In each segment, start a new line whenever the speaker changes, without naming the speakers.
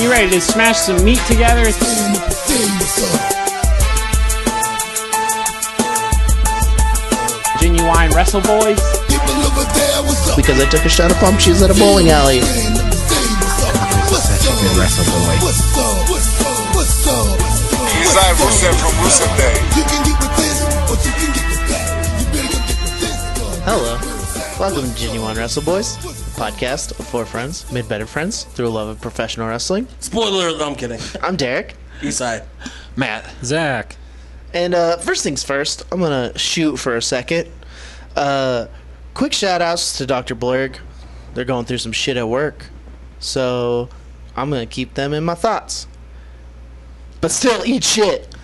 You ready to smash some meat together? Genuine Wrestle Boys?
Because I took a shot of pump shoes at a bowling alley.
Such a good wrestle boy.
He's like Rusev from Rusev Day.
Hello. Welcome to Genuine Wrestle Boys, a podcast of four friends made better friends through a love of professional wrestling.
Spoiler alert, no, I'm kidding.
I'm Derek.
Eastside.
Matt,
Zach.
And uh, first things first, I'm going to shoot for a second. Uh, quick shout outs to Dr. Blurg. They're going through some shit at work. So I'm going to keep them in my thoughts. But still, eat shit.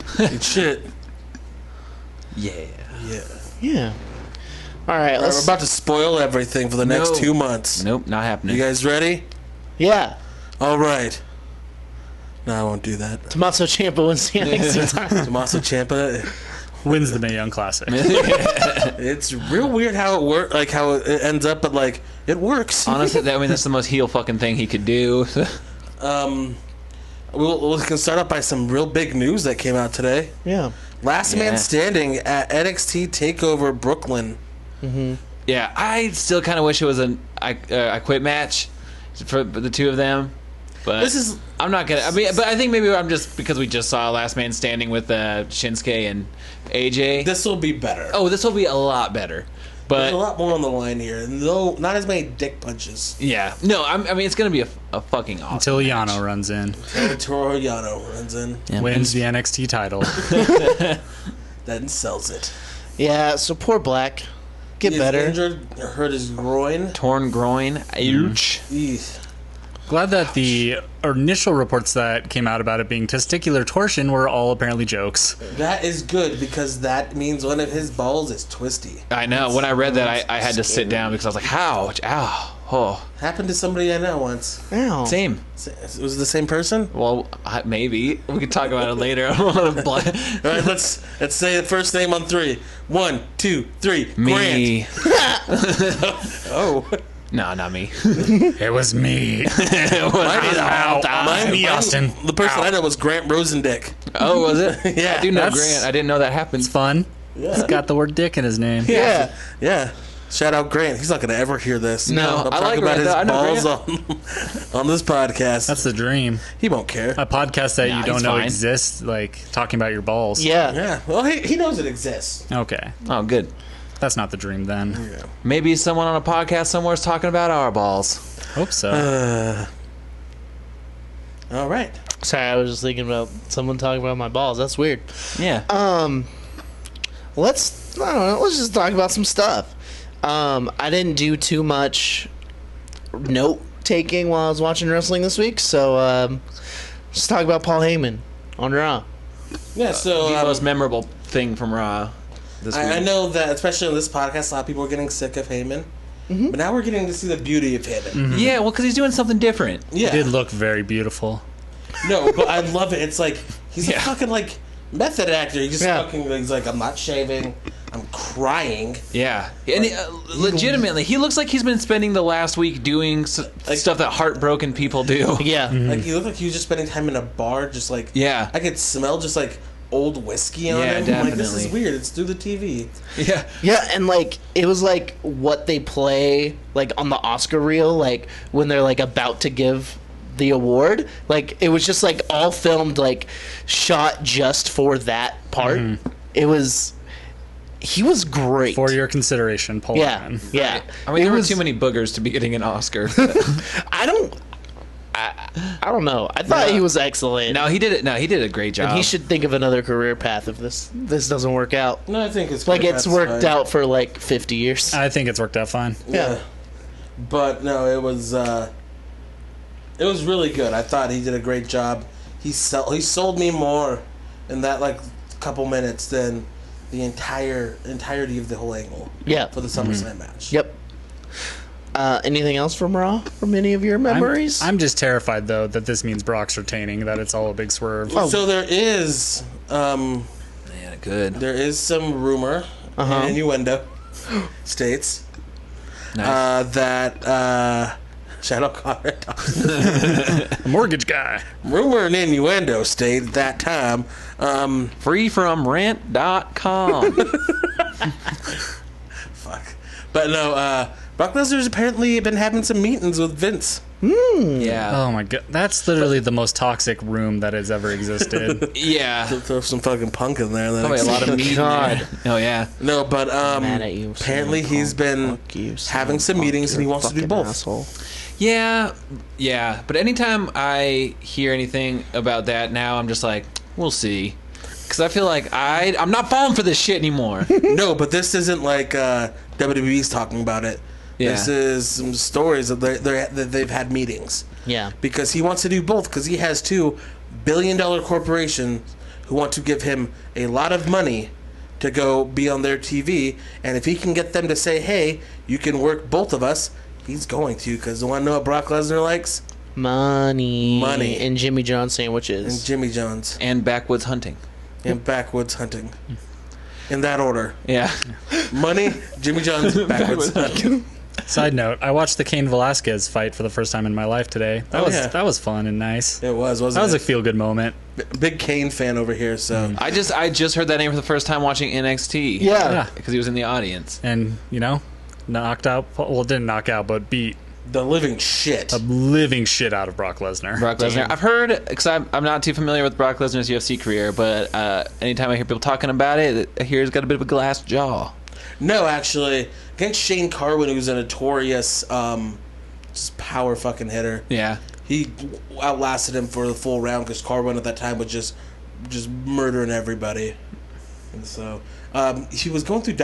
Shit.
yeah.
Yeah. All right,
We're
let's.
about to spoil everything for the next
No.
two months.
Nope, not happening.
You guys ready?
Yeah.
All right. No, I won't do that.
Tommaso Ciampa wins the NXT title.
Tommaso Ciampa.
Wins the Mae Young Classic.
It's real weird how it work, like how it ends up, but like it works.
Honestly, that, I mean, that's the most heel fucking thing he could do.
Um, we'll, we can start off by some real big news that came out today.
Yeah.
Last
Yeah.
man standing at NXT Takeover Brooklyn.
yeah, I still kind of wish it was an I, uh, I quit match for the two of them. But
This is-
I'm not gonna. I mean, but I think maybe I'm just because we just saw Last Man Standing with uh, Shinsuke and AJ.
This will be better.
oh, this will be a lot better.
There's a
But
lot more on the line here, and though not as many dick punches.
yeah, no, I'm, I mean, it's gonna be a, a fucking awesome
Until
match.
Yano runs in,
And Toro Yano runs in,
wins the NXT title.
then sells it.
Yeah, so poor Black. Get
He's
better.
Injured, hurt his groin.
torn groin. Ouch.
Eesh.
Glad that the initial reports that came out about it being testicular torsion were all apparently jokes.
That is good because that means one of his balls is twisty.
I know. When I read that, I, I had to sit down because I was like, "How? Ow! Oh,
Happened to somebody I know once.
Ow.
same."
S- Was it the same person?
Well, I- maybe we could talk about it later. I don't want to bl-
All right, let's let's say the first name on three. One, two, three. Grant.
me.
Oh,
No, not me.
It was me.
Ow. Mine-
me,
mine-
Austin.
The person I know was Grant Rosendick.
oh, was it?
Yeah,
I do know
that's-
Grant. I didn't know that happened.
It's fun. It's got the word dick in his name.
Yeah.
Yeah. Shout out Grant. He's not going to ever hear this.
No,
I'll
I
talk
like
about
Grant, though. I know
his balls on, on this podcast.
That's the dream.
he won't care.
A podcast that
Nah,
you don't
he's
know
fine.
exists, like talking about your balls.
Yeah.
yeah. Well, he, he knows it exists.
Okay.
Oh, good.
That's not the dream then.
Maybe someone on a podcast somewhere is talking about our balls.
Hope so.
All right.
Sorry, I was just thinking about someone talking about my balls. That's weird.
Yeah.
Um, let's I don't know. Let's just talk about some stuff. Um, I didn't do too much note taking while I was watching wrestling this week, so um, just talk about Paul Heyman on Raw.
Yeah. So
the
um,
most memorable thing from Raw this week.
I, I know that, especially on this podcast, a lot of people are getting sick of Heyman.
Mm-hmm.
But now we're getting to see the beauty of Heyman.
Yeah, well, because he's doing something different.
Yeah.
It did look very beautiful.
no, but I love it. It's like he's a
Yeah.
fucking like method actor. He just
Yeah.
fucking he's like I'm not shaving. I'm crying.
Yeah, and uh, legitimately, he looks like he's been spending the last week doing s-
Like-
stuff that heartbroken people do.
Yeah,
Like he looked like he was just spending time in a bar, just like
Mm-hmm. Yeah.
I could smell just like old whiskey on
Yeah,
him. I'm Like this is
definitely.
weird. It's through the TV.
yeah.
yeah, and like it was like what they play like on the Oscar reel, like when they're like about to give the award. Like it was just like all filmed, like shot just for that part. It was. He was great.
For your consideration, Paul.
Yeah,
Heyman.
yeah.
I mean,
It
there
was-
were too many boogers to be getting an Oscar.
I don't. I, I don't know. I thought he was excellent.
no, he did it. No, he did a great job.
he should think of another career path if this this doesn't work out.
No, I think it's
Like
pretty
it's
satisfying.
worked out for like fifty years.
I think it's worked out fine.
yeah.
But no, it was uh it was really good. I thought he did a great job. He sell he sold me more in that like couple minutes than the entire entirety of the whole angle
Yeah.
for the
Mm-hmm.
SummerSlam match.
Yep. Uh, anything else from Raw? From any of your memories?
I'm, I'm just terrified though that this means Brock's retaining. That it's all a big swerve.
So there is um
Man, good.
there is some rumor and innuendo states
nice.
uh, that uh, Shadow Carter talks
Mortgage guy.
rumor and innuendo stayed at that time. Um,
Freefromrent.com.
fuck. But no, uh, Brock Lesnar's apparently been having some meetings with Vince.
yeah.
Oh my god, that's literally the most toxic room that has ever existed.
Yeah.
Throw some fucking punk in there.
Probably a lot of meat. in
God.
there. Oh, yeah.
No, but um,
Mad at you,
apparently
Simon
he's
Punk.
been
Fuck you,
having
Simon
some
Punk,
meetings and he
you're a
wants to do
fucking
both.
asshole.
Yeah. Yeah. But anytime I hear anything about that now, I'm just like, we'll see. Because I feel like I, I'm not falling for this shit anymore.
No, but this isn't like uh, WWE's talking about it. This
Yeah.
is some stories that, they're, they're, that they've had meetings.
Yeah.
Because he wants to do both, because he has two billion dollar corporations who want to give him a lot of money to go be on their TV. And if he can get them to say, hey, you can work both of us, he's going to, because the one know what Brock Lesnar likes?
Money.
Money.
And Jimmy John
And
sandwiches.
Jimmy John's.
and backwoods hunting.
And backwoods hunting. In that order.
Yeah.
Money, Jimmy John's, backwoods hunting.
Side note: I watched the Kane Velasquez fight for the first time in my life today. That
Oh,
was
yeah.
that was fun and nice.
It was, wasn't
That was
it?
a feel good moment.
big Kane fan over here, so
I just I just heard that name for the first time watching NXT.
Yeah.
Because he was in the audience.
And you know, knocked out. Well, didn't knock out, but beat
the living shit.
the living shit out of Brock Lesnar.
Brock Lesnar. I've heard because I'm, I'm not too familiar with Brock Lesnar's UFC career, but uh, anytime I hear people talking about it, I hear he's got a bit of a glass jaw.
No, actually, against Shane Carwin, who's a notorious um, just power fucking hitter.
Yeah,
He outlasted him for the full round because Carwin at that time was just just murdering everybody, and so um, he was going through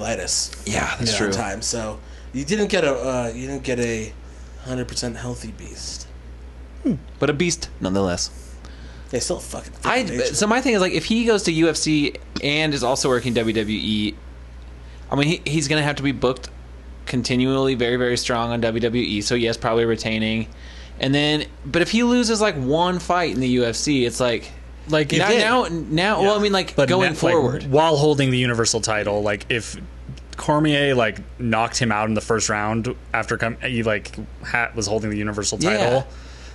diverticulitis
yeah, that's
at the time. So you didn't get a uh, you didn't get a hundred percent healthy beast.
But a beast nonetheless.
They still fucking.
I
nature.
so my thing is like if he goes to UFC and is also working WWE, E, I mean he, he's gonna have to be booked continually, very very strong on WWE. So yes, probably retaining, and then but if he loses like one fight in the UFC, it's like.
Like
Now,
if-
now, now, well, I mean, like
but
going
net- like,
forward,
while holding the universal title like if cormier like knocked him out in the first round after com- he like hat was holding the universal
Yeah.
title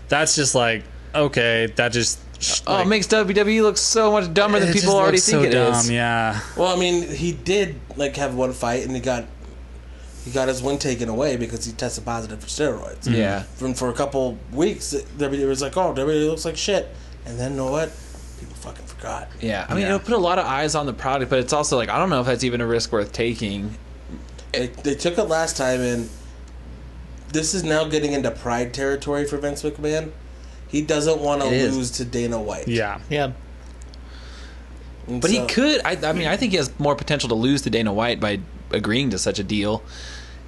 that's just like okay that just sh-
Oh,
like,
it makes WWE look so much dumber than
it just
people already
looks
think
so
it is.
dumb, yeah
Well, I mean, he did like have one fight, and he got he got his win taken away because he tested positive for steroids.
Mm.
Yeah.
From for a couple weeks, WWE was like, "Oh, WWE looks like shit," and then you know what? People fucking forgot.
Yeah. I mean,
Yeah.
it'll put a lot of eyes on the product, but it's also like, I don't know if that's even a risk worth taking.
They, they took it last time, and this is now getting into pride territory for Vince McMahon. He doesn't want to
It is.
lose to Dana White.
yeah
Yeah.
And
But
so-
he could, I, I mean, I think he has more potential to lose to Dana White by agreeing to such a deal.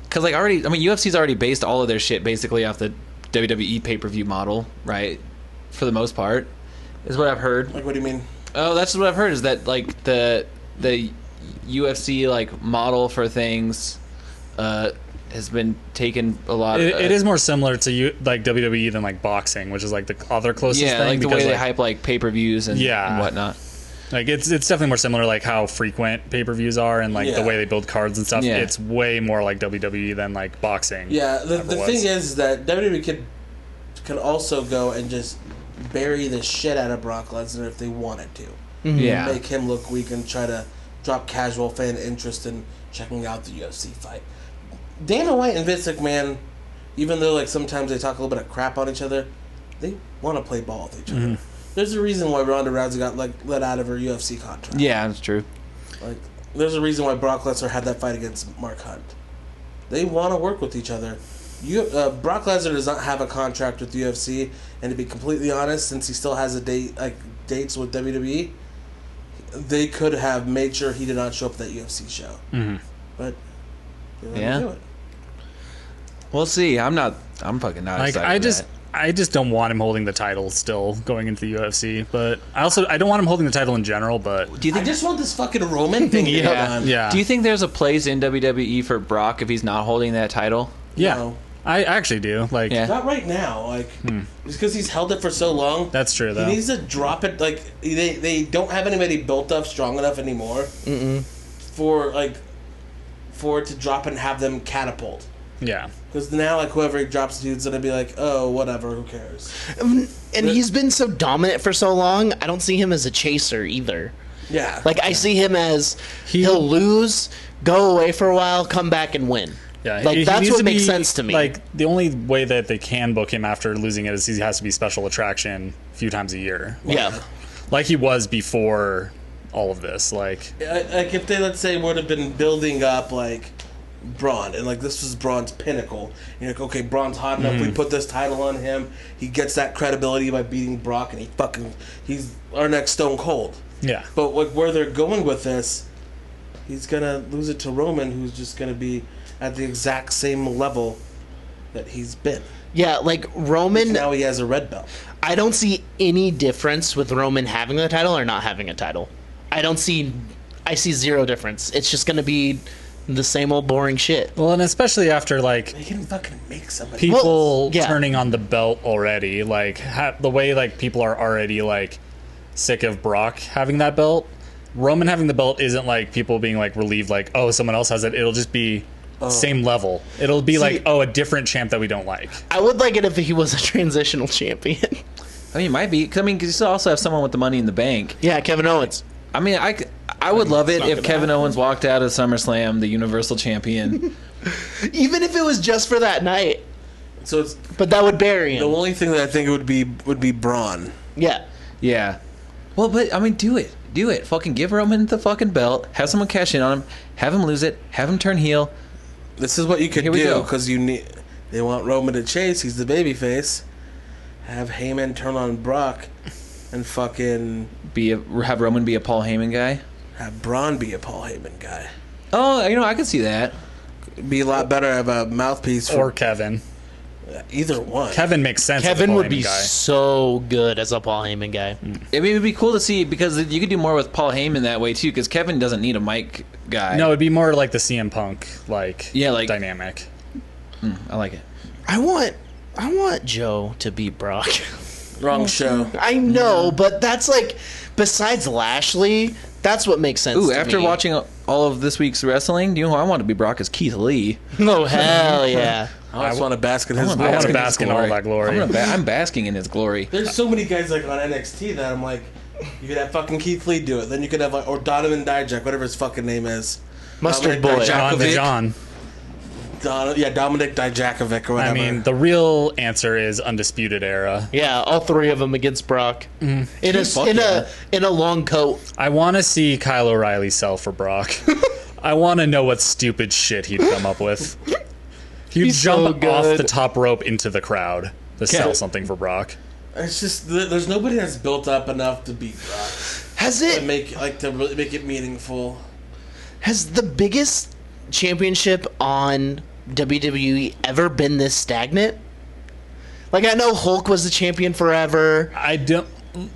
Because, like, already, I mean, UFC's already based all of their shit basically off the WWE pay per view model, right? For the most part, is what I've heard.
Like, what do you mean?
Oh, that's what I've heard is that like the the UFC like model for things uh, has been taken a lot.
it,
uh,
it is more similar to you like wwe than like boxing which is like the other closest
yeah,
thing
like the way
because,
they
like,
hype like pay per views and,
Yeah.
and whatnot.
Like it's it's definitely more similar like how frequent pay per views are and like the
Yeah.
way they build cards and stuff.
Yeah.
It's way more like WWE than like boxing.
Yeah, the,
ever
the
was.
thing is that WWE could could also go and just bury the shit out of Brock Lesnar if they wanted to,
Yeah,
make him look weak and try to drop casual fan interest in checking out the UFC fight. Dana White and Vince McMahon, even though like sometimes they talk a little bit of crap on each other, they want to play ball with each other. There's a reason why Ronda Rousey got like let out of her UFC contract.
yeah, that's true.
Like, there's a reason why Brock Lesnar had that fight against Mark Hunt. They want to work with each other. You, uh, Brock Lesnar does not have a contract with UFC, and to be completely honest, since he still has a date, like dates with WWE, they could have made sure he did not show up at that UFC show. Mm-hmm. But they let him
Yeah.
do it.
We'll see. I'm not. I'm fucking not.
Like
excited
I
for
just
that.
I just don't want him holding the title still going into the UFC. But I also I don't want him holding the title in general, but
Do you
I
think?
just want this fucking Roman thing to
Yeah.
go on.
yeah.
Do you think there's a place in WWE for Brock if he's not holding that title?
Yeah.
No.
I actually do. Like
Yeah.
Not right now. Like, just because he's held it for so long.
Hmm. that's true
He
though.
needs to drop it. Like they, they don't have anybody built up strong enough anymore for like for it to drop and have them catapult.
yeah.
Because now, like, whoever he drops dude's gonna be like, oh, whatever, who cares?
And he's been so dominant for so long. I don't see him as a chaser either.
Yeah.
Like I see him as he'll lose, go away for a while, come back and win.
Yeah,
like
he- he
that's
needs
what
to
makes
be-
sense to me.
Like the only way that they can book him after losing it is he has to be special attraction a few times a year. Like,
yeah,
like he was before all of this. Like
I- like if they let's say would have been building up like Braun and like this was Braun's pinnacle. You're like, okay, Braun's hot enough. We put this title on him. He gets that credibility by beating Brock, and he fucking he's our next Stone Cold.
yeah,
But like where they're going with this, he's gonna lose it to Roman, who's just gonna be at the exact same level that he's been.
yeah. Like Roman,
Now he has a red belt.
I don't see any difference with Roman having the title or not having a title. I don't see. I see zero difference. It's just going to be the same old boring shit.
well, and especially after like
He can fucking make somebody.
people
Well, yeah.
turning on the belt already. Like ha- the way like people are already like sick of Brock having that belt. Roman having the belt isn't like people being like relieved, like oh someone else has it. It'll just be
Oh.
same level. It'll be like oh a different champ that we don't like.
I would like it if he was a transitional champion.
I mean, it might be. 'cause, I mean, 'cause you still also have someone with the money in the bank.
yeah, Kevin Owens.
I mean, I, c- I would love it
not
if
gonna
Kevin Owens walked out of SummerSlam the Universal Champion.
Even if it was just for that night,
So it's
but that would bury
the
him.
only thing that I think would be would be Braun.
Yeah.
yeah. Well, but I mean, do it, do it. Fucking give Roman the fucking belt. Have someone cash in on him. Have him lose it. Have him turn heel.
This is what you could
Here we
do
go.
because you need. They want Roman to chase. He's the babyface. Have Heyman turn on Brock, and fucking
Be a, have Roman be a Paul Heyman guy.
have Braun be a Paul Heyman guy.
Oh, you know, I can see that.
It'd be a lot better of a mouthpiece
Or
for
Kevin.
either one.
Kevin makes sense. as a
Kevin would
Heyman
be
guy.
so good as a Paul Heyman guy.
I mean, it would be cool to see because you could do more with Paul Heyman that way too. Because Kevin doesn't need a mic guy.
No, it'd be more like the CM Punk like
Yeah, like-
dynamic.
I like it.
I want I want Joe to beat Brock.
Wrong show.
I know, but that's like besides Lashley, that's what makes sense.
Ooh,
to
after
me.
watching all of this week's wrestling, do you know who I want to be Brock is Keith Lee.
Oh hell yeah.
I just want to bask in his
I wanna
glory.
his
bask in all that glory.
I'm, gonna ba- I'm basking in his glory.
There's so many guys like on NXT that I'm like, you could have fucking Keith Lee do it. Then you could have like or Donovan Dijak, whatever his fucking name is.
Mustard Boy.
Dominic Dijakovic.
John the John.
Don- yeah, Dominic Dijakovic or whatever.
I mean, the real answer is undisputed era.
Yeah, all three of them against Brock in a
Mm. fuck
in
yeah.
a in a long coat.
I want to see Kyle O'Reilly sell for Brock. I want to know what stupid shit he'd come up with. He'd
He's so
jump off
good.
the top rope into the crowd to sell
Yeah.
something for Brock.
it's just th- there's nobody that's built up enough to beat Brock.
Has
to
it
make like to really make it meaningful.
has the biggest championship on WWE ever been this stagnant? Like I know Hulk was the champion forever.
I don't.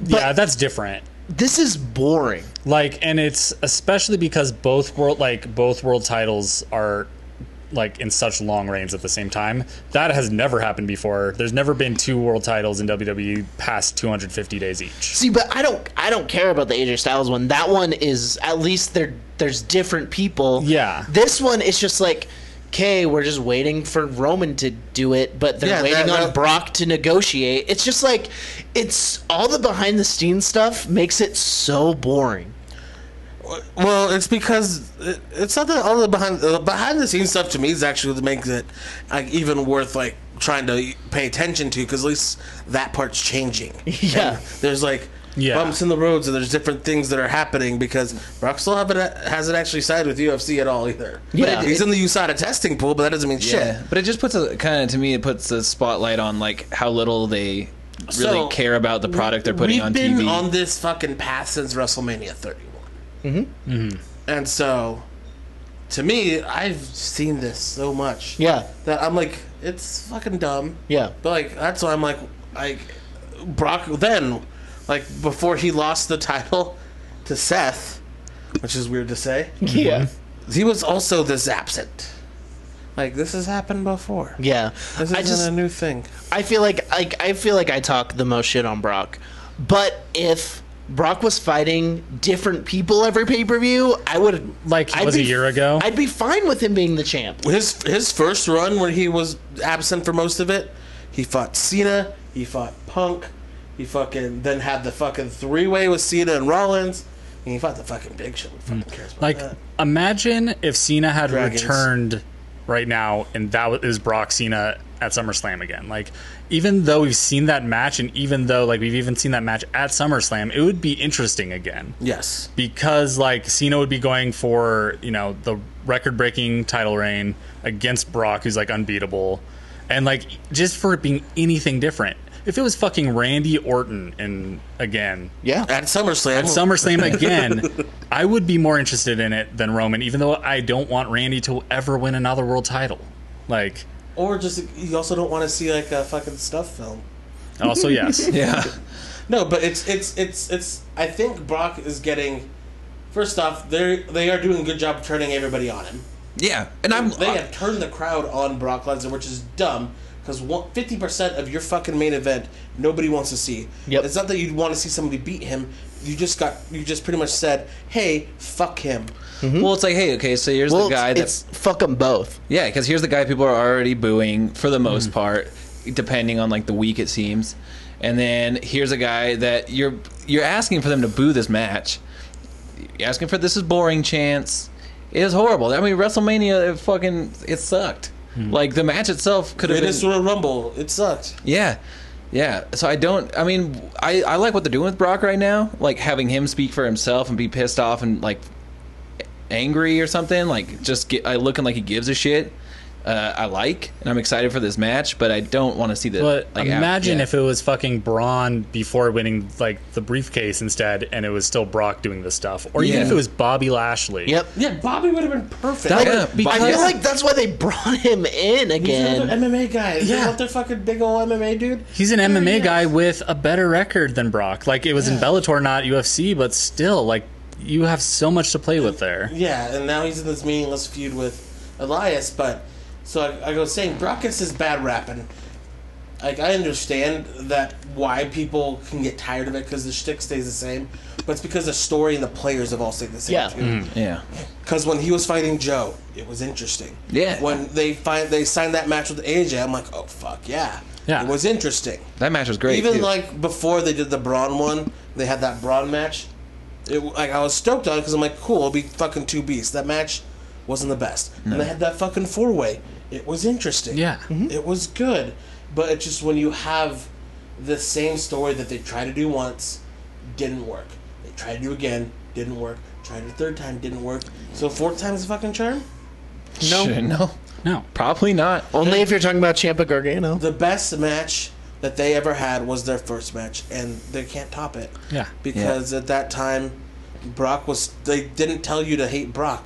yeah, that's different.
This is boring.
like and it's especially because both world like both world titles are like in such long reigns at the same time that has never happened before there's never been two world titles in wwe past 250 days each
See, but I don't I don't care about the AJ Styles one. That one is at least there there's different people.
Yeah.
This one is just like okay, we're just waiting for Roman to do it, but they're
Yeah,
waiting
that-
on
that-
Brock to negotiate. It's just like it's all the behind the scenes stuff makes it so boring.
Well, it's because it, it's not that all the behind the behind the scenes stuff to me is actually what makes it like even worth like trying to pay attention to because at least that part's changing.
Yeah.
There's like
Yeah.
bumps in the roads and there's different things that are happening because Brock still haven't hasn't actually sided with UFC at all either.
Yeah.
he's in the USADA testing pool, but that doesn't mean
Yeah,
shit.
but it just puts a kind of to me it puts a spotlight on like how little they really
So,
care about the product they're putting
We've
on
been
TV.
on this fucking path since WrestleMania 31. Mm-hmm. And so, to me, I've seen this so much.
Yeah.
That I'm like, it's fucking dumb.
Yeah.
But like, that's why I'm like, like, Brock then, like before he lost the title to Seth, which is weird to say,
Yeah.
he was also this absent. Like this has happened before.
Yeah.
This isn't
I just
a new thing.
I feel like like I feel like I talk the most shit on Brock. But if Brock was fighting different people every pay per view, I would
Like he
I'd
was a
be-
year ago?
I'd be fine with him being the champ.
His his first run where he was absent for most of it, he fought Cena, he fought Punk, he fucking then had the fucking three way with Cena and Rollins, and he fought the fucking Big Show. Who fucking cares about
Mm. Like,
that?
imagine if Cena had
Dragons.
returned right now, and that was, is Brock Cena at SummerSlam again. Like, even though we've seen that match, and even though like we've even seen that match at SummerSlam, it would be interesting again
Yes.
because like Cena would be going for you know the record-breaking title reign against Brock, who's like unbeatable, and like just for it being anything different. If it was fucking Randy Orton and again,
Yeah.
At SummerSlam.
at SummerSlam again, I would be more interested in it than Roman, even though I don't want Randy to ever win another world title. Like,
Or just you also don't want to see like a fucking stuff film.
also yes,
Yeah.
No, but it's it's it's it's. I think Brock is getting. First off, they they are doing a good job of turning everybody on him.
Yeah. And I'm uh,
They have turned the crowd on Brock Lesnar, which is dumb because fifty percent of your fucking main event nobody wants to see.
Yep.
It's not that you want to see somebody beat him. You just got you just pretty much said, "Hey, fuck him."
well, it's like, hey, okay, so here's
Mm-hmm. Well,
the guy
it's,
that
it's fuck them both.
Yeah, because here's the guy people are already booing for the
Mm-hmm.
most part, depending on like the week it seems. And then here's a guy that you're you're asking for them to boo this match. You're asking for this is boring chance. It is horrible. I mean WrestleMania it fucking it sucked.
Hmm.
Like the match itself could have
It
been
is Royal Rumble. It sucked.
yeah. Yeah. So I don't I mean I I like what they're doing with Brock right now, like having him speak for himself and be pissed off and like angry or something, like just get, uh, looking like he gives a shit. Uh, I like and I'm excited for this match, but I don't want to see the
but
like, out-
imagine
yeah.
if it was fucking Braun before winning like the briefcase instead, and it was still Brock doing this stuff, or even
Yeah.
if it was Bobby Lashley.
Yep.
Yeah, Bobby would have been perfect.
That
Like,
would've-
Like,
because-
I feel like that's why they brought him in
he's
again.
another MMA guy. They
Yeah.
want their fucking big old MMA dude.
He's an MMA guy with a better record than Brock. Like it was in Bellator, not UFC, but still, like you have so much to play with there.
Yeah, and now he's in this meaningless feud with Elias. But so I, I go saying Brock gets his bad rap, and like I understand that why people can get tired of it because the shtick stays the same, but it's because the story and the players have all stayed the same.
Yeah.
yeah.
Because when he was fighting Joe, it was interesting.
Yeah.
When they find they signed that match with AJ, I'm like, oh fuck yeah.
Yeah.
It was interesting.
That match was great.
Even
too.
like before they did the Braun one, they had that Braun match. It, like I was stoked on it because I'm like, cool, it'll be fucking two beasts. That match wasn't the best, and they had that fucking four way. It was interesting.
Yeah.
it was good, but it's just when you have the same story that they tried to do once, didn't work. They tried to do again, didn't work. Tried it a third time, didn't work. So fourth time's a fucking charm.
no, no,
No,
probably not.
Only if you're talking about Champa Gargano.
The best match that they ever had was their first match, and they can't top it.
yeah,
because at that time Brock was they didn't tell you to hate Brock.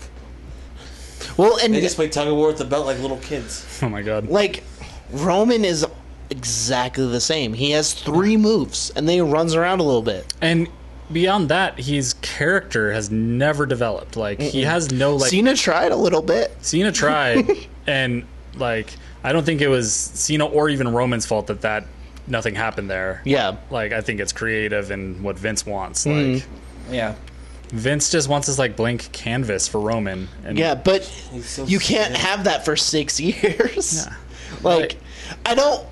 Well, and
They just played tug of war with the belt like little kids.
Oh my god.
like Roman is exactly the same. He has three moves and then he runs around a little bit.
And beyond that, his character has never developed. Like he has no like Cena,
Cena tried a little bit.
tried, and like I don't think it was Cena or even Roman's fault that that nothing happened there.
Yeah. Mm-hmm.
Like I think it's creative and what Vince wants. Like
Yeah.
Vince just wants this like blank canvas for Roman. And
Yeah, but
so
you can't
scared.
have that for 6 years. Like I don't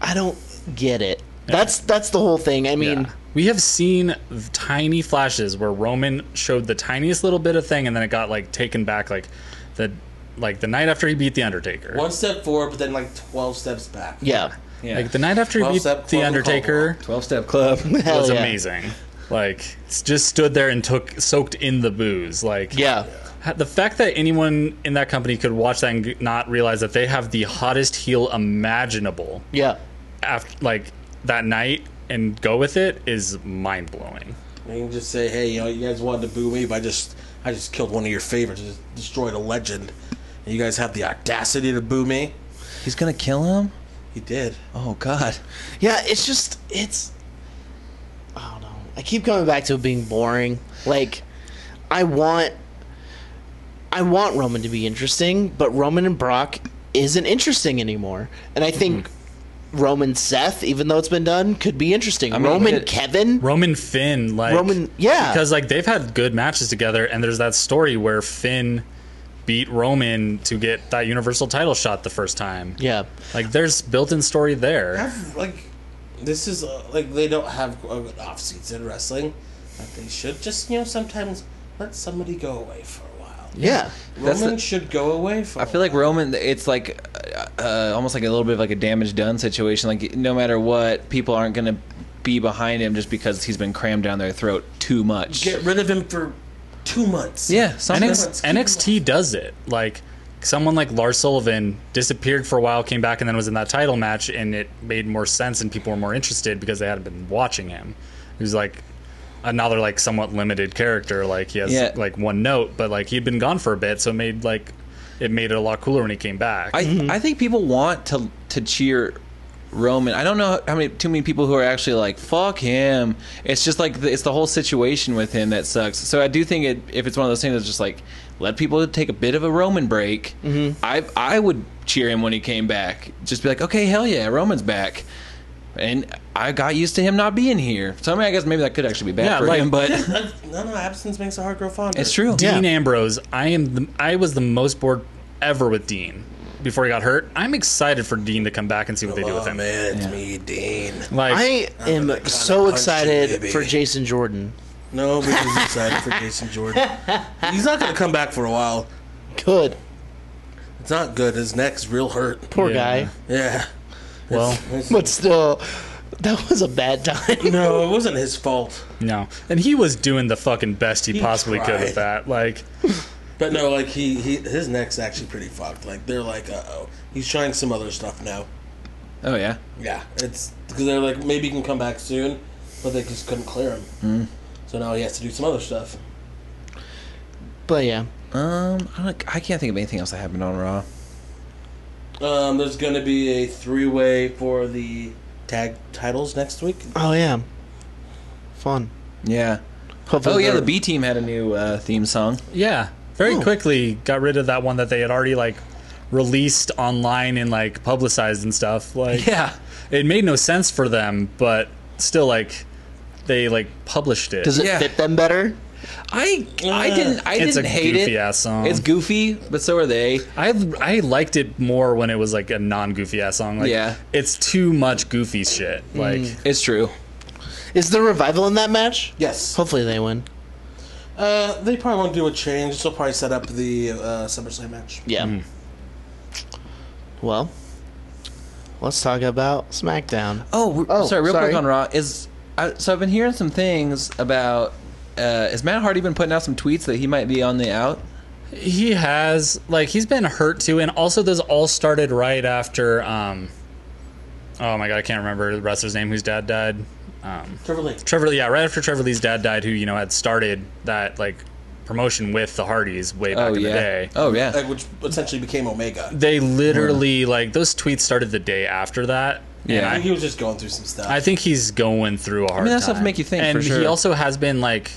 I don't get it. That's that's the whole thing. I mean,
Yeah. We have seen tiny flashes where Roman showed the tiniest little bit of thing, and then it got like taken back, like the like the night after he beat the Undertaker.
One step forward, but then like twelve steps back.
yeah.
Yeah.
Like the night after he
Well,
beat
that
the
Corbin
Undertaker
12 step club.
Hell
was
Oh, yeah.
amazing. Like s- just stood there and took soaked in the booze. Like
Yeah.
ha- the fact that anyone in that company could watch that and g- not realize that they have the hottest heel imaginable
Yeah.
after like that night and go with it is mind blowing.
And you can just say, hey, you know, you guys wanted to boo me, but I just I just killed one of your favorites, just destroyed a legend, and you guys have the audacity to boo me.
He's going to kill him?
He did.
Oh god.
Yeah, it's just it's I don't know. I keep coming back to it being boring. Like I want I want Roman to be interesting, but Roman and Brock isn't interesting anymore. And I think Roman Seth, even though it's been done, could be interesting.
mean,
Roman
it-
Kevin,
Roman Finn, like
Roman- yeah.
because like they've had good matches together, and there's that story where Finn beat Roman to get that Universal title shot the first time.
yeah,
Like there's built-in story there.
Have, like, this is uh, like they don't have a good off season wrestling. But they should just you know sometimes let somebody go away for a while.
yeah,
That's
Roman
the-
should go away for.
I feel like Roman. It's like uh, uh, almost like a little bit of like a damage done situation. Like no matter what, people aren't gonna be behind him just because he's been crammed down their throat too much.
get rid of him for two months.
yeah, something.
NX- NXT does it. Like someone like Lars Sullivan disappeared for a while, came back, and then was in that title match, and it made more sense, and people were more interested because they hadn't been watching him. He was like another like somewhat limited character. Like he has
Yeah.
like one note, but like he'd been gone for a bit, so it made like it made it a lot cooler when he came back.
I I think people want to to cheer Roman. I don't know how many too many people who are actually like fuck him. It's just like the, it's the whole situation with him that sucks. So I do think it, if it's one of those things that's just like let people take a bit of a Roman break.
Mm-hmm.
I I would cheer him when he came back. Just be like okay hell yeah Roman's back. And I got used to him not being here. So I mean, I guess maybe that could actually be bad
Yeah,
for
like-
him, but
No, no, absence makes the heart grow fonder.
it's true.
Dean Ambrose, I am the, I was the most bored ever with Dean before he got hurt. I'm excited for Dean to come back and see what they do with
Oh
him.
man, it's me, Dean.
Like
I am
gonna
so
punch you,
excited
baby.
for Jason Jordan.
No, because excited for Jason Jordan. He's not gonna come back for a while.
Good,
It's not good. His neck's real hurt.
poor
Yeah.
guy,
Yeah.
well,
but still, that was a bad time.
No, it wasn't his fault.
No, and he was doing the fucking best he, possibly could
tried.
with that. Like,
But no, like he, he his neck's actually pretty fucked. Like they're like, uh oh, he's trying some other stuff now.
Oh yeah.
Yeah, it's because they're like maybe he can come back soon, but they just couldn't clear him. So now he has to do some other stuff.
But yeah,
Um, I, don't, I can't think of anything else that happened on Raw.
Um, there's gonna be a three way for the tag titles next week.
oh yeah, fun.
Yeah.
Hopefully
Oh yeah,
they're-
the B team had a new uh, theme song.
yeah, very
Oh.
quickly got rid of that one that they had already like released online and like publicized and stuff. Like, it made no sense for them, but still, like, they like published it.
Does it
Yeah.
fit them better?
I I didn't I
It's a
didn't hate it.
goofy ass song.
It's goofy, but so are they.
I I liked it more when it was like a non goofy ass song. Like,
Yeah.
it's too much goofy shit. Like,
It's true.
Is there revival in that match?
Yes.
Hopefully they win.
Uh, they probably won't do a change. They'll probably set up the uh, SummerSlam match.
Yeah. Well, let's talk about SmackDown.
Oh, we're-
Oh,
sorry. Real
sorry.
quick on Raw is I, so I've been hearing some things about. Uh, has Matt Hardy been putting out some tweets that he might be on the out?
He has like he's been hurt too, and also those all started right after. um Oh my god, I can't remember the wrestler's name whose dad died. Um,
Trevor Lee.
Trevor, yeah, right after Trevor Lee's dad died, who you know had started that like promotion with the Hardys way back
oh
in
yeah.
the day. Uh,
Oh yeah.
Like, which essentially became Omega.
They literally like those tweets started the day after that. and
Yeah.
I think he was just going through some stuff.
I think he's going through a hard. I
mean, that
time.
stuff make you think,
And
for sure.
he also has been like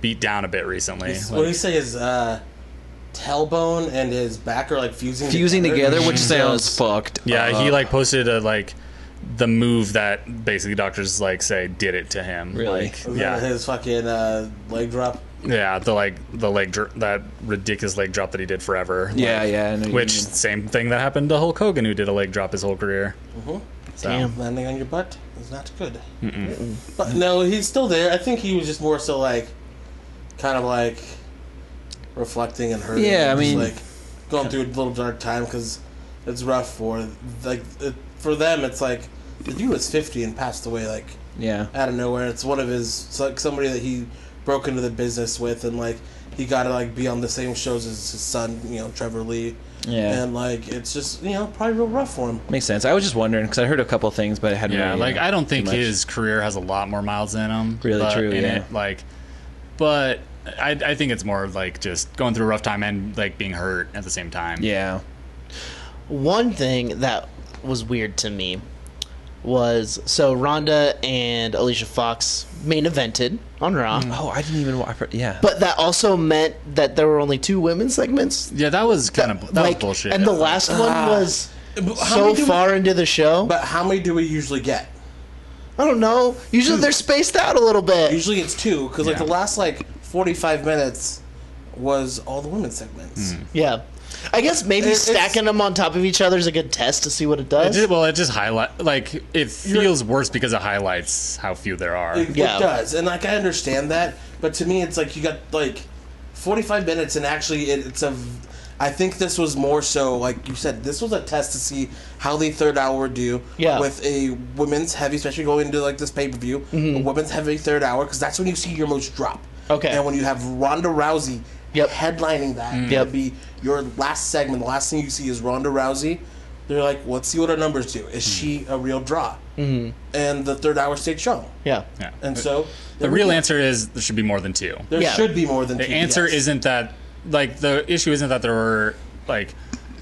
beat down a bit recently.
what do
Like,
you say? His uh, tailbone and his back are like fusing
Fusing together, which sounds
So
fucked.
Yeah, he
up.
like posted a like the move that basically doctors like say did it to him.
Really?
Like,
it's-
yeah,
His fucking uh, leg drop.
yeah. The like the leg dr- that ridiculous leg drop that he did forever. like,
Yeah, yeah. I know you
which
mean.
same thing that happened to Hulk Hogan, who did a leg drop his whole career. So,
Damn.
Landing on your butt is not good. But no, he's still there. I think he was just more so like, kind of like, reflecting and hurting.
Yeah, I
Just,
mean-
like going through a little dark time because it's rough for like it, for them. It's like the dude was fifty and passed away like
Yeah.
out of nowhere. It's one of his it's like somebody that he broke into the business with, and like he got to like be on the same shows as his son, you know, Trevor Lee.
Yeah.
And like it's just you know probably real rough for him.
Makes sense. I was just wondering because I heard a couple things, but I hadn't.
yeah,
really,
like
uh,
I don't think
much.
his career has a lot more miles in him.
Really
but-
true,
in
yeah.
it, like, but I, I think it's more of like just going through a rough time and like being hurt at the same time.
Yeah.
One thing that was weird to me was so Ronda and Alicia Fox main evented on Raw,
Mm-hmm.
Oh, I didn't even. wa- I for- Yeah.
but that also meant that there were only two women's segments.
Yeah, that was kind of that was
Like,
bullshit.
And the last one was
But how
so
many do we-
far into the show.
but how many do we usually get?
I don't know. Usually they're spaced out a little bit.
Usually it's two, because like the last like forty-five minutes was all the women's segments.
Yeah. I guess maybe
It- it's-
stacking them on top of each other is a good test to see what it
It
does.
just, well, it just highlight like it feels worse because it highlights how few there are.
It, it
Yeah.
does, and like I understand that, but to me it's like you got like forty-five minutes, and actually it, it's a. v- I think this was more so like you said, this was a test to see how the third hour would do
Yeah.
with a women's heavy, especially going into like this pay per view, a women's heavy third hour, because that's when you see your most drop.
Mm-hmm. Okay.
and when you have Ronda Rousey
Yep.
headlining that,
Yep.
it'd be your last segment. The last thing you see is Ronda Rousey. They're like, let's see what her numbers do. Is she a real draw? Mm-hmm. And the third hour stakes show.
Yeah.
Yeah.
And so
the real answer is there should be more than two.
There
Yeah.
should be more than
The answer isn't that like the issue isn't that there were like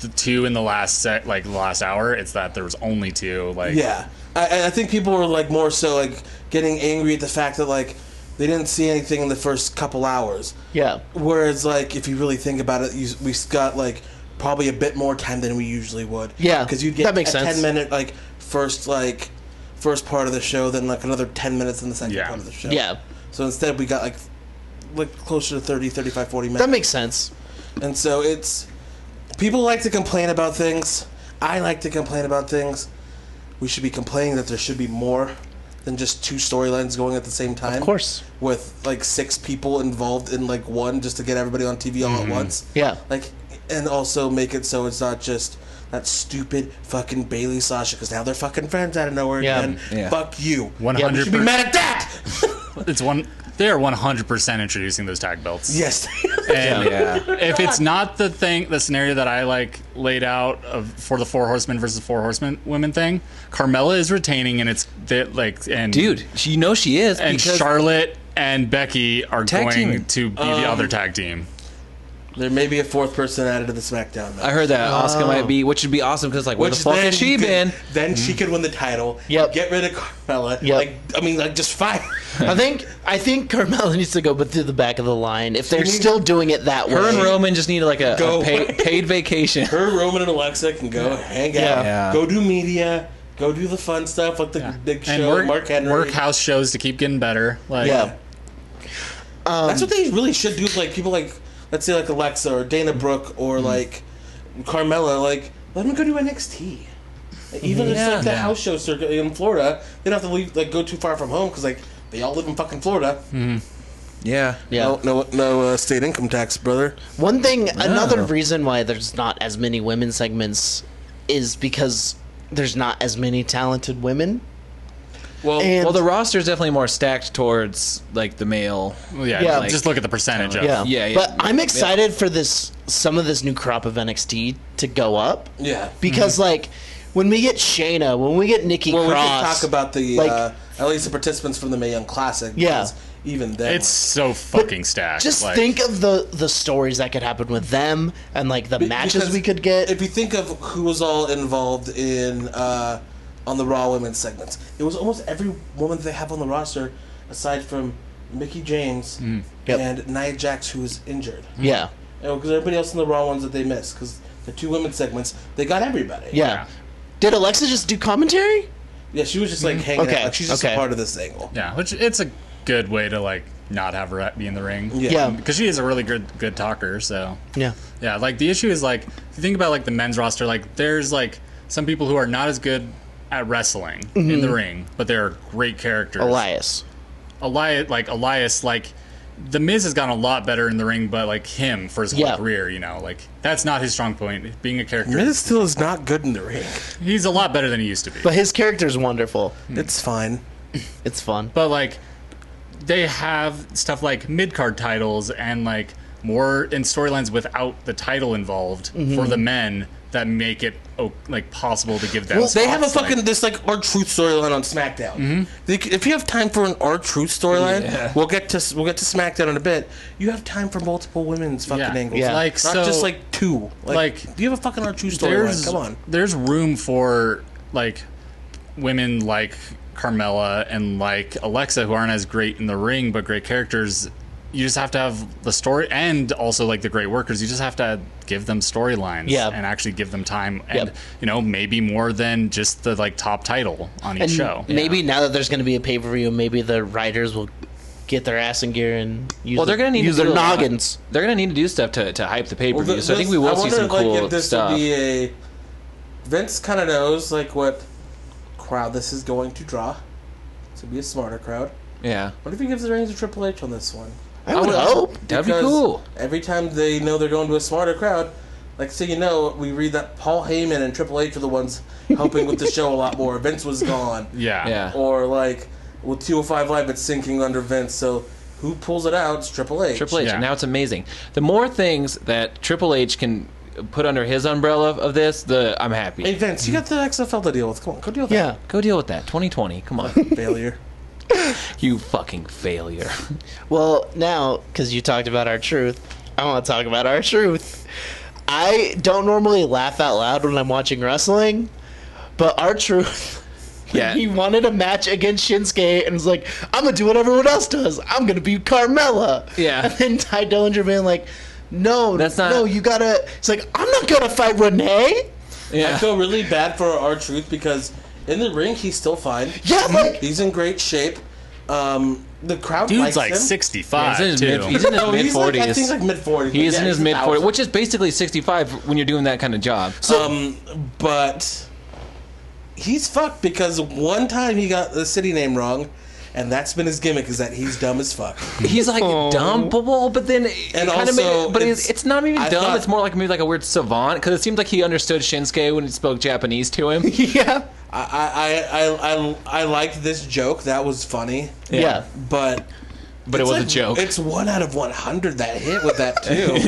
the two in the last set like the last hour. It's that there was only two. Like
yeah. I- I, I think people were like more so like getting angry at the fact that like they didn't see anything in the first couple hours.
Yeah.
Whereas like if you really think about it, you, we got like probably a bit more time than we usually would.
Yeah,
because you'd get
that makes
a
sense.
ten minute like first like first part of the show, then like another ten minutes in the second
Yeah.
part of the show.
Yeah.
So instead we got like like closer to 30, 35, 40 minutes.
That makes sense.
And so it's people like to complain about things. I like to complain about things. We should be complaining that there should be more than just two storylines going at the same time.
Of course.
With like six people involved in like one just to get everybody on TV all at once.
Yeah.
Like and also make it so it's not just that stupid fucking Bailey Sasha because now they're fucking friends out of nowhere
Yeah.
again.
Yeah.
Fuck you.
one
Yeah, we
hundred.
Should be mad at that.
It's one. They are one hundred percent introducing those tag belts.
yes.
And
Yeah.
if it's not the thing, the scenario that I like laid out of for the four horsemen versus four horsemen women thing, Carmella is retaining, and it's they, like and
Dude, she- you know she is
and
because
Charlotte and Becky are
Tag
going
teaming.
to be the other tag team.
there may be a fourth person added to the SmackDown. match.
I heard that Oscar might be, Oh. which would be awesome because like, where the
Which
fuck
then
has she
you could-
been?
Then she could win the title.
Yep.
Get rid of Carmella.
Yep.
Like I mean, like just fire.
I think I think Carmella needs to go but through the back of the line if they're
need-
still doing it that way.
Her and Roman just need like a,
Go
a pay,
away.
paid vacation.
Her, Roman, and Alexa can go hang out.
Yeah.
Yeah.
Go do media. Go do the fun stuff like the big
And
show.
work,
Mark Henry.
work house shows to keep getting better. Like,
Yeah.
That's
Um,
what they really should do. Like people like let's say like Alexa or Dana Brooke or
Mm.
like Carmella. Like let them go do NXT. Like, Even if it's like the
Yeah.
house show circuit in Florida, they don't have to leave like go too far from home because like they all live in fucking Florida.
Yeah.
Yeah.
no, no uh, state income tax, brother.
One thing, another
Oh.
reason why there's not as many women segments is because there's not as many talented women.
Well,
And
Well, the roster is definitely more stacked towards like the male.
well, yeah,
Yeah.
just- just look at the percentage of.
yeah.
yeah, yeah,
but
yeah,
I'm excited for this some of this new crop of NXT to go up
yeah. Mm-hmm.
because like when we get Shayna, when we get Nikki
Well,
Cross,
we can talk about the
like-
uh, at least the participants from the May Young Classic.
Yeah.
because even then,
It's so fucking stacked.
just
like,
think of the the stories that could happen with them and like the matches
because
we could get.
If you think of who was all involved in uh, on the Raw women's segments, it was almost every woman they have on the roster, aside from Mickey James
Mm. Yep.
and Nia Jax, who was injured.
yeah.
Because everybody else in the Raw ones that they missed, because the two women's segments, they got everybody.
yeah, Did Alexa just do commentary?
yeah. She was just like hanging
Mm-hmm. Okay,
out, like she's just
okay.
a part of this angle.
Yeah, which it's a good way to like not have her be in the ring.
Yeah.
because she is a really good good talker. So
Yeah.
Yeah, like the issue is like if you think about like the men's roster, like there's like some people who are not as good at wrestling
Mm-hmm.
in the ring, but they're great characters.
Elias.
Elias, like Elias, like the Miz has gotten a lot better in the ring, but like him for his whole
Yeah.
career, you know, like that's not his strong point. Being a character,
Miz still is not good in the ring.
he's a lot better than he used to be.
But his character's wonderful.
It's fine.
It's fun.
but like they have stuff like mid card titles and like more in storylines without the title involved
Mm-hmm.
for the men that make it o- like possible to give them.
Well, they have a
spots, like-
fucking this like our truth storyline on SmackDown. They c if you have time for an our truth storyline,
Yeah.
we'll get to s- we'll get to SmackDown in a bit. You have time for multiple women's fucking
Yeah.
angles,
Yeah.
not
Like, so-
just like two. Like,
like,
do you have a fucking our truth storyline?
there's
Come on.
there's room for like women like Carmella and like Alexa who aren't as great in the ring but great characters you just have to have the story and also like the great workers you just have to give them storylines
Yeah.
and actually give them time and
Yep.
you know maybe more than just the like top title on each
And
show
maybe now that there's going to be a pay per view, maybe the writers will get their ass in gear and use,
Well, they're
their-
gonna need
use
to
their
do a lot.
noggins.
They're gonna need to do stuff to, to hype the pay per view.
th-
so I think
this-
we will see some
wonder,
cool
like, if this
stuff.
Will be a Vince kind of knows like what crowd this is going to draw. To be a smarter crowd.
yeah,
What if he gives the reins to Triple H on this one?
I would hope.
that'd be
Because
cool.
Every time they know they're going to a smarter crowd, like so you know, we read that Paul Heyman and Triple H are the ones helping with the show a lot more. Vince was gone.
yeah
Yeah,
Or like well 205 Live it's sinking under Vince, so who pulls it out? It's Triple H.
Triple H.
Yeah.
and Now it's amazing. The more things that Triple H can put under his umbrella of, of this, the I'm happy.
Hey Vince, you got the XFL to deal with. Come on, go deal with
Yeah.
Go deal with that. 2020. Come on,
that failure.
you fucking failure.
Well, now because you talked about our truth, I want to talk about our truth. I don't normally laugh out loud when I'm watching wrestling, but our truth.
Yeah.
He wanted a match against Shinsuke and was like, I'm gonna do what everyone else does. I'm gonna be Carmella.
Yeah.
And then Ty Dillinger being like, No,
That's
that's
not-
not no, you gotta it's like, I'm not gonna fight Renee.
I
Yeah.
feel really bad for our truth because in the ring he's still fine.
Yeah, like
He's in great shape. Um, the crowd
dude's
likes
like
him.
65
he's in his
too.
mid, he's in his
Oh,
mid
he's like, I think
40s.
like mid forties.
he is in his mid 40s, which is basically 65 when you're doing that kind of job.
Um, but he's fucked because one time he got the city name wrong, and that's been his gimmick is that he's dumb as fuck.
He's like dumb, but well, but then it
And
kind of
also,
made, but Oh. it's,
it's-
it's not even
I
dumb.
thought-
it's more like maybe like a weird savant because it seemed like he understood Shinsuke when he spoke Japanese to him.
Yeah.
I I I I, I, I liked this joke. That was funny,
Yeah.
but.
But it
it's
was a
like-
joke.
It's one out of one hundred that hit with that too.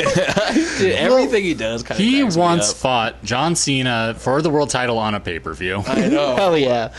Dude, everything he does, kind
he once fought john cena for the world title on a pay-per-view
I know.
Hell yeah.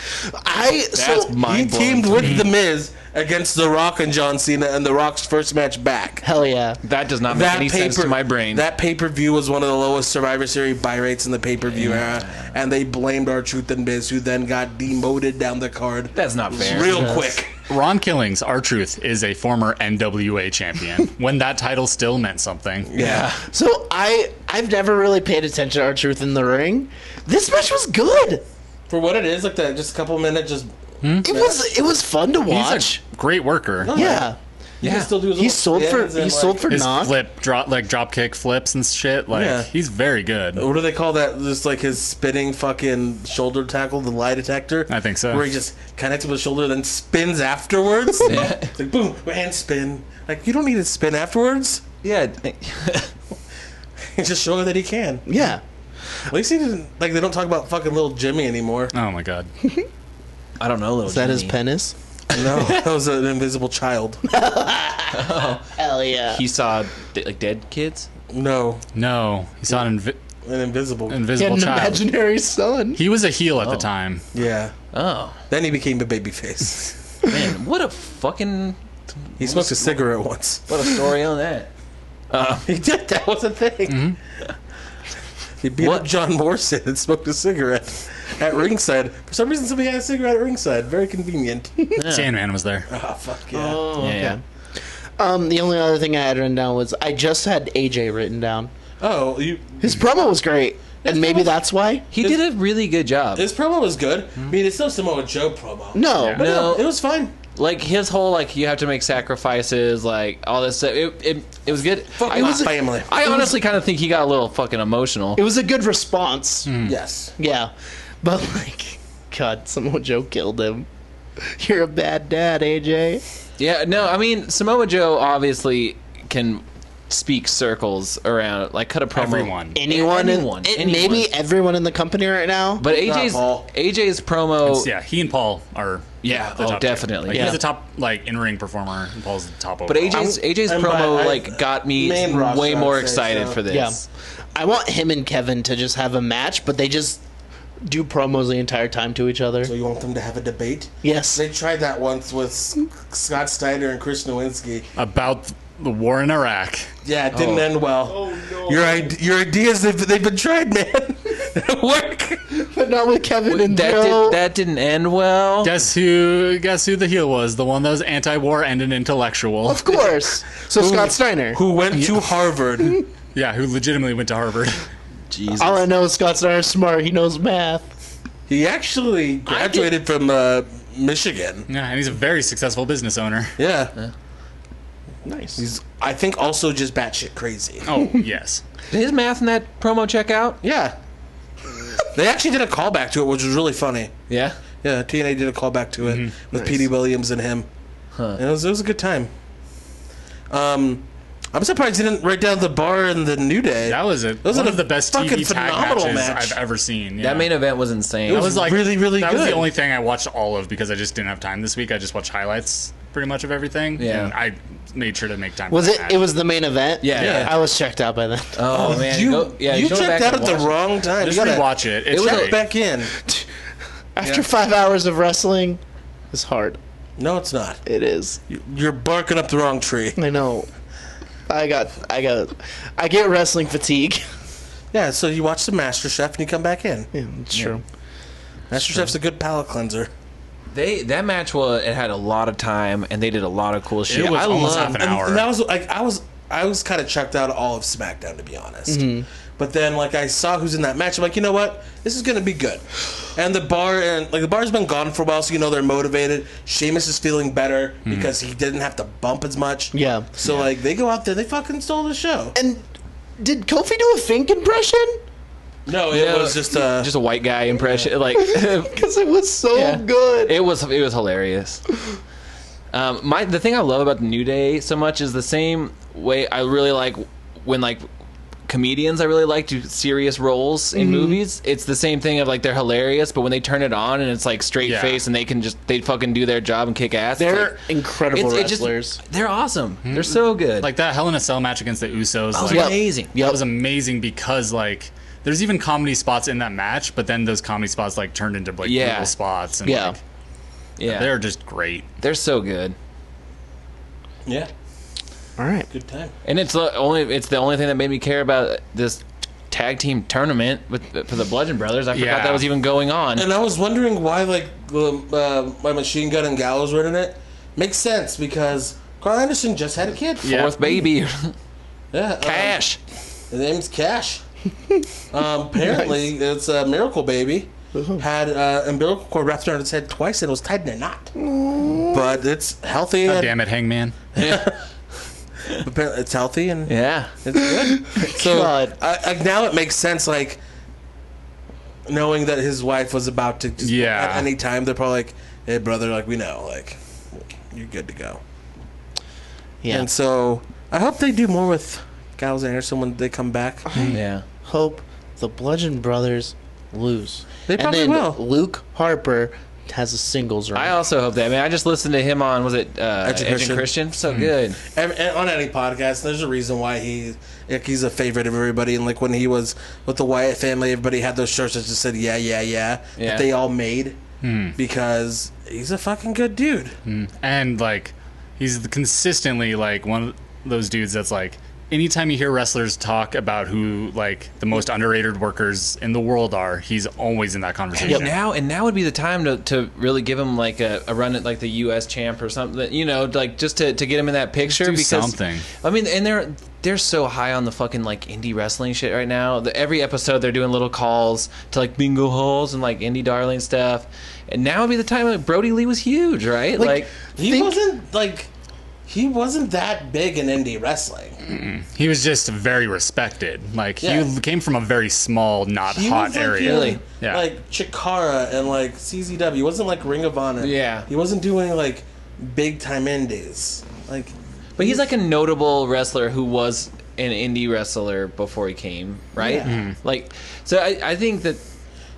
I so
He
mind blowing.
teamed with The Miz against The Rock and John Cena, and The Rock's first match back.
Hell yeah.
That does not make any sense to my brain.
That pay per view was one of the lowest Survivor Series buy rates in the pay per view era, and they blamed our Truth and Biz, who then got demoted down the card
That's not fair.
real quick.
ron killings our truth is a former nwa champion when that title still meant something
Yeah,
So I I've never really paid attention to our truth in the ring. This match was good.
for what it is, like that, just a couple minutes, just
It was it was fun to watch.
he's a great worker
yeah.
you can still do. his
He
little
sold for
spins
he
and, like-
sold for
his
knock.
flip drop like drop kick flips and shit like
Yeah.
he's very good
Oh.
What do they call that? Just like his spinning fucking shoulder tackle, the lie detector.
I think so.
Where he just connects with the shoulder, then spins afterwards. It's like boom and spin. Like you don't need to spin afterwards.
Yeah,
It's just showing that he can.
Yeah.
At least he didn't. Like they don't talk about fucking little Jimmy anymore.
oh my god
I don't know. Little
Is that his
Jimmy.
penis?
No, that was an invisible child.
Hell yeah.
He saw d- like dead kids.
No,
no he's not an invi-
an invisible.
he had
invisible
an
child
imaginary son.
he was a heel at the time
yeah.
Oh
Then he became a babyface.
man, what a fucking
He smoked a cigarette once.
what a story on that.
He did. That was a thing. He beat
Mm-hmm. What-
up John Morrison and smoked a cigarette at ringside. For some reason, somebody had a cigarette at ringside. Very convenient.
sandman was there
oh, fuck yeah.
Oh,
Yeah, yeah.
Um, the only other thing I had written down was I just had AJ written down.
Oh, you.
His promo was great, and maybe that's why.
He did a really good job.
His promo was good. I mean, it's no Samoa Joe promo.
No,
Yeah.
But
Hmm? No.
it was fine.
like his whole like you have to make sacrifices, like all this stuff. It it, it was good.
Fuck
I
my
was-
family.
I honestly kind of think he got a little fucking emotional.
it was a good response.
Hmm.
yes.
Yeah, but like, God, Samoa Joe killed him. You're a bad dad, AJ.
Yeah, no, I mean Samoa Joe obviously can speak circles around, like cut a promo.
everyone
Anyone, in-
Anyone,
it-
anyone.
maybe everyone in the company right now.
But AJ's
Paul.
AJ's promo,
yeah he and paul are
Yeah,
the
oh,
top tier.
definitely,
like,
yeah.
he's the top like in-ring performer and paul's the top
but
overall.
AJ's AJ's
I'm
promo
bi- I-
like got me
main roster,
way
I'd
more
say,
excited
so.
for
yeah,
this.
I want him and Kevin to just have a match, but they just do promos the entire time to each other.
So you want them to have a debate?
Yes.
They tried that once with S- Scott Steiner and Chris Nowinski.
about the war in iraq
Yeah, it didn't
Oh,
end well. Oh no! Your id- your ideas they've, they've been tried, man. They don't work.
but not with Kevin and
that,
Joe.
did, that didn't end well.
Guess who? Guess who the heel was? The one that was anti-war and an intellectual.
of course. So Scott Steiner.
Who went to Harvard?
Yeah, who legitimately went to Harvard.
Jesus.
All I know is Scott Steiner's smart. He knows math.
He actually graduated from uh, Michigan.
yeah, and he's a very successful business owner.
Yeah.
Nice.
He's, I think, also just batshit crazy.
Oh yes.
Did his math in that promo checkout?
Yeah. they actually did a callback to it, which was really funny.
Yeah.
Yeah, TNA did a callback to it with Petey Williams and him. And it was it was a good time. Um, I'm surprised he didn't write down the bar and the New Day.
That was a
Those are
one of
the
the best
fucking
TV tag
phenomenal
matches
match.
I've ever seen. yeah.
That main event was insane.
was- really, really
that was
good.
the only thing I watched all of because I just didn't have time this week. I just watched highlights pretty much of everything.
Yeah.
and I made sure to make time.
Was
for
it?
that.
It was the main event.
Yeah.
Yeah.
I was checked out by then.
oh, man.
you
Go- yeah,
you
go back
checked out
and
at the
watch it.
wrong time.
Just
you gotta
rewatch it. It's
was a
check
great.
back in.
After five hours of wrestling, it's hard.
No, it's not.
It is.
You're barking up the wrong tree.
I know. I got. I got. I get wrestling fatigue.
Yeah, so you watch the Master Chef and you come back in.
Yeah, it's true.
Master Chef's a good palate cleanser.
They that match was it had a lot of time and they did a lot of cool shit.
It was
I
almost
love
half an
and,
hour.
and that was like I was I was kind of checked out all of SmackDown to be honest. But then like I saw who's in that match, I'm like, you know what? This is gonna be good. And the bar and like the bar's been gone for a while, so you know they're motivated. Sheamus is feeling better because he didn't have to bump as much.
Yeah.
So like they go out there, they fucking stole the show.
And did Kofi do a Fink impression?
No, it
Yeah.
was just uh
just a white guy impression. Like
Because it was so
Yeah.
good.
it was it was hilarious. Um, my the thing I love about the New Day so much is the same way I really like when like comedians I really like do serious roles
Mm-hmm.
in movies. It's the same thing of like they're hilarious, but when they turn it on and it's like straight
Yeah.
face and they can just they fucking do their job and kick ass. it's
They're
like-
incredible
it's- it just-
wrestlers.
they're awesome. They're so good.
Mm-hmm. like that Hell in a Cell match against the Usos.
That was
Like,
Yep.
amazing.
Yep.
That was amazing because like there's even comedy spots in that match, but then those comedy spots like turned into like
Yeah.
brutal spots. And,
Yeah.
like,
Yeah,
they're just great.
they're so good.
Yeah.
All right.
Good time.
And it's the only it's the only thing that made me care about this tag team tournament with for the Bludgeon Brothers. I forgot
Yeah.
that was even going on.
And I was wondering why, like, the, uh, my machine gun and gallows were in it. Makes sense because Carl Anderson just had a kid.
Fourth baby,
Yeah, um,
Cash.
His name's Cash. um, apparently, it's a miracle baby. Had uh, umbilical cord wrapped around its head twice and was tied in a knot. But it's healthy.
God
And
damn it, Hangman.
apparently It's healthy and
Yeah,
it's good. so
God.
I, I, now it makes sense, like, knowing that his wife was about to. Just,
Yeah.
At any time, they're probably like, hey, brother, like, we know, like, you're good to go.
Yeah.
And so I hope they do more with Giles Anderson when they come back.
yeah.
hope the Bludgeon Brothers lose.
They probably
and then
will.
Luke Harper has a singles run.
I also hope that. I mean, I just listened to him on was it uh,
Edge
Edge
and
and
Christian.
Christian? Hmm. So good.
Every, and eh, on any podcast, there's a reason why he like, he's a favorite of everybody. And like when he was with the Wyatt family, everybody had those shirts that just said "Yeah, yeah, yeah"
Yeah.
that they all made because he's a fucking good dude.
And like he's consistently like one of those dudes that's like anytime you hear wrestlers talk about who like the most underrated workers in the world are, he's always in that conversation.
Now and now would be the time to, to really give him like a, a run at like the U.S. champ or something. You know, like just to, to get him in that picture.
do
because
something.
I mean, and they're they're so high on the fucking like indie wrestling shit right now. The, every episode they're doing little calls to like bingo halls and like indie darling stuff. And now would be the time like Brody Lee was huge, right? Like,
He
Think-
wasn't like he wasn't that big in indie wrestling.
He was just very respected. Like
Yeah.
he came from a very small, not
He
hot
was, like,
area.
doing,
Yeah.
Like Chikara and like CZW. He wasn't like Ring of Honor.
Yeah.
He wasn't doing like big time indies. Like
but he's like a notable wrestler who was an indie wrestler before he came, right?
Yeah.
Like, so I, I think that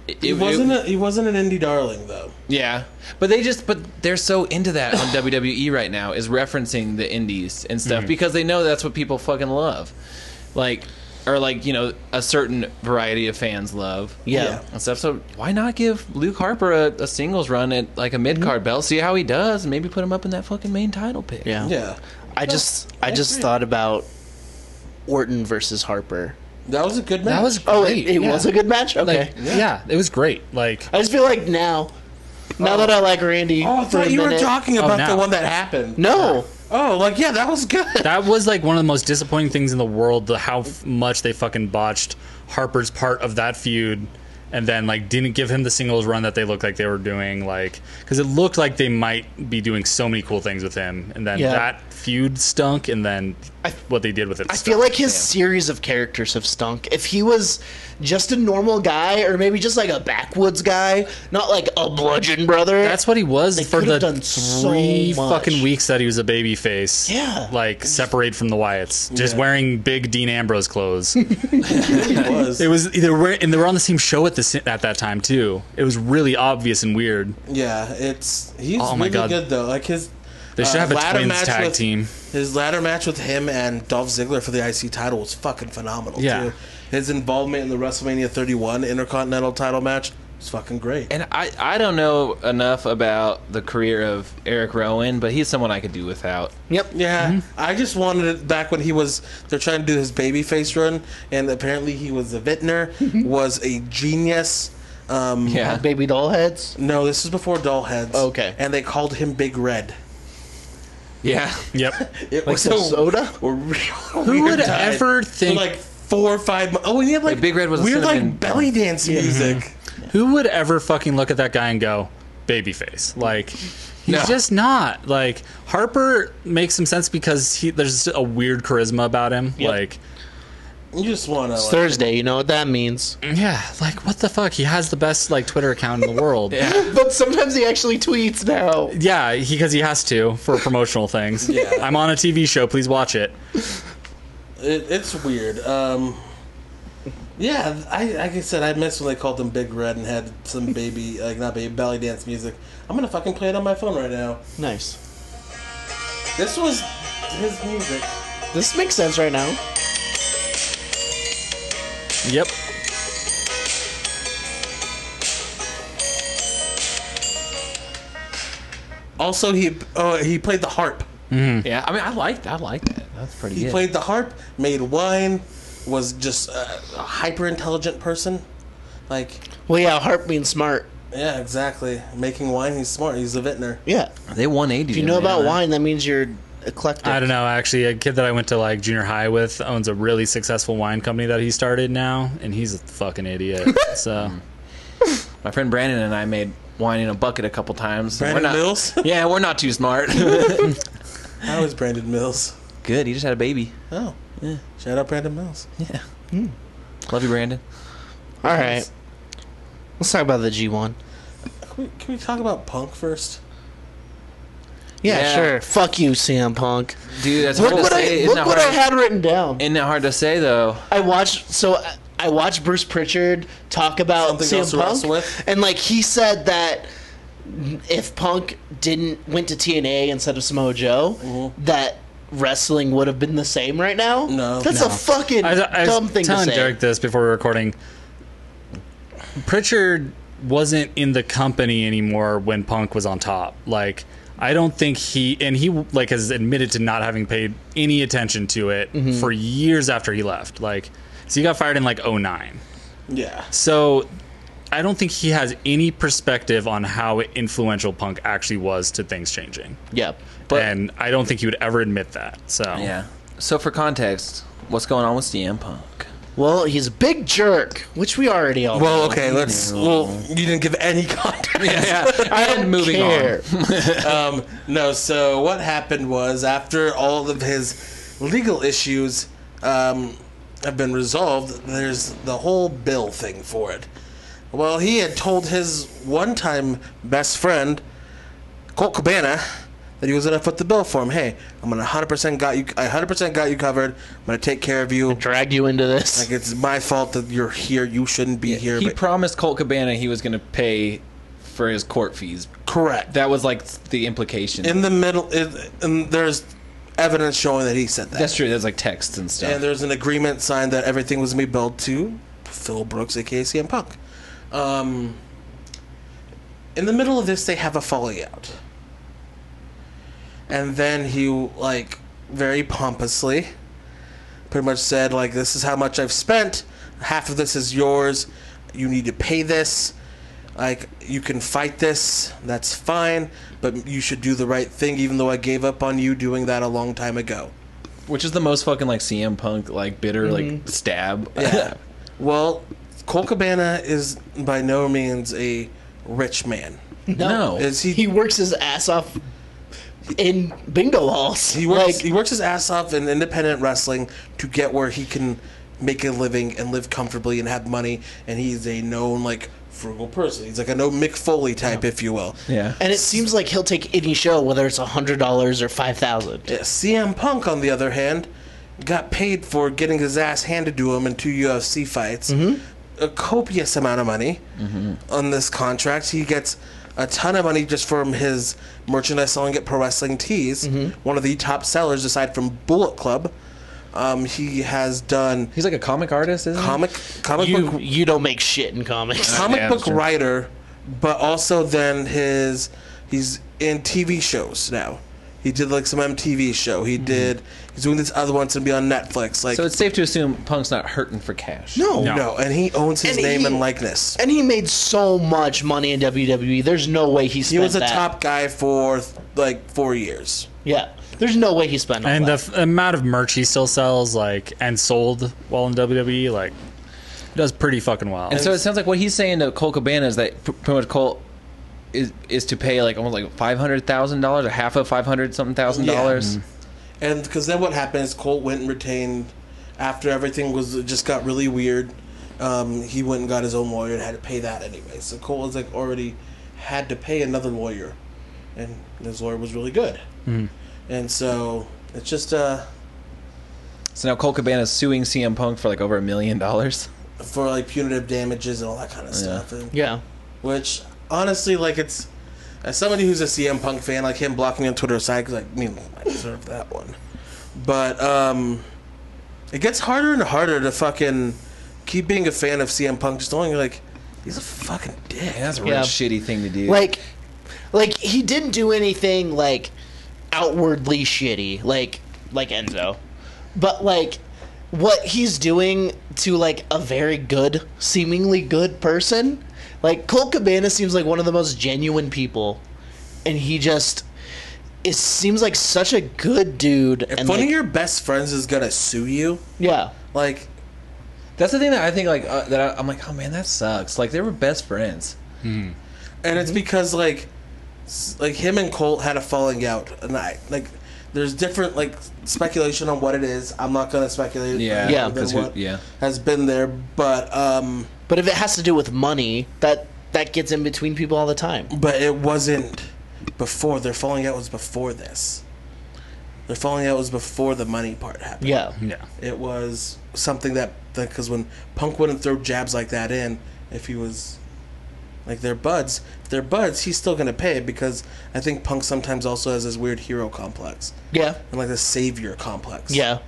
it,
he wasn't a, he wasn't an indie darling though.
Yeah, but they just but they're so into that on WWE right now is referencing the indies and stuff because they know that's what people fucking love, like or like you know a certain variety of fans love.
yeah.
Yeah.
And stuff. So why not give Luke Harper a, a singles run at like a mid card belt? See how he does, and maybe put him up in that fucking main title pick.
yeah.
Yeah.
I just I just
agree.
thought about Orton versus Harper
That was a good match.
That was great.
Oh, it, it
yeah.
was a good match. Okay,
Like, yeah. it was great. Like,
I just feel like now, now that I like Randy.
Oh, I
for a
thought you were
minute-
talking about
now.
the one that happened.
No,
Oh, like yeah, that was good.
that was like one of the most disappointing things in the world. The how f- much they fucking botched Harper's part of that feud, and then like didn't give him the singles run that they looked like they were doing. Like, because it looked like they might be doing so many cool things with him, and then
Yeah.
that feud stunk, and then what they did with it.
I feel like his series of characters have stunk. If he was just a normal guy, or maybe just like a backwoods guy, not like a bludgeon brother.
That's what he was
They
for
could've
the
done so
three
much.
fucking weeks that he was a baby face.
Yeah.
Like separate from the Wyatts. Just wearing big Dean Ambrose clothes. it
it was.
was they were and they were on the same show at the s- at that time too. It was really obvious and weird.
Yeah, it's he's
Oh my
really
God.
good though. Like his
They should
uh,
have a
ladder
twins
match
tag
with-
team.
His ladder match with him and Dolph Ziggler for the IC title was fucking phenomenal.
Yeah.
too. his involvement in the WrestleMania 31 Intercontinental title match was fucking great.
And I, I don't know enough about the career of Eric Rowan, but he's someone I could do without.
yep.
Yeah,
Mm-hmm.
I just wanted it back when he was. They're trying to do his baby face run, and apparently he was a vintner, was a genius. Um,
Yeah.
Baby doll heads.
No, this is before Doll Heads.
Okay.
And they called him Big Red.
Yeah.
Yep.
It
Like the soda?
a real
Who
weird
would
time.
ever
For
think
like four or five? mo- Oh, and he had like,
Big Red was a
weird
cinnamon-
like belly dance music.
who would ever fucking look at that guy and go babyface like he's
No.
just not like harper makes some sense because he there's a weird charisma about him like
You just want to.
It's
Like,
Thursday. You know what that means.
yeah like what the fuck he has the best like twitter account in the world yeah
But sometimes he actually tweets now.
yeah because he, has to for promotional things
Yeah.
i'm on a tv show please watch it
it, it's weird. Um, yeah, I like I said, I missed when they called him Big Red and had some baby like not baby belly dance music. I'm gonna fucking play it on my phone right now.
Nice.
This was his music.
This makes sense right now.
yep
Also, he uh, he played the harp.
Yeah. I mean, I like that. I like that. That's pretty
He
good.
played the harp, made wine, was just a, a hyper intelligent person. Like,
Well, yeah, Harp means smart.
yeah, exactly. Making wine, he's smart. He's a vintner.
Yeah.
they 180.
If you know about wine, that means you're eclectic.
i don't know actually a kid that i went to like junior high with owns a really successful wine company that he started now and he's a fucking idiot so
My friend Brandon and I made wine in a bucket a couple times. and
Brandon
we're not,
Mills?
Yeah, we're not too smart.
How is Brandon Mills?
good. He just had a baby.
Oh, yeah. Shout out Brandon Mills.
Yeah. Love you, Brandon.
All right. Let's talk about the G1.
Can we, can we talk about Punk first?
Yeah,
Yeah.
sure. Fuck you, CM Punk.
Dude, that's
Look
hard
what
to
I
say.
look
not
what
hard,
I had written down.
Isn't that hard to say, though?
I watched so I- I watched Bruce Pritchard talk about
Something else to
CM
wrestle
Punk,
with?
and like he said that if Punk didn't went to TNA instead of Samoa Joe, that wrestling would have been the same right now.
No.
that's a fucking
I, I
dumb
was
thing to
telling
say.
Derek this before we were recording. Pritchard wasn't in the company anymore when Punk was on top. Like, I don't think he and he like has admitted to not having paid any attention to it
Mm-hmm.
for years after he left. Like, so he got fired in like 09.
Yeah.
So I don't think he has any perspective on how influential Punk actually was to things changing.
Yep.
But-
and I don't think he would ever admit that. So
Yeah. So, for context, what's going on with CM Punk?
Well, he's a big jerk, which we already all.
Well, okay, let's. Well, you didn't give any context.
Yeah. I
don't care.
um, no, so what happened was after all of his legal issues um, have been resolved, there's the whole bill thing for it. Well, he had told his one time best friend, Colt Cabana, that he was going to foot the bill for him. Hey, I'm going to 100% got you, I 100% got you covered. I'm going to take care of you.
Drag you into this.
Like, it's my fault that you're here. You shouldn't be here.
He
but-
promised Colt Cabana he was going to pay for his court fees.
correct.
That was like the implication.
in the middle, it, and there's evidence showing that he said that.
That's true. There's like texts and stuff.
And there's an agreement signed that everything was going to be billed to Phil Brooks, aka CM Punk. Um, in the middle of this, they have a fallout. And then he, like, very pompously pretty much said like, "This is how much I've spent. Half of this is yours. You need to pay this. Like, you can fight this. That's fine, but you should do the right thing. Even though I gave up on you doing that a long time ago."
Which is the most fucking like CM Punk like bitter like stab.
Yeah. well, Cole Cabana is by no means a rich man.
no.
Is
He works his ass off in bingo halls.
He works.
like,
he works his ass off in independent wrestling to get where he can make a living and live comfortably and have money. And he's a known like frugal person. He's like a known Mick Foley type, if you will.
yeah.
and it seems like he'll take any show, whether it's hundred dollars or five thousand.
Yeah, CM Punk, on the other hand, got paid for getting his ass handed to him in two UFC fights, a copious amount of money on this contract. He gets a ton of money just from his merchandise selling at Pro Wrestling Tees, one of the top sellers aside from Bullet Club. Um, he has done
He's like a comic artist, isn't
comic comic book
You you don't make shit in comics.
comic
Yeah,
book
that's true.
writer, but also then his he's in TV shows now. He did like some MTV show. He did. He's doing this other one to be on Netflix. Like
he? So it's safe to assume Punk's not hurting for cash.
no, no, and he owns his
And
name
he-
and likeness.
And he made so much money in WWE. There's no way he spent
He was a
that.
top guy for like four years.
Yeah, there's no way he spent all
And the
that.
f- amount of merch he still sells, like, and sold while in WWE, like, does pretty fucking well.
And so it sounds like what he's saying to Cole Cabana is that pr- pretty much Cole is is to pay like almost like five hundred thousand dollars or half of five hundred something thousand
Yeah.
dollars.
And because then what happened is Colt went and retained after everything was just got really weird. Um, he went and got his own lawyer and had to pay that anyway. So Colt was like already had to pay another lawyer, and his lawyer was really good. And so it's just uh,
So now Cole Cabana is suing CM Punk for like over a million dollars.
for like punitive damages and all that kind of stuff. And,
yeah,
Which honestly, like it's as somebody who's a CM Punk fan, like him blocking me on Twitter aside, because I mean I deserve that one. But um, it gets harder and harder to fucking keep being a fan of CM Punk. Just knowing like he's a fucking dick.
Yeah, that's a real
Yeah.
shitty thing to do.
like, like he didn't do anything like outwardly shitty, like like Enzo, but like what he's doing to like a very good, seemingly good person, like Cole Cabana seems like one of the most genuine people, and he just. It seems like such a good dude.
If
and
one
like-
of your best friends is gonna sue you,
yeah,
like
that's the thing that I think like uh, that I, I'm like, oh man, that sucks. Like they were best friends.
and
Mm-hmm.
it's because like s- like him and Colt had a falling out and I like there's different like speculation on what it is I'm not gonna speculate
Yeah,
Yeah.
than
'cause who-
what
yeah.
has been there but um
But if it has to do with money, that that gets in between people all the time.
but it wasn't before their falling out was before this their falling out was before the money part happened
Yeah.
yeah.
it was something that because when Punk wouldn't throw jabs like that in, if he was like their buds, if they're buds, he's still gonna pay because I think Punk sometimes also has this weird hero complex
Yeah.
and like a savior complex.
Yeah.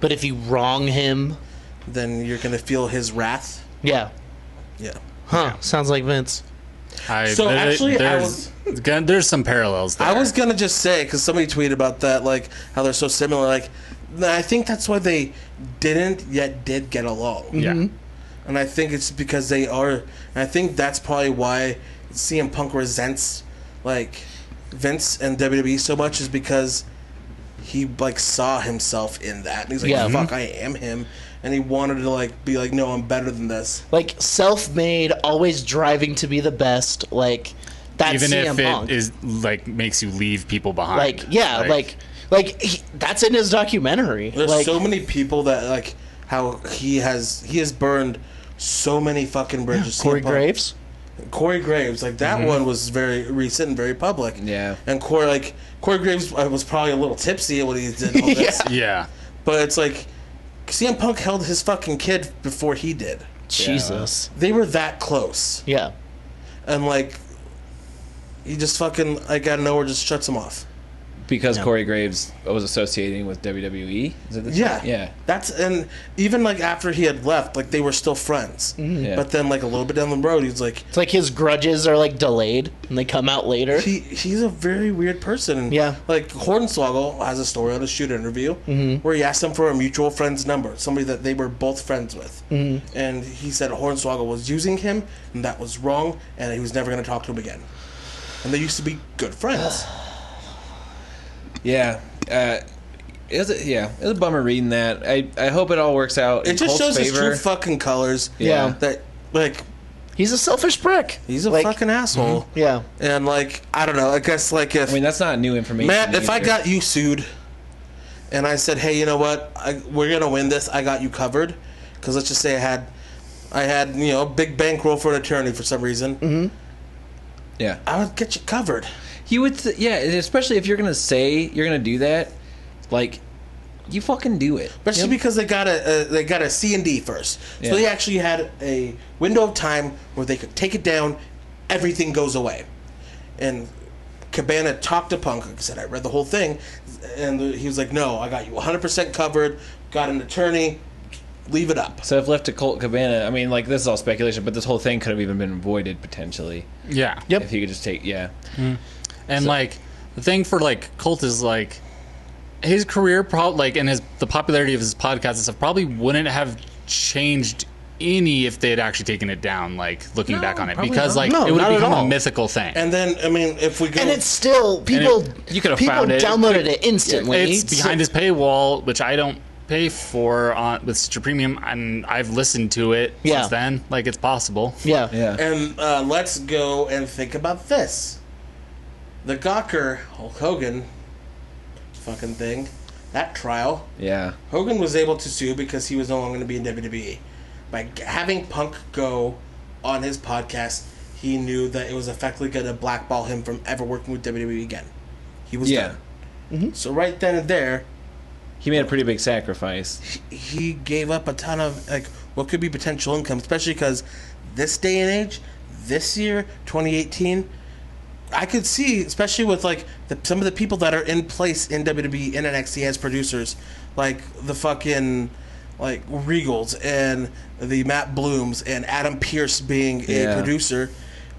But if you wrong him,
then you're gonna feel his wrath.
yeah.
Yeah,
Huh, sounds like Vince.
I,
So actually, I
there's, gonna- there's some parallels there.
I was gonna just say because somebody tweeted about that, like how they're so similar. Like, I think that's why they didn't yet did get along.
yeah.
and I think it's because they are. And I think that's probably why CM Punk resents like Vince and WWE so much is because he like saw himself in that. And he's like,
Yeah. Mm-hmm.
"Fuck, I am him," and he wanted to like be like, "No, I'm better than this."
Like self-made, always driving to be the best, like that's
Even
CM
if
Punk.
it is like makes you leave people behind.
like yeah, like like, he, that's in his documentary.
There's
like
so many people that like how he has he has burned so many fucking bridges.
Corey
CM Punk.
Graves.
Corey Graves, like that one was very recent and very public.
Mm-hmm. Yeah.
and Corey like Corey Graves uh, was probably a little tipsy when he did all this.
Yeah.
yeah.
But it's like CM Punk held his fucking kid before he did.
Jesus.
They were that close.
Yeah.
And like he just fucking like out of nowhere just shuts him off.
because
No.
Corey Graves was associating with WWE. Is it the
Yeah.
Yeah.
That's and even like after he had left, like they were still friends.
Yeah.
But then like a little bit down the road, he's like
It's like his grudges are like delayed and they come out later.
he he's a very weird person. And
Yeah. Mm-hmm.
Like Hornswoggle has a story on a shoot interview where he asked him for a mutual friend's number, somebody that they were both friends with, mm
Mm-hmm.
and he said Hornswoggle was using him and that was wrong, and he was never going to talk to him again. And they used to be good friends.
Yeah. Uh, it was a, yeah, it was a bummer reading that. I, I hope it all works out. in
It just
Colt's
shows his
favor.
true fucking colors.
Yeah.
That like
He's a selfish prick.
he's a
Like, mm-hmm.
fucking asshole.
yeah.
And like I don't know. I guess like if
I mean, that's not new information.
Matt, if I
either.
got you sued, and I said, "Hey, you know what? I, we're gonna win this. I got you covered," because let's just say I had, I had you know a big bankroll for an attorney for some reason.
yeah,
I would get you covered.
you would. Th- yeah, and especially if you're gonna say you're gonna do that, like you fucking do it.
Especially because they got a, a they got a C and D first,
Yeah.
so they actually had a window of time where they could take it down. Everything goes away, and Cabana talked to Punk and said, "I read the whole thing," and he was like, "No, I got you 100 percent covered. Got an attorney. Leave it up."
So if left to Colt Cabana, I mean, like this is all speculation, but this whole thing could have even been avoided potentially
Yeah.
Yep.
if he could just take. Yeah,
And like the thing for like Colt is like his career probably like and his the popularity of his podcast and stuff probably wouldn't have changed any if they had actually taken it down like looking back on it
probably
because
not.
like
No,
it would
not
have
at
become
all.
a mythical thing.
And then, I mean, if we go,
And it's still people.
you could have
people
found it.
downloaded it instantly.
it's behind his paywall, which I don't pay for on with Stitcher Premium, and I've listened to it
Yeah.
since then. Like it's possible.
Yeah.
yeah.
and uh, let's go and think about this. The Gawker Hulk Hogan fucking thing, that trial.
Yeah.
Hogan was able to sue because he was no longer going to be in WWE. By g- having Punk go on his podcast, he knew that it was effectively going to blackball him from ever working with WWE again. He was
Yeah.
done. So right then and there,
He made a pretty big sacrifice.
he gave up a ton of like what could be potential income, especially because this day and age, this year, 2018, I could see, especially with like the, some of the people that are in place in WWE and NXT as producers, like the fucking like Regals and the Matt Blooms and Adam Pierce being
Yeah.
a producer.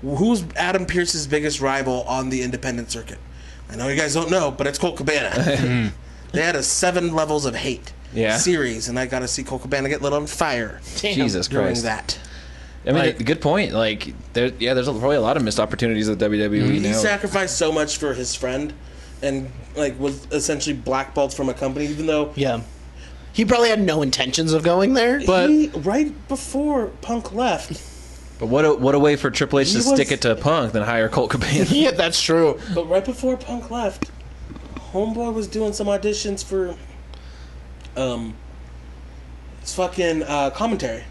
Who's Adam Pierce's biggest rival on the independent circuit? I know you guys don't know, but it's Colt Cabana. they had a seven levels of hate
Mm-hmm. Yeah.
series, and I got to see Colt Cabana get lit on fire
Jesus
during
Christ.
that.
I mean,
Like-
good point. Like, there, yeah, there's probably a lot of missed opportunities with WWE
He
now.
sacrificed so much for his friend, and like was essentially blackballed from a company, even though
Yeah. He probably had no intentions of going there.
But-
he, right before Punk left,
but what a what a way for Triple H to
He was-
stick it to Punk than hire Colt Cabana.
yeah, that's true.
but right before Punk left, Homeboy was doing some auditions for, um, his fucking uh, commentary.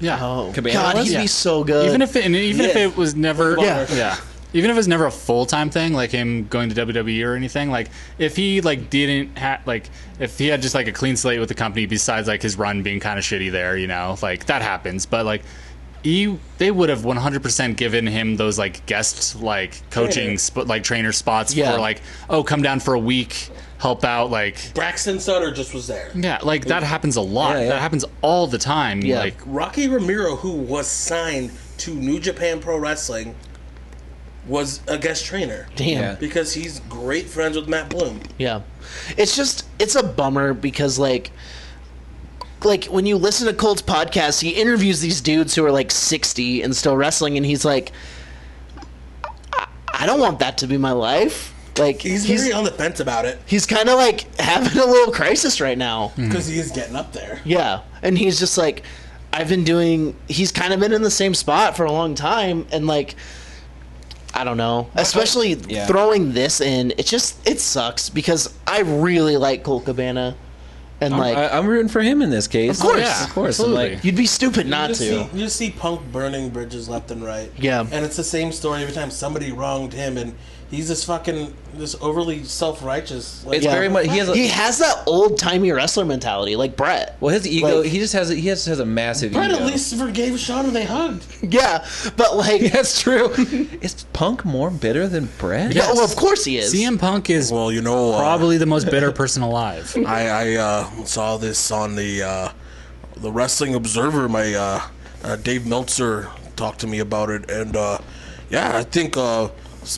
Yeah.
Oh,
Cabana
God,
was?
he'd
Yeah.
be so good.
even if it, and even if
Yeah.
it was never
Yeah.
yeah even if it was never a full-time thing like him going to WWE or anything like if he like didn't ha like if he had just like a clean slate with the company besides like his run being kind of shitty there you know like that happens but like he, they would have 100% given him those like guest like coaching
Trainer.
sp- like trainer spots
Yeah.
for like oh come down for a week help out like
Braxton Sutter just was there.
yeah like that happens a lot
Yeah, yeah.
that happens all the time
Yeah.
like
Rocky Ramiro, who was signed to New Japan Pro Wrestling, was a guest trainer.
Damn.
Yeah.
Because he's great friends with Matt Bloom.
Yeah. It's just it's a bummer because like like when you listen to Colt's podcast, he interviews these dudes who are like 60 and still wrestling and he's like "I- I don't want that to be my life. Like
He's,
he's he's,
very on the fence about it
kind of like having a little crisis right now.
because he is getting up there.
Yeah. And he's just like I've been doing he's kind of been in the same spot for a long time and like I don't know. Especially
Yeah.
throwing this in, it just it sucks because I really like Colt Cabana. And like
Oh, I, I'm rooting for him in this case. Of
course.
Yeah,
of course. I'm
absolutely.
like,
You'd be stupid not
You
to.
just See, you just see Punk burning bridges left and right.
Yeah.
And it's the same story every time somebody wronged him and He's this fucking this overly self righteous. Like,
It's very much he has a,
He has that old timey wrestler mentality, like Brett.
well his ego.
like-
he just has a, he just has a massive
Brett
ego.
at least forgave Sean and they hugged.
Yeah, but like,
That's true. Is Punk more bitter than Brett?
no, of course he is.
CM Punk is
Well, you know, uh,
probably the most bitter person alive.
I, I uh, saw this on the uh, the Wrestling Observer. My uh, uh, Dave Meltzer talked to me about it, and uh, yeah, I think uh,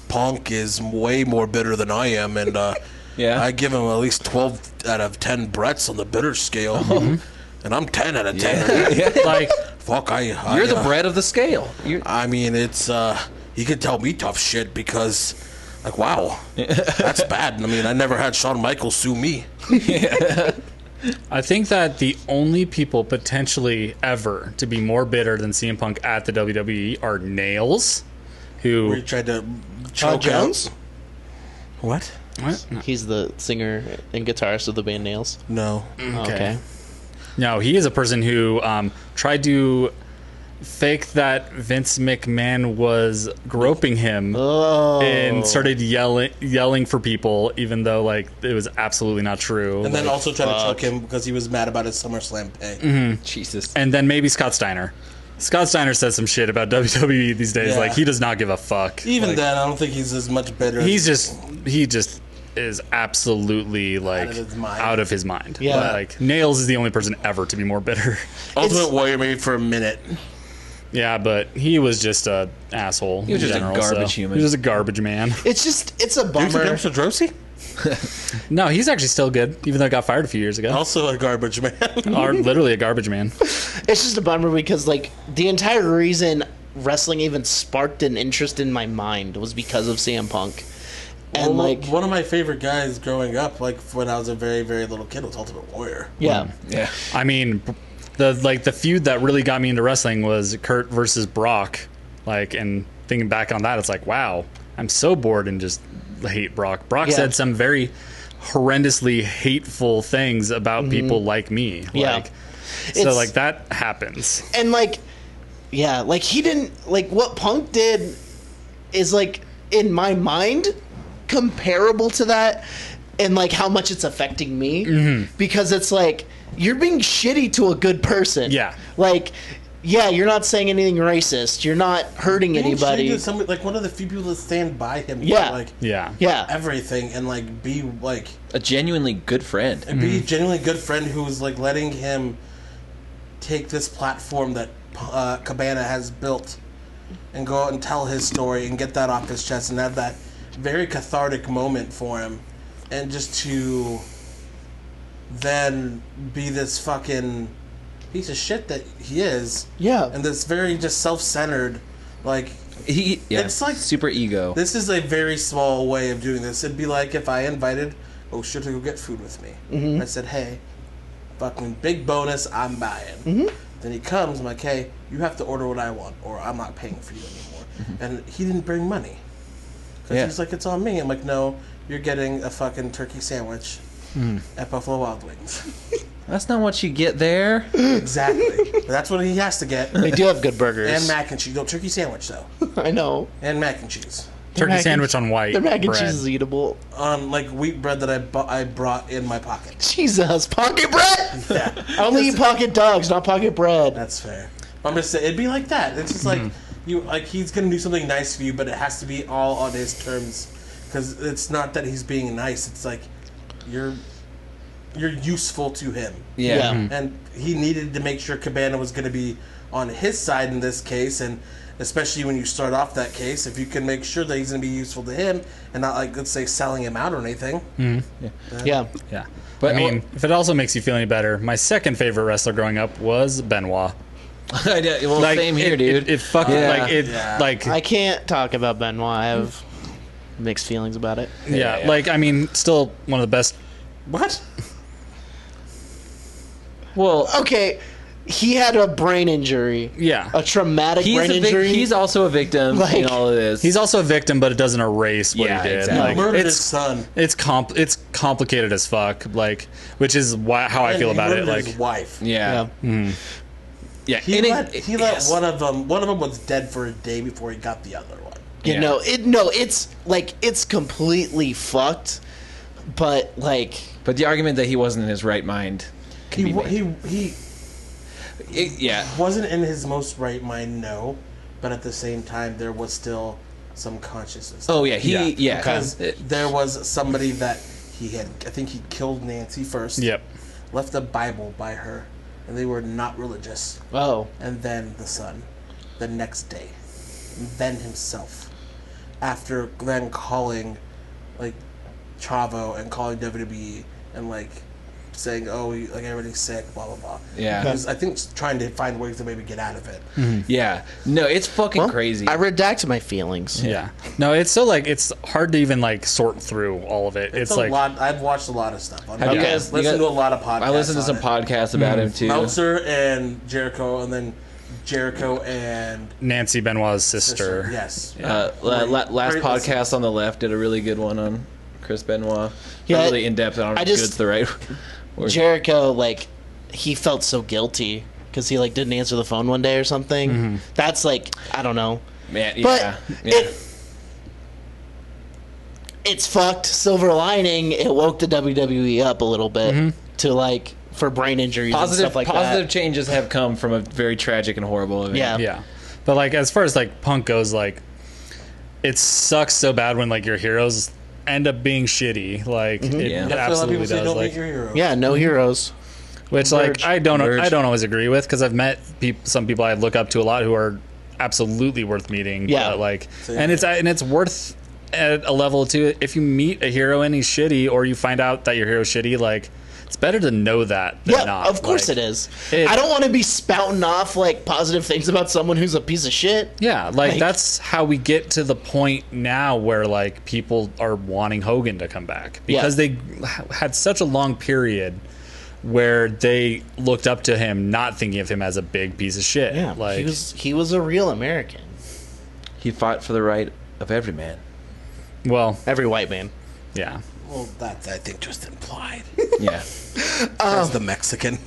Punk is way more bitter than I am, and uh,
Yeah.
I give him at least twelve out of ten Bretts on the bitter scale,
Mm-hmm.
and I'm ten out of ten.
Like
Fuck, I, I
You're the
uh,
bread of the scale. You're,
I mean, it's uh, he could tell me tough shit because, like, wow, that's bad. I mean, I never had Shawn Michaels sue me.
I think that the only people potentially ever to be more bitter than CM Punk at the WWE are Nails,
We
who
tried to choke
Jones?
out. What?
what?
He's the singer and guitarist of the band Nails.
No.
Okay.
No, he is a person who um, tried to fake that Vince McMahon was groping him
Oh.
and started yelling yelling for people, even though like it was absolutely not true.
And then
Like-
also tried to choke him because he was mad about his SummerSlam pay.
Mm-hmm.
Jesus.
and then maybe Scott Steiner. Scott Steiner says some shit about WWE these days.
Yeah.
Like he does not give a fuck.
Even
Like,
then, I don't think he's as much better.
he's just he just is absolutely like
his mind.
out of his mind.
Yeah.
Like Nails is the only person ever to be more bitter.
Ultimate Warrior maybe for a minute.
Yeah, but he was just a asshole. He
was just a garbage human.
He was just a garbage man.
It's just, it's a bummer.
Drosy?
No, he's actually still good, even though I got fired a few years
Oh.
ago.
Also a garbage man.
Or literally a garbage man.
It's just a bummer because, like, the entire reason wrestling even sparked an interest in my mind was because of CM Punk. And,
Well,
like,
one of my favorite guys growing up, like when I was a very, very little kid, was Ultimate Warrior.
yeah.
Yeah.
I mean, the like the feud that really got me into wrestling was Kurt versus Brock. Like, and thinking back on that, it's like, wow, I'm so bored and just hate Brock. Brock
Yeah.
said some very horrendously hateful things about people like me.
Mm-hmm. Yeah.
Like, so
It's-
like that happens.
and like yeah like he didn't like what punk did is like in my mind comparable to that and like how much it's affecting me
Mm-hmm.
because it's like you're being shitty to a good person
Yeah.
like yeah you're not saying anything racist you're not hurting
He
anybody
was somebody- like one of the few people that stand by him. for,
Yeah.
Like
Yeah.
yeah
everything and like be like
A genuinely good friend.
and be a genuinely good friend who's like letting him take this platform that uh, Cabana has built and go out and tell his story and get that off his chest and have that very cathartic moment for him and just to then be this fucking piece of shit that he is
Yeah.
and this very just self-centered like
He yeah.
It's like-
super ego.
this is a very small way of doing this. It'd be like if I invited Osha to go get food with me.
Mm-hmm.
I said, hey, fucking big bonus, I'm buying.
Mm-hmm.
Then he comes, I'm like, hey, you have to order what I want, or I'm not paying for you anymore.
Mm-hmm.
And he didn't bring money. Because
Yeah.
he's like, it's on me. I'm like, no, you're getting a fucking turkey sandwich
Mm.
at Buffalo Wild Wings.
That's not what you get there.
exactly. That's what he has to get.
they do have good burgers
And mac and cheese. No, turkey sandwich, though.
i know
And mac and cheese.
Turkey
mac and-
sandwich on white.
the mac and
bread.
cheese is eatable
On, Um, like, wheat bread that I, bu- I brought in my pocket.
jesus pocket bread
Yeah.
i only eat pocket dogs not pocket bread
That's fair. I'm just saying, it'd be like that. It's just like
Hmm.
you like he's gonna do something nice for you, but it has to be all on his terms. Because it's not that he's being nice. It's like you're you're useful to him,
Yeah.
Yeah.
and he needed to make sure Cabana was gonna be on his side in this case, and especially when you start off that case, if you can make sure that he's gonna be useful to him and not like let's say selling him out or anything.
Hmm.
yeah
Yeah.
But-
But I mean, if it also makes you feel any better, my second favorite wrestler growing up was Benoit.
I know. well, same here,
it,
dude.
It, it fucking
Yeah.
like it
Yeah.
like
I can't talk about Benoit. I have mixed feelings about it.
yeah,
yeah.
like I mean, still one of the best.
What?
well,
Okay, he had a brain injury.
Yeah.
A traumatic
he's
brain
a vic-
injury.
he's also a victim in
Like-
all of this.
He's also a victim, but it doesn't erase what
Yeah,
he did.
exactly.
Like,
Murdered his
it's
son.
it's comp it's complicated as fuck. Like, which is why, how I
and
feel
he
about it.
murdered
Like,
his wife.
yeah.
yeah.
Yeah.
He
and it-
let, he let
yes.
one of them. One of them was dead for a day before he got the other one.
You
Yeah.
know, it no, it's like it's completely fucked, but like
But the argument that he wasn't in his right mind can
He,
be
wa-
made.
he he
It- yeah.
wasn't in his most right mind, no, but at the same time, there was still some consciousness.
Oh yeah. He
Yeah,
yeah.
because
It-
there was somebody that he had. I think he killed Nancy first.
Yep.
Left a Bible by her, and they were not religious.
oh,
and then the son the next day and then himself after then calling like chavo and calling wwe and like saying oh you- like everybody's sick blah blah blah
Yeah.
He was, i think trying to find ways to maybe get out of it
Mm-hmm.
yeah. No, it's fucking
well,
crazy.
I redact my feelings.
Yeah. No, it's so like it's hard to even like sort through all of it. It's,
it's, a
like
lot i've watched a lot of stuff on
Have
okay
you
guys
guys-
listen
you
to a
got-
lot of podcasts
I listened to some
podcasts
podcasts about him too.
Meltzer and jericho and then jericho and
Nancy Benoit's sister.
yes
Uh, la- la- last
Great listen.
podcast on the left did a really good one on Chris Benoit.
Yeah,
really in depth. I don't know
I
if
just-
good's the right. word.
Jericho, like, he felt so guilty because he like didn't answer the phone one day or something.
Mm-hmm.
That's like I don't know,
Man,
but
yeah, yeah.
it it's fucked. Silver lining, it woke the WWE up a little bit
Mm-hmm.
to like for brain injuries
positive
and stuff like
positive
that.
changes have come from a very tragic and horrible event.
Yeah.
Yeah. But like as far as like punk goes, like it sucks so bad when like your heroes end up being shitty. Like it,
Yeah.
it
That's what
absolutely
a lot of people say
does.
don't
Like,
meet your hero
Yeah, no heroes.
Mm-hmm. which
Converge.
like I don't I
Converge.
don't always agree with because I've met peop some people I look up to a lot who are absolutely worth meeting.
Yeah.
But, like and it's and it's worth at a level too. If you meet a hero and he's shitty, or you find out that your hero's shitty, like it's better to know that. Than
Yeah,
not.
of course
Like,
it is.
it-
I don't want to be spouting off like positive things about someone who's a piece of shit.
Yeah, like,
Like-
that's how we get to the point now where like people are wanting Hogan to come back
Yeah.
because they h- had such a long period where they looked up to him, not thinking of him as a big piece of shit.
Yeah,
like
he was he was a real American.
he fought for the right of every man.
well,
Every white man.
yeah,
well that's i think just implied
Yeah,
that's the mexican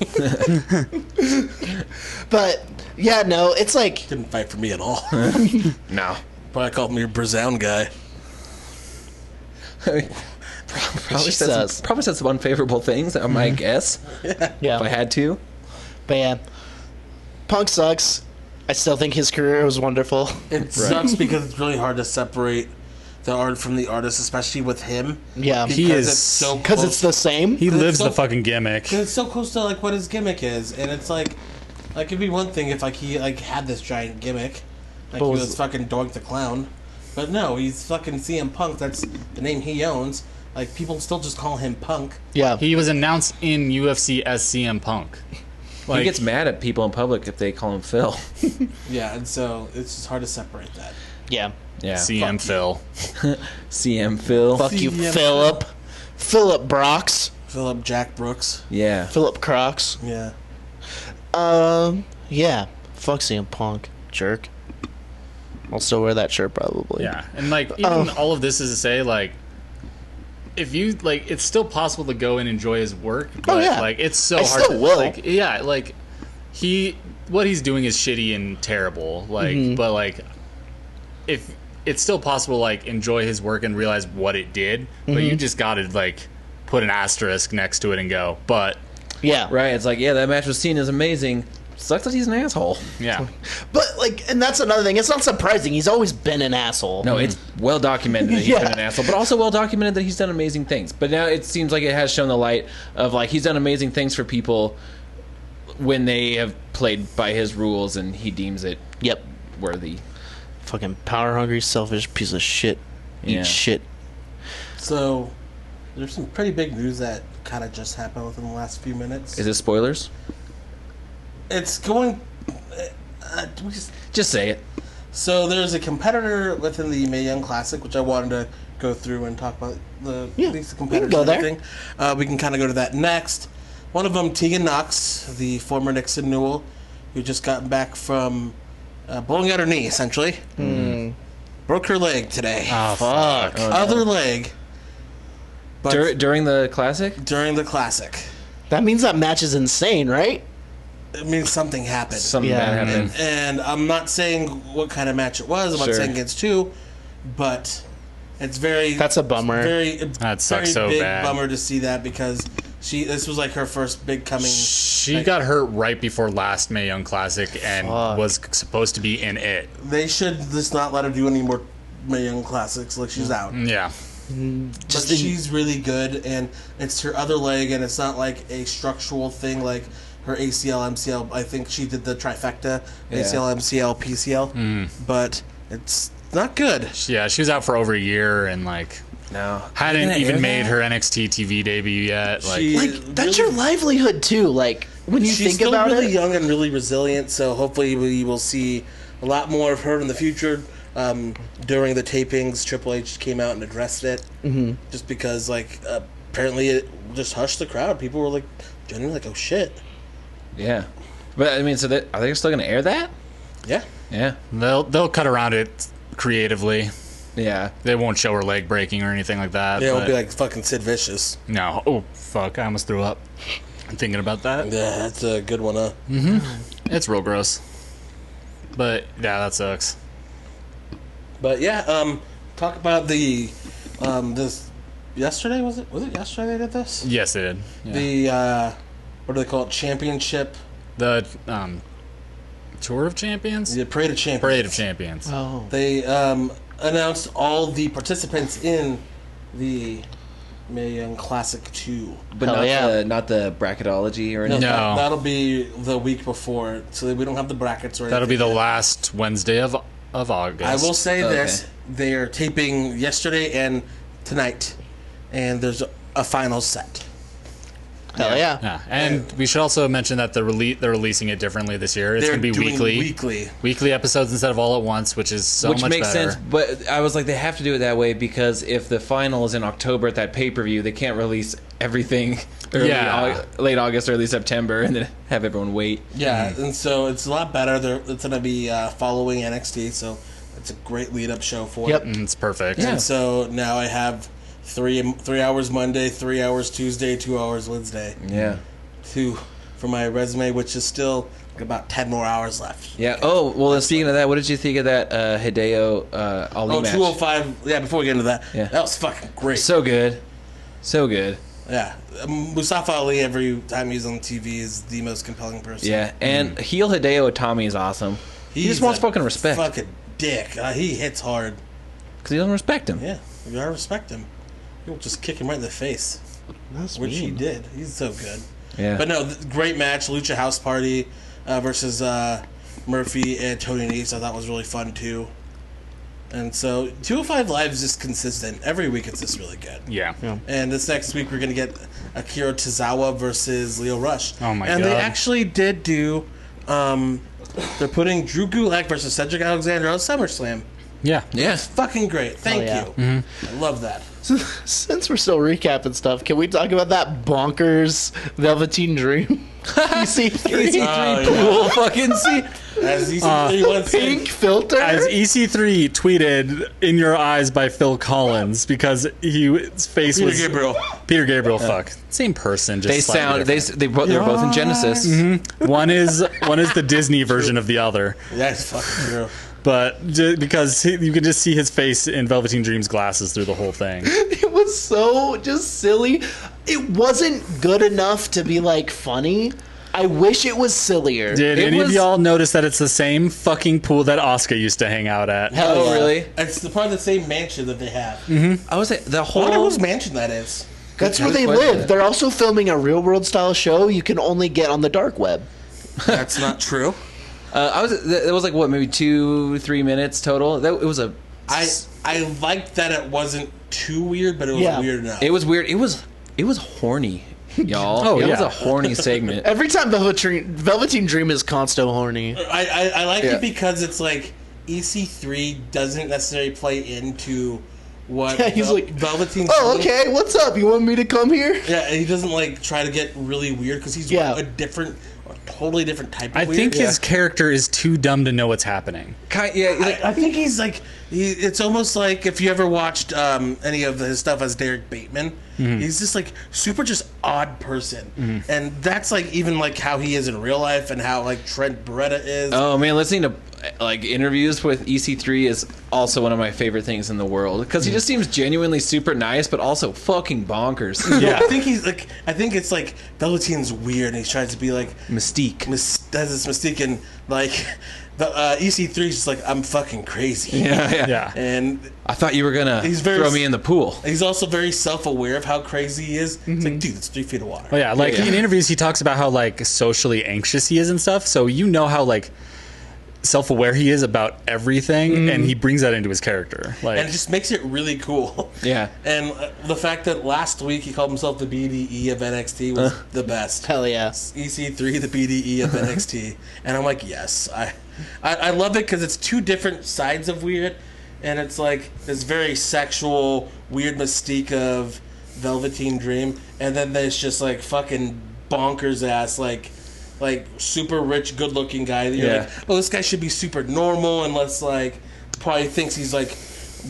But yeah, no, it's like
didn't fight for me at all.
no,
Probably called me a Brazilian guy.
probably
Jesus.
said
Mm-hmm.
some, probably said some unfavorable things. I might guess
yeah,
if I had to.
but yeah, Punk sucks. I still think his career was wonderful.
It sucks because it's really hard to separate the art from the artist, especially with him.
Yeah,
because
He is-
it's so
because
close-
it's the same.
he lives
so-
the fucking gimmick.
it's so close to like what his gimmick is, and it's like like it'd be one thing if like he like had this giant gimmick, like he
was-
was fucking Doink the Clown, but no, he's fucking CM Punk. That's the name he owns. Like people still just call him Punk.
yeah,
He was announced in UFC as CM Punk. Like,
he gets mad at people in public if they call him Phil.
Yeah, and so it's just hard to separate that.
yeah.
Yeah,
CM Phil.
CM Phil.
Fuck you,
CM.
Philip. Philip Brox.
Philip Jack Brooks.
Yeah,
Philip Crocs.
Yeah.
Um, yeah. Fuck CM Punk, jerk. I'll still wear that shirt probably.
Yeah, and like even
Oh.
all of this is to say like if you like it's still possible to go and enjoy his work, but
Oh, yeah.
like it's so
I
hard
still
to,
will.
like yeah, like he what he's doing is shitty and terrible, like
Mm-hmm.
but like if it's still possible to, like enjoy his work and realize what it did, but
Mm-hmm.
you just got to like put an asterisk next to it and go, but
yeah,
right. It's like yeah, that match with Cena is amazing. Sucks that he's an asshole.
yeah.
But like, and that's another thing. It's not surprising. He's always been an asshole.
No, it's well documented that he's
Hmm. Yeah.
been an asshole, but also well documented that he's done amazing things. But now it seems like it has shown the light of like he's done amazing things for people when they have played by his rules and he deems it
Yep.
worthy.
Fucking power hungry, selfish piece of shit.
Yeah.
Eat shit.
So, there's some pretty big news that kind of just happened within the last few minutes.
Is it spoilers?
It's going. Uh, we just,
Just say it.
so there's a competitor within the Mae Young Classic, which I wanted to go through and talk about the
Yeah,
at least the
we can
competitors.
go
and
there.
everything. Uh, we can kind of go to that next. One of them, Tegan Knox, the former Nixon Newell, who just got back from uh, blowing out her knee, essentially.
Hmm.
Broke her leg today.
Ah, Fuck.
Other leg. But
Dur- during the classic?
during the classic.
That means that match is insane, right?
it means something happened.
Something
Yeah.
bad happened.
and I'm not saying what kind of match it was. I'm
Sure.
not saying against two. but it's very
That's a bummer.
very it's
That sucks
very
so
big
bad.
Bummer to see that because she this was like her first big coming.
She got hurt right before last Mae Young Classic and
Fuck.
was supposed to be in it.
They should just not let her do any more Mae Young classics. Like she's out.
Yeah.
But
Mm. the-
she's really good, and it's her other leg, and it's not like a structural thing like her ACL, MCL. I think she did the trifecta: ACL, MCL, PCL.
Mm.
But it's not good.
Yeah, she was out for over a year and like
No,
hadn't
Didn't I
even
hear
made
that?
her NXT TV debut yet. Like
She-
Like that's your
Really-
livelihood too. Like when you
She's
think
still
about
really
it,
young and really resilient, so hopefully we will see a lot more of her in the future. Um, during the tapings, Triple H came out and addressed it, mm-hmm. just because like apparently it just hushed the crowd. People were like genuinely like, "Oh shit,
Yeah. But I mean, so that, are they still going to air that?
yeah."
Yeah.
they'll they'll cut around it creatively.
Yeah.
They won't show her leg breaking or anything like that.
Yeah, it'll
but-
be like fucking Sid Vicious.
No. Oh fuck, I almost threw up. I'm thinking about that.
Yeah, that's a good one, huh?
It's real gross. But yeah, that sucks.
But yeah, um, talk about the um this yesterday was it was it yesterday they did this
Yes, it did.
the uh what do they call it championship
The um, tour of champions,
the parade of champions
parade of champions.
oh,
they um announced all the participants in the Mae Young Classic two.
But
Hell
not,
yeah.
the, not the bracketology or anything.
No.
that, that'll be the week before, so we don't have the brackets right.
That'll be the last Wednesday of of August.
I will say
Okay.
this: they are taping yesterday and tonight, and there's a, a final set.
hell yeah.
Yeah, and we should also mention that the rele- they're releasing it differently this year. It's
They're
going to be
doing
weekly, Mm-hmm.
Weekly.
weekly episodes instead of all at once, which is so
Which
much
makes
better.
sense, but I was like, they have to do it that way because if the final is in October at that pay per view, they can't release everything early,
Yeah.
Au- late August, early September, and then have everyone wait.
Yeah, and so it's a lot better. They're, it's going to be uh, following NXT, so it's a great lead-up show for
Yep.
it.
Mm, It's perfect.
Yeah.
And so now I have three three hours Monday, three hours Tuesday, two hours Wednesday,
Yeah.
two for my resume, which is still about ten more hours left.
Yeah. Oh, well, and speaking of that, what did you think of that uh, Hideo uh, Ali
Oh,
match?
205. Yeah, before we get into that,
Yeah.
that was fucking great.
So good. So good.
yeah, Um, Mustafa Ali every time he's on TV is the most compelling person.
Yeah. And heel Hideo Itami is awesome. He
Mm. He's
just wants
a
fucking respect because
Fucking dick. Uh, he hits hard.
he doesn't respect him.
Yeah, you gotta respect him. You'll just kick him right in the face,
That's
which he
mean.
did. He's so good.
Yeah.
But no, th- great match. Lucha House Party uh, versus uh, Murphy and Tony Nese. I thought was really fun too. And so 205 Live is just consistent. Every week it's just really good.
Yeah.
And this next week we're gonna get Akira Tozawa versus Leo Rush.
Oh my
and And they
God.
actually did do. Um, they're putting Drew Gulak versus Cedric Alexander on SummerSlam.
Yeah.
Yeah.
Fucking great. Thank
yeah.
you.
Mm-hmm.
I love that.
Since we're still recapping stuff, can we talk about that bonkers Velveteen Dream? EC3
Oh,
We'll fucking see.
As you
Uh,
see, once
pink filter.
As EC3 tweeted, "In your eyes" by Phil Collins because he his face
Peter
was
Gabriel.
Peter Gabriel. Fuck, same person. Just
They
slightly
sound they
different.
s- they both they're both in Genesis.
Mm-hmm.
one is one is the Disney version of the other,
That's fucking true.
but ju- because he, you can just see his face in Velveteen Dream's glasses through the whole thing.
it was so just silly. It wasn't good enough to be like funny. I wish it was sillier.
Did
It
any
was-
of y'all notice that it's the same fucking pool that Oscar used to hang out at?
Hell
Oh,
yeah.
really?
It's the part of the same mansion that they have.
I was like the
I
whole
wonder whose mansion that is.
That's where they
Good question.
live. They're also filming a real world style show you can only get on the dark web.
That's not true.
Uh, I was. th- It was like what, maybe two, three minutes total. That it was a.
I I liked that it wasn't too weird, but it was
Yeah.
weird enough.
It was weird. It was. It was horny, y'all.
Oh,
it was
yeah.
a horny segment.
Every time Velveteen, Velveteen Dream is consto horny.
I, I, I like
Yeah.
it because it's like EC3 doesn't necessarily play into what
Yeah, he's
Vel-
like,
Velveteen.
Oh, okay. What's up? You want me to come here?
Yeah, and he doesn't like try to get really weird because he's
Yeah.
a different, a totally different type. of
I
weird.
think
Yeah.
his character is too dumb to know what's happening.
Kind, yeah, like,
I think he's like he, it's almost like if you ever watched um, any of his stuff as Derek Bateman,
Mm-hmm.
he's just like super just odd person, and that's like even like how he is in real life and how like Trent Beretta is.
oh man, listening to like interviews with EC3 is also one of my favorite things in the world because he just seems genuinely super nice, but also fucking bonkers.
I think he's like. I think it's like Bellatine's weird, and he's trying to be like
Mystique.
mis- has this mystique, and like the uh, EC3's just like I'm fucking crazy,
yeah, yeah,
Yeah.
and
I thought you were gonna
He's very-
throw me in the pool.
he's also very self-aware of how crazy he is. It's like, dude, it's three feet of water.
Oh yeah, like
Yeah.
in interviews, he talks about how like socially anxious he is and stuff. So you know how like self-aware he is about everything, and he brings that into his character. Like,
and it just makes it really cool.
Yeah.
And uh, the fact that last week he called himself the BDE of NXT was the best.
Hell yeah.
EC3, the BDE of NXT, and I'm like, yes, I, I, I love it because it's two different sides of weird, and it's like this very sexual weird mystique of Velveteen Dream, and then there's just like fucking bonkers ass like. Like super rich, good looking guy. That you're
Yeah.
like, oh, this guy should be super normal, unless like probably thinks he's like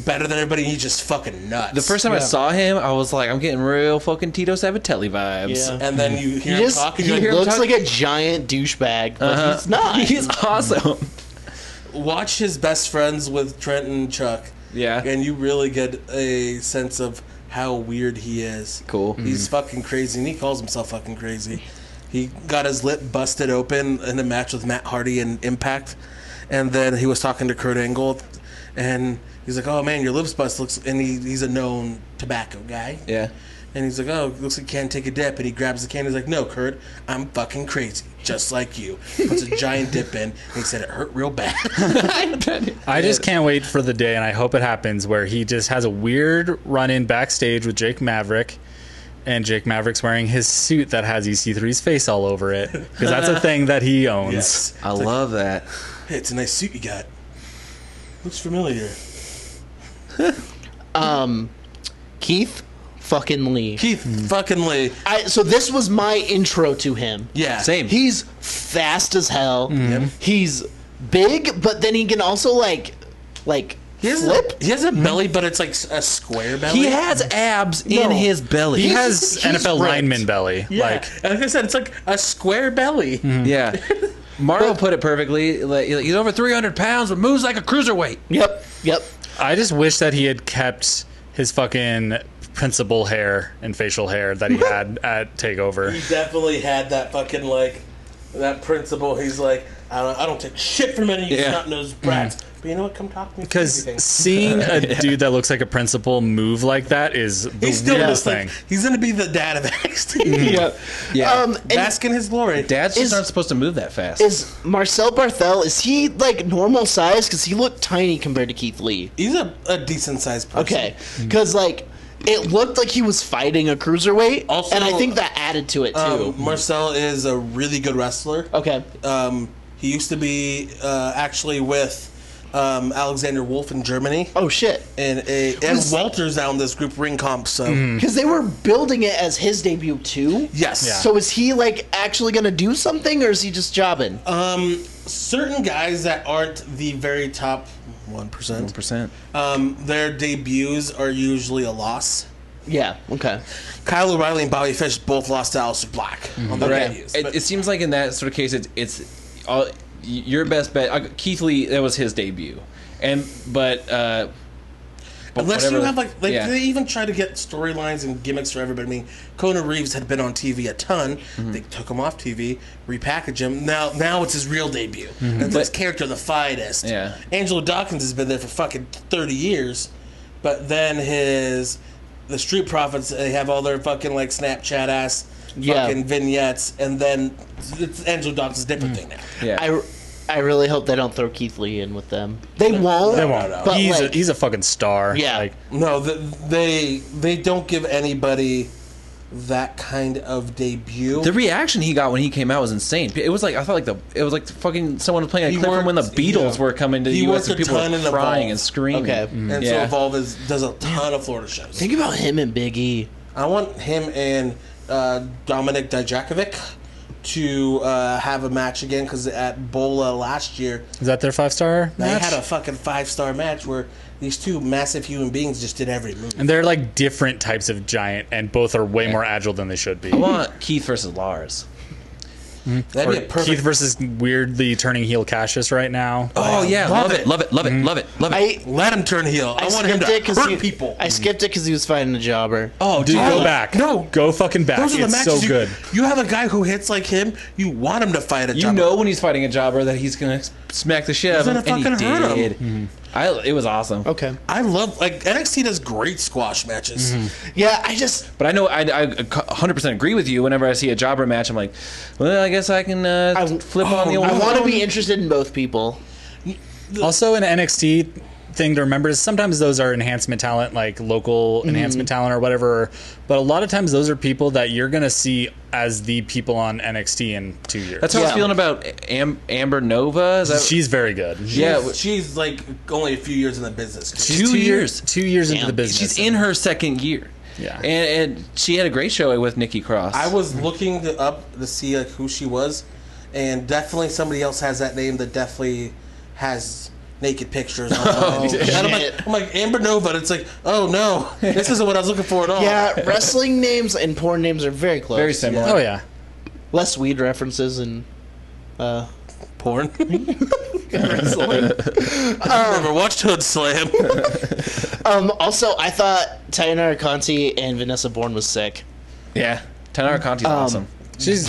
better than everybody. He's just fucking nuts.
The first time I saw him, I was like, I'm getting real fucking Tito Sabatelli vibes.
Yeah.
and then you hear
He
him
just
talking.
he
You're like,
looks
talk-
like a giant douchebag, but
Uh-huh.
he's not.
He's awesome.
watch his best friends with Trent and Chuck.
Yeah.
And you really get a sense of how weird he is.
Cool.
He's fucking crazy and he calls himself fucking crazy. He got his lip busted open in a match with Matt Hardy in Impact. And then he was talking to Kurt Angle and he's like, Oh man, your lips bust looks and he, he's a known tobacco guy.
Yeah.
And he's like, oh, looks like you can't take a dip. And he grabs the can. He's like, no, Kurt, I'm fucking crazy, just like you. Puts a giant dip in. And he said it hurt real bad.
I bet it-
I just can't wait for the day, and I hope it happens where he just has a weird run-in backstage with Jake Maverick, and Jake Maverick's wearing his suit that has EC3's face all over it because that's a thing that he owns.
Yes.
I love that.
Hey, it's a nice suit you got. Looks familiar.
Um, Keith fucking Lee.
Keith fucking Lee.
I, so this was my intro to him.
Yeah. Mm-hmm.
Same.
He's fast as hell. He's big, but then he can also like, like
He has,
flip.
A, he has a belly, but it's like a square belly.
He has abs
No.
in his belly.
He
He's-
has
he's
NFL
ripped.
lineman belly.
Yeah.
Like,
And like I said, it's like a square belly.
Yeah. Mm-hmm. Marvel put it perfectly. Like, he's over 300 pounds, but moves like a cruiserweight.
Yep. Yep.
I just wish that he had kept his fucking principal hair and facial hair that he had at Takeover.
He definitely had that fucking like that principle. He's like, I don't, I don't take shit from any
Yeah.
snot nosed brats. But you know what? Come talk to me.
Because
Everything.
seeing a dude that looks like a principal move like that is the
he still
weirdest
looks
thing.
like he's gonna be the dad of NXT.
Yeah. Yeah.
Um, and
Bask in his glory.
Dads just
is-
aren't supposed to move that fast.
is Marcel Barthel? Is he like normal size? Because he looked tiny compared to Keith Lee.
He's a, a decent sized person.
Okay. Because like. It looked like he was fighting a cruiserweight,
Also,
and I think that added to it too.
Um, Marcel is a really good wrestler.
okay,
Um, he used to be uh, actually with um, Alexander Wolf in Germany.
Oh shit!
And, a, and Walter's now in this group ring comp, so
Because they were building it as his debut too.
yes.
So is he like actually gonna do something, or is he just jobbing?
Um, certain guys that aren't the very top 1%,
percent.
um, their debuts are usually a loss.
yeah. Okay.
Kyle O'Reilly and Bobby Fish both lost to Alistair Black on their
Right.
debuts.
It,
but-
it seems like in that sort of case, it's it's all, your best bet. uh, Keith Lee, that was his debut, and but. uh but
Unless
whatever-
you have like, like
yeah.
they even try to get storylines and gimmicks for everybody. I mean, Conan Reeves had been on TV a ton.
Mm-hmm.
They took him off TV, repackaged him. Now, now it's his real debut. That's his
Mm-hmm. But-
character, the finest.
Yeah.
Angelo Dawkins has been there for fucking thirty years, but then his the Street Profits they have all their fucking like Snapchat ass
Yeah.
fucking vignettes, and then it's Angelo Dawkins' different thing now.
Mm-hmm. yeah.
I, I really hope they don't throw Keith Lee in with them. They won't.
They won't.
no.
But
he's, a,
like-
he's a fucking star.
Yeah.
Like,
No, th they they don't give anybody that kind of debut.
the reaction he got when he came out was insane. It was like I thought like the it was like fucking someone was playing a
He
clip from when the
worked-
Beatles
yeah.
were coming to the
He
U.S. and
worked a
people
ton in
were
the
crying
Vogue.
and screaming.
Okay.
and
Yeah.
so Evolve is, does a ton of Florida shows.
Think about him and Big E.
I want him and uh, Dominic Dijakovic to uh, have a match again because at Bola last year
is that their five star
they
match?
had a fucking five star match where these two massive human beings just did every move.
and they're like different types of giant, and both are way more agile than they should be.
I want Hmm? Keith versus Lars.
That'd
Or
be a perfect.
Keith versus weirdly turning heel Cassius right now.
Oh yeah, love,
Love
it, Hmm.
it.
love it, love it, love it, love it.
I
let him turn heel. I, want him to
it 'cause
hurt
he-
people.
I skipped it because he was fighting a jobber.
oh,
Dude,
dude.
go back.
No,
go fucking back.
Those are the
it's
matches
so
you,
good.
You have a guy who hits like him. You want him to fight a
you
jobber.
know when he's fighting a jobber that he's gonna s- smack the shit out of him,
He's
and
gonna
he
fucking hurt
did.
him.
I, it was awesome.
Okay.
I love like NXT does great squash matches.
Yeah, I just
But I know I, I 100% agree with you. Whenever I see a jobber match, I'm like, well, I guess I can uh,
I-
flip on the
oh,
old.
I want to
one.
be interested in both people.
Also, an NXT thing to remember is sometimes those are enhancement talent, like local
Mm-hmm.
enhancement talent or whatever. But a lot of times, those are people that you're going to see as the people on NXT in two years.
That's how I was
Yeah.
feeling about Am- Amber Nova. Is that-
She's very good.
yeah,
She's- she's like only a few years in the business. too.
She's
two years.
Two years into
Damn.
the business.
she's in her second year.
Yeah.
and, and she had a great show with Nikki Cross.
I was looking to, up to see like who she was, and definitely somebody else has that name that definitely has naked pictures. On oh,
shit.
I'm like, I'm like Amber Nova. And it's like, oh no, this isn't what I was looking for at all.
Yeah, wrestling names and porn names are very close.
very similar.
Oh, yeah.
Less weed references and uh,
porn. I've never watched Hood Slam.
um. Also, I thought Tayanara Conti and Vanessa Bourne was sick.
Yeah, Tanara Conti's awesome.
She's.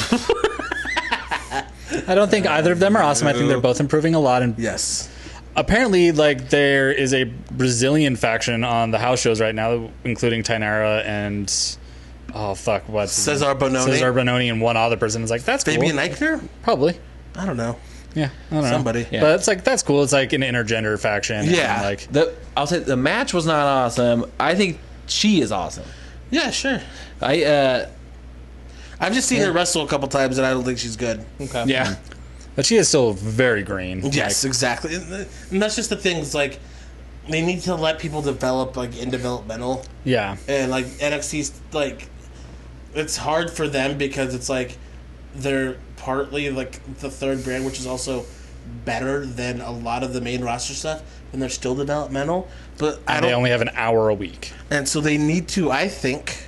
I don't think either of them are awesome. I think they're both improving a lot and
yes.
apparently like there is a Brazilian faction on the house shows right now, including Tainara and oh fuck, what's his
Cesar
name?
Bononi?
Cesar Bononi and one other person. It's like that's cool.
Fabian Eichner?
probably.
I don't know.
Yeah, I don't know.
Somebody. Yeah.
But it's like that's cool. It's like an intergender faction. and,
Yeah.
like
The I'll say the match was not awesome. I think she is awesome.
Yeah, sure.
I uh,
I've just seen her wrestle a couple times, and I don't think she's good.
Okay.
yeah,
but she is still very green.
Yes, exactly. And and that's just the thing. Is like they need to let people develop like in developmental,
Yeah.
and like NXT's like it's hard for them because it's like they're partly like the third brand, which is also better than a lot of the main roster stuff, and they're still developmental. But I
And they
don't,
only have an hour a week.
and so they need to. I think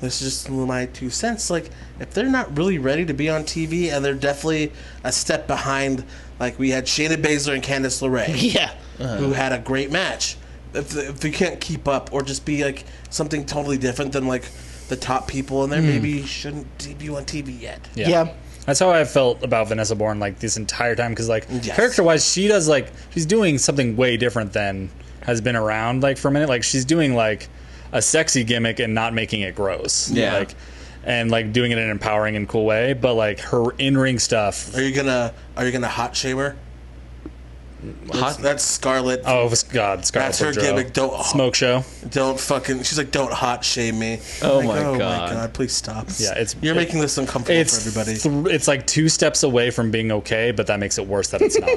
this is just my two cents. Like, if they're not really ready to be on TV, and they're definitely a step behind, like we had Shayna Baszler and Candice LeRae,
Yeah.
who had a great match. If if they can't keep up, or just be like something totally different than like the top people in there, maybe shouldn't debut on TV yet.
Yeah.
Yeah.
That's how I felt about Vanessa Bourne like this entire time because like
Yes.
character wise she does like she's doing something way different than has been around like for a minute like she's doing like a sexy gimmick and not making it gross
Yeah.
like and like doing it in an empowering and cool way but like her in ring stuff
Are you gonna Are you gonna hot shamer? That's,
hot,
that's Scarlett.
oh s- God Scarlett
That's her
Bordeaux.
gimmick. Don't-
smoke show
Don't fucking. She's like, don't hot shame me.
Oh
Like,
my God.
Please stop.
Yeah, it's-
you're
it-
making this uncomfortable
it's
for everybody.
th- it's like two steps away from being okay but that makes it worse that it's not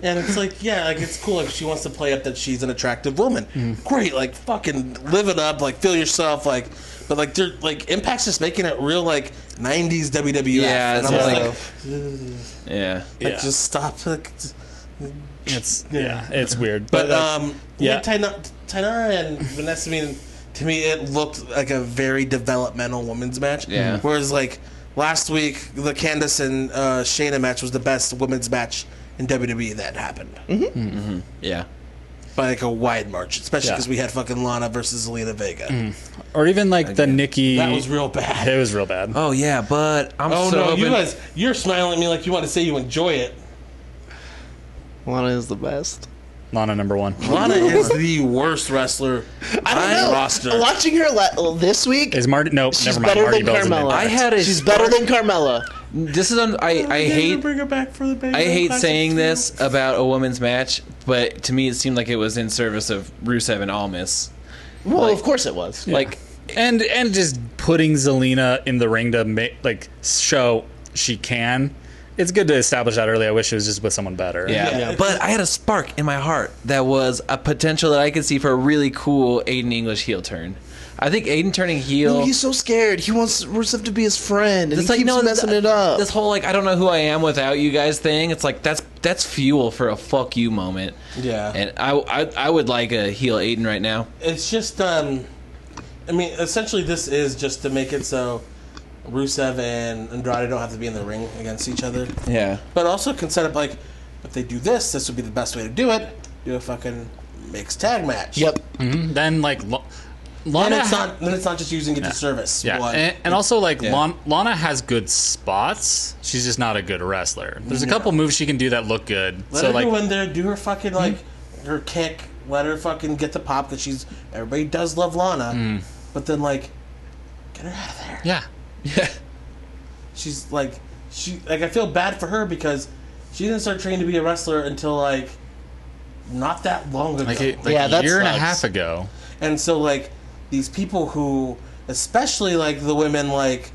and it's like, yeah, like it's cool. Like she wants to play up that she's an attractive woman. Great, like fucking live it up. Like feel yourself. Like, but like they're like Impact's just making it real like '90s WWF.
Yeah,
and
it's
I'm just
like-
like,
yeah.
like,
Yeah.
just stop. Like,
it's yeah it's weird but,
But
that's-
um,
yeah.
yeah, Tainara and Vanessa. I mean, to me, it looked like a very developmental women's match.
Yeah.
Whereas like last week, the Candice and uh, Shayna match was the best women's match in WWE that happened
Yeah.
by like a wide margin, especially
Yeah. Mm.
because we had fucking Lana versus Zelina Vega.
or even like the Nikki
That was real bad.
it was real bad
Oh yeah, but I'm
Oh
so
no,
hoping-
you guys, you're smiling at me like you want to say you enjoy it.
Lana is the best.
Lana number one.
Lana is the worst wrestler
I
on
don't
the
know.
roster.
Watching her la- this week,
Is Marty? Nope,
she's
never mind.
better
Marty
than
Bell's in
Carmella.
it.
I had a
she's better than Carmella.
This is un- I I hate
bring her back for the baby.
I hate saying this about a women's match, but to me it seemed like it was in service of Rusev and Almas.
Well,
Like-
of course it was.
Like
and and just putting Zelina in the ring to make like show she can. It's good to establish that early. I wish it was just with someone better.
yeah.
Yeah.
But I had a spark in my heart that was a potential that I could see for a really cool Aiden English heel turn. I think Aiden turning heel
No, oh, he's so scared. He wants Rusev to be his friend, and
It's
he keeps
no,
messing
th-
it up.
This whole like I don't know who I am without you guys thing. It's like that's that's fuel for a fuck you moment.
Yeah.
And I I, I would like a heel Aiden right now.
it's just um i mean essentially this is just to make it so Rusev and Andrade don't have to be in the ring against each other.
Yeah.
But also can set up like, if they do this, this would be the best way to do it. Do a fucking mixed tag match.
Yep.
Mhm. Then like Lo-
And
Lana,
it's
ha-
not. Then it's not just using it to service.
yeah,
one.
and, and also like Lon- Lana has good spots. She's just not a good wrestler. There's a couple moves she can do that look good.
Let
so
her
like Mm.
go in there, do her fucking like her kick. Let her fucking get the pop that she's. Everybody does love Lana,
Mm.
but then like, get her out of there.
yeah,
She's like, she like I feel bad for her because she didn't start training to be a wrestler until like, not that long ago.
like, it, like
Yeah,
a
that
year and a
sucks.
half ago.
and so like, these people who, especially like the women like.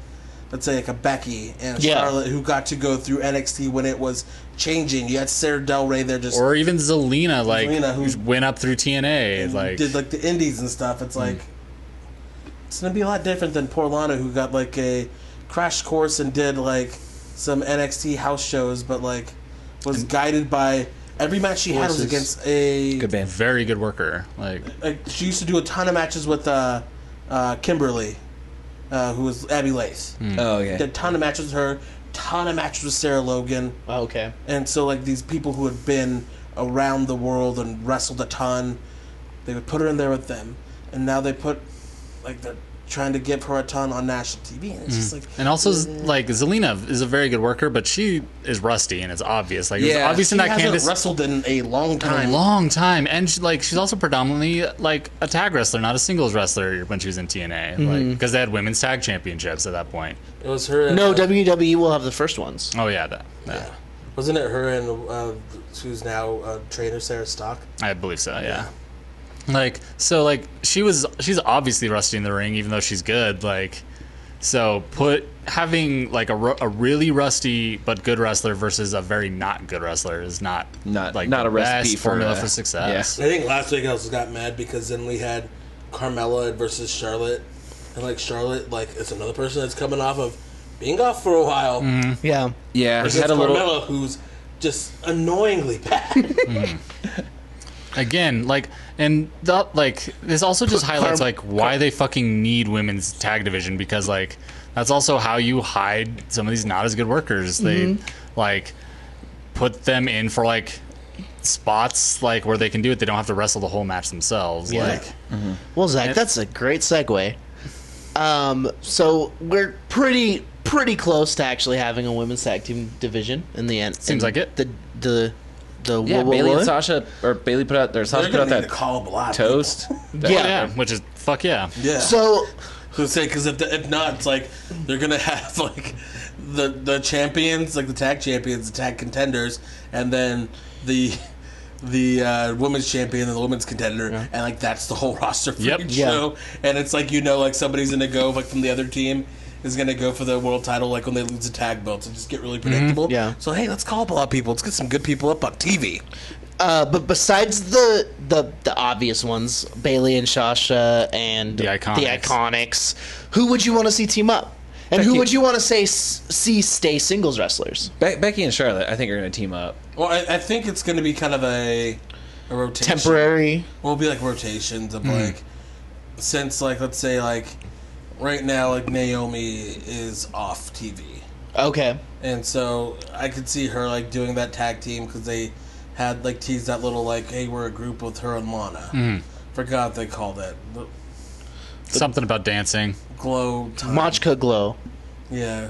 Let's say like a Becky and
Yeah.
Charlotte who got to go through NXT when it was changing. You had Sarah Del Rey there just
Or even Zelina, like
Zelina, who-
who went up through TNA, like
did like the indies and stuff. It's like it's gonna be a lot different than poor Lana who got like a crash course and did like some NXT house shows, but like was guided by every match she had was against a
Good band.
very good worker. Like
like she used to do a ton of matches with uh, uh, Kimberly, uh, who was Abby Lace.
Oh, okay.
Did a ton of matches with her, ton of matches with Sarah Logan.
Okay.
And so, like, these people who had been around the world and wrestled a ton, they would put her in there with them. And now they put, like, they're trying to give her a ton on national TV. And it's just like,
Mm. And also, z- like Zelina is a very good worker, but she is rusty, and it's obvious. Like it was
Yeah.
obvious in
she
that
hasn't
Candace
wrestled in a long
a
time.
long time, and she, like she's also predominantly like a tag wrestler, not a singles wrestler when she was in TNA, like because they had women's tag championships at that point.
It was her. And, uh,
No, WWE will have the first ones.
Oh yeah, that, that-
wasn't it her and uh, who's now uh, trainer Sarah Stock?
I believe so. Yeah. Like so, like she was she's obviously rusty in the ring, even though she's good. Like so, put having like a, ru- a really rusty but good wrestler versus a very not good wrestler is not
Not-
like
not
the
a recipe
best
for,
formula
uh,
for success.
I think last week I also got mad because then we had Carmella versus Charlotte, and like Charlotte, like it's another person that's coming off of being off for a while.
Yeah.
Yeah.
Versus
Mm-hmm. Had a little.
Carmella, who's just annoyingly bad.
Again, like and the, like this also just highlights like why they fucking need women's tag division because like that's also how you hide some of these not as good workers. They like put them in for like spots like where they can do it. They don't have to wrestle the whole match themselves. Like
Well, Zach, that's a great segue. Um, so we're pretty pretty close to actually having a women's tag team division in the end.
Seems
in
like it.
The the the
Yeah,
whoa, whoa,
Bailey
whoa.
and Sasha, or Bailey put out, or Sasha put out that
call a lot.
toast. That-
Yeah.
yeah, which is fuck yeah.
Yeah.
So
So say because if, the- if not, it's like they're gonna have like the the champions, like the tag champions, the tag contenders, and then the the uh, women's champion and the women's contender, and like that's the whole roster for
Yep.
each
Yeah.
show. And it's like you know, like somebody's gonna go like from the other team. Is gonna go for the world title like when they lose the tag belts and just get really predictable.
Yeah.
So hey, let's call up a lot of people. Let's get some good people up on TV.
uh, but besides the, the the obvious ones, Bailey and Sasha and
The Iconics.
Iconics, who would you want to see team up? And who
Becky-
would you want to say s- see stay singles wrestlers?
Be- Becky and Charlotte, I think, are going to team up.
Well, I, I think it's gonna be kind of a a rotation.
Temporary.
Well, it'll be like rotations of like since like let's say like right now like Naomi is off TV,
Okay.
and so I could see her like doing that tag team because they had like teased that little like hey we're a group with her and Lana. Forgot what they called it the
Something about dancing,
glow time.
Machka Glow.
yeah,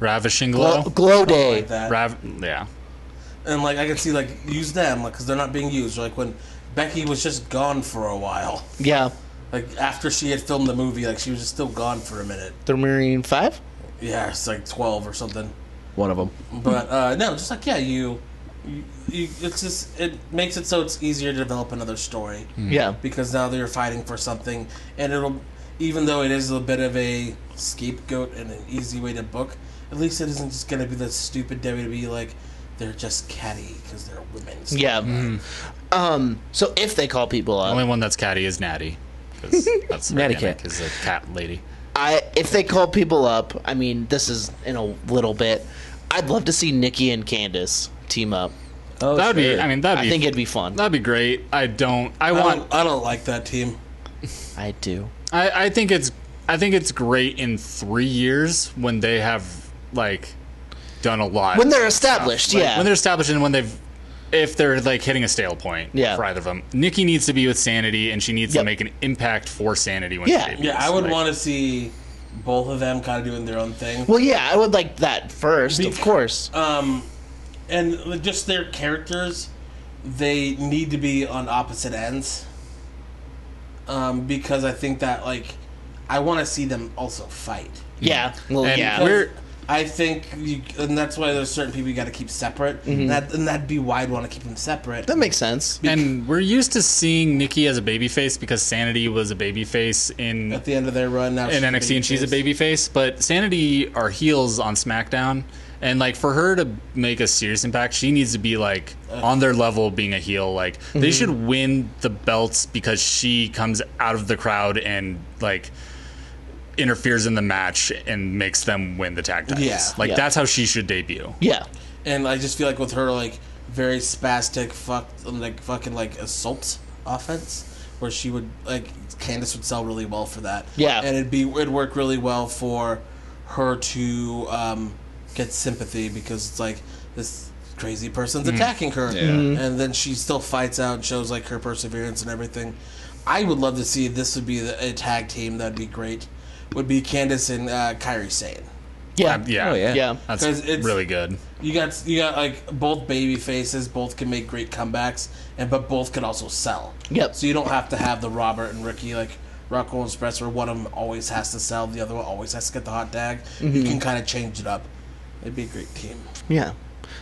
ravishing
Glow,
glow,
glow Day.
like that.
rav- yeah.
and like I could see like use them like because they're not being used like when Becky was just gone for a while
Yeah.
like after she had filmed the movie like she was just still gone for a minute.
The Marine 5?
Yeah, it's like twelve or something.
One of them.
But uh, no, just like yeah, you, you, you, it's just it makes it so it's easier to develop another story
Mm.
Yeah.
because now they're fighting for something, and it'll even though it is a bit of a scapegoat and an easy way to book, at least it isn't just gonna be the stupid WWE like they're just catty because they're women.
Yeah. Um. So if they call people up,
Mm-hmm. Only one that's catty is Natty. 'cause That's her
Natty
gimmick
Cat.
is a cat lady.
I if they call people up, I mean, this is in a little bit. I'd love to see Nikki and Candace team up.
Oh,
That'd be.
sure.
I mean, that'd
I
be.
think it'd be fun.
that'd be great. I don't. I
I
Oh.
want.
don't, I don't like that team.
I do.
I, I think it's I think it's great in three years when they have like done a lot.
When they're established,
Like,
yeah.
When they're established and when they've if they're like hitting a stale point
Yeah.
for either of them. Nikki needs to be with Sanity and she needs
Yep.
to make an impact for Sanity when
Yeah.
she debuts.
Yeah, I would
Like,
want to see both of them kind of doing their own thing.
well, yeah, I would like that first,
Be-
of course.
Uh,
Um, and like, just their characters, they need to be on opposite ends. Um, because I think that like, I want to see them also fight.
yeah, well,
And
yeah.
we're-
Because I think, you, and that's why there's certain people you got to keep separate. And, that, and that'd be why I'd want to keep them separate.
that makes sense.
And we're used to seeing Nikki as a babyface because Sanity was a babyface in
At the end of their run, now
in
a
NXT and she's a
babyface.
baby face, but Sanity are heels on SmackDown. And like for her to make a serious impact, she needs to be like on their level being a heel. Like
Mhm.
they should win the belts because she comes out of the crowd and like interferes in the match and makes them win the tag titles.
Yeah.
Like
Yeah.
that's how she should debut.
Yeah.
And I just feel like with her like very spastic, fuck, like fucking like assault offense, where she would like Candice would sell really well for that.
Yeah.
and it'd be it'd work really well for her to um, get sympathy because it's like this crazy person's attacking her, and then she still fights out and shows like her perseverance and everything. I would love to see if this would be the, a tag team. That'd be great. Would be Candice and uh, Kyrie Sane.
Yeah.
Yeah.
Oh, yeah.
Yeah.
That's
'Cause it's-
really good.
You got you got like both baby faces, both can make great comebacks, and but both can also sell.
Yep.
So you don't have to have the Robert and Ricky like Rockwell and Express where one of them always has to sell, the other one always has to get the hot tag. You can kind of change it up. It'd be a great team.
Yeah.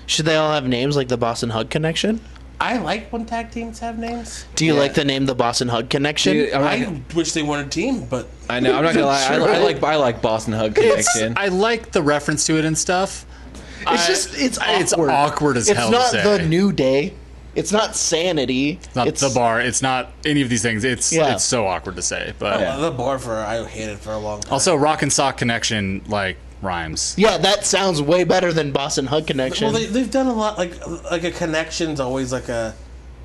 Should they all have names like the Boston Hug Connection?
I like when tag teams have names.
Do you
Yeah.
like the name the Boston Hug Connection?
Dude, I'm not
I
gonna-
wish they weren't a team, but
I know. I'm not gonna lie. I, li- I like I like Boston Hug Connection.
I like the reference to it and stuff.
It's
I-
just it's awkward.
it's awkward as
it's
hell to
not
say.
the new day. It's not sanity.
Not
it's
the bar. It's not any of these things. It's
Yeah. Oh, uh,
it's so awkward to say. But
the bar for I hated for a long time.
Also, rock and sock connection like rhymes.
Yeah, that sounds way better than Boston Hug Connection.
Well, they, they've done a lot. Like like a connection's always like a,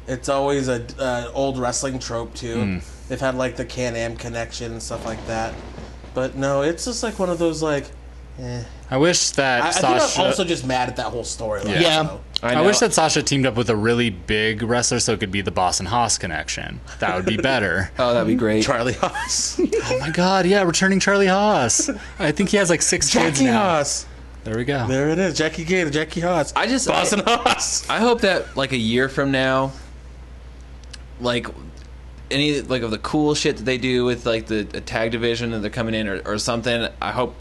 it's always a uh, old wrestling trope too. They've had like the Can Am connection and stuff like that. But no, it's just like one of those like. Eh.
I wish that
I, I think
Sasha.
I'm also just mad at that whole storyline.
Yeah.
so.
I,
know.
wish that Sasha teamed up with a really big wrestler so it could be the Boston Haas connection. That would be better. oh
Oh, that'd be great.
Charlie Haas.
my God! Yeah, returning Charlie Haas. I think he has like six kids
Jackie
now.
Haas.
There we go.
There it is. Jackie Gator. Jackie Haas.
I just
Boston Haas.
I hope that like a year from now, like any like of the cool shit that they do with like the, the tag division that they're coming in or, or something. I hope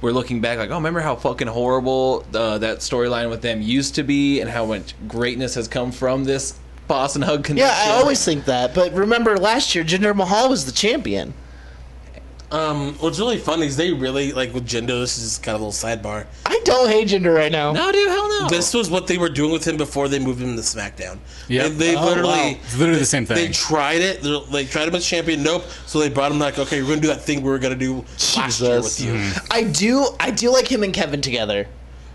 we're looking back like, oh, remember how fucking horrible uh, that storyline with them used to be, and how much greatness has come from this Boston Hug connection.
yeah, I always think that. But remember last year, Jinder Mahal was the champion.
Um, what's really funny is they really like with Jindo. This is kind of a little sidebar.
I don't hate Jinder right now.
no, dude, hell
Oh.
no.
This was what they were doing with him before they moved him to SmackDown.
Yep. Oh,
And they literally.
wow.
It's literally the same
They
thing.
tried it. They're- They tried him as champion. Nope. So they brought him like, okay, we're gonna do that thing we were gonna do last year with
Jesus.
you.
I do. I do like him and Kevin together.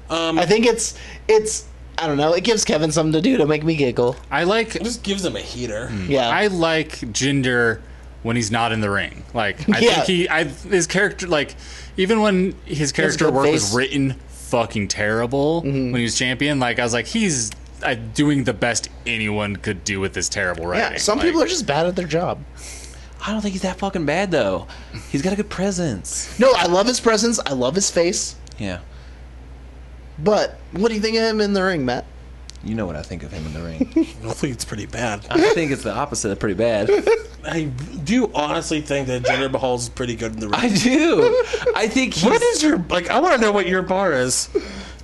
Um,
I think it's it's. I don't know. It gives Kevin something to do to make me giggle.
I like
It just gives him a heater.
Yeah.
I like Jinder when he's not in the ring. Like I
Yeah.
think he, I his character, like even when his character
good
work
face. Mm-hmm.
was written fucking terrible when he was champion. Like I was like, he's uh, doing the best anyone could do with this terrible writing.
yeah. Some
Like,
people are just bad at their job.
I don't think he's that fucking bad though. He's got a good presence.
No, I love his presence. I love his face.
Yeah,
But what do you think of him in the ring, Matt?
you know what I think of him in the ring.
I think it's pretty bad.
I think it's the opposite of pretty bad.
I do honestly think that Jinder Mahal's pretty good in the ring.
I do. I think he's,
what is your like? I want to know what your bar is,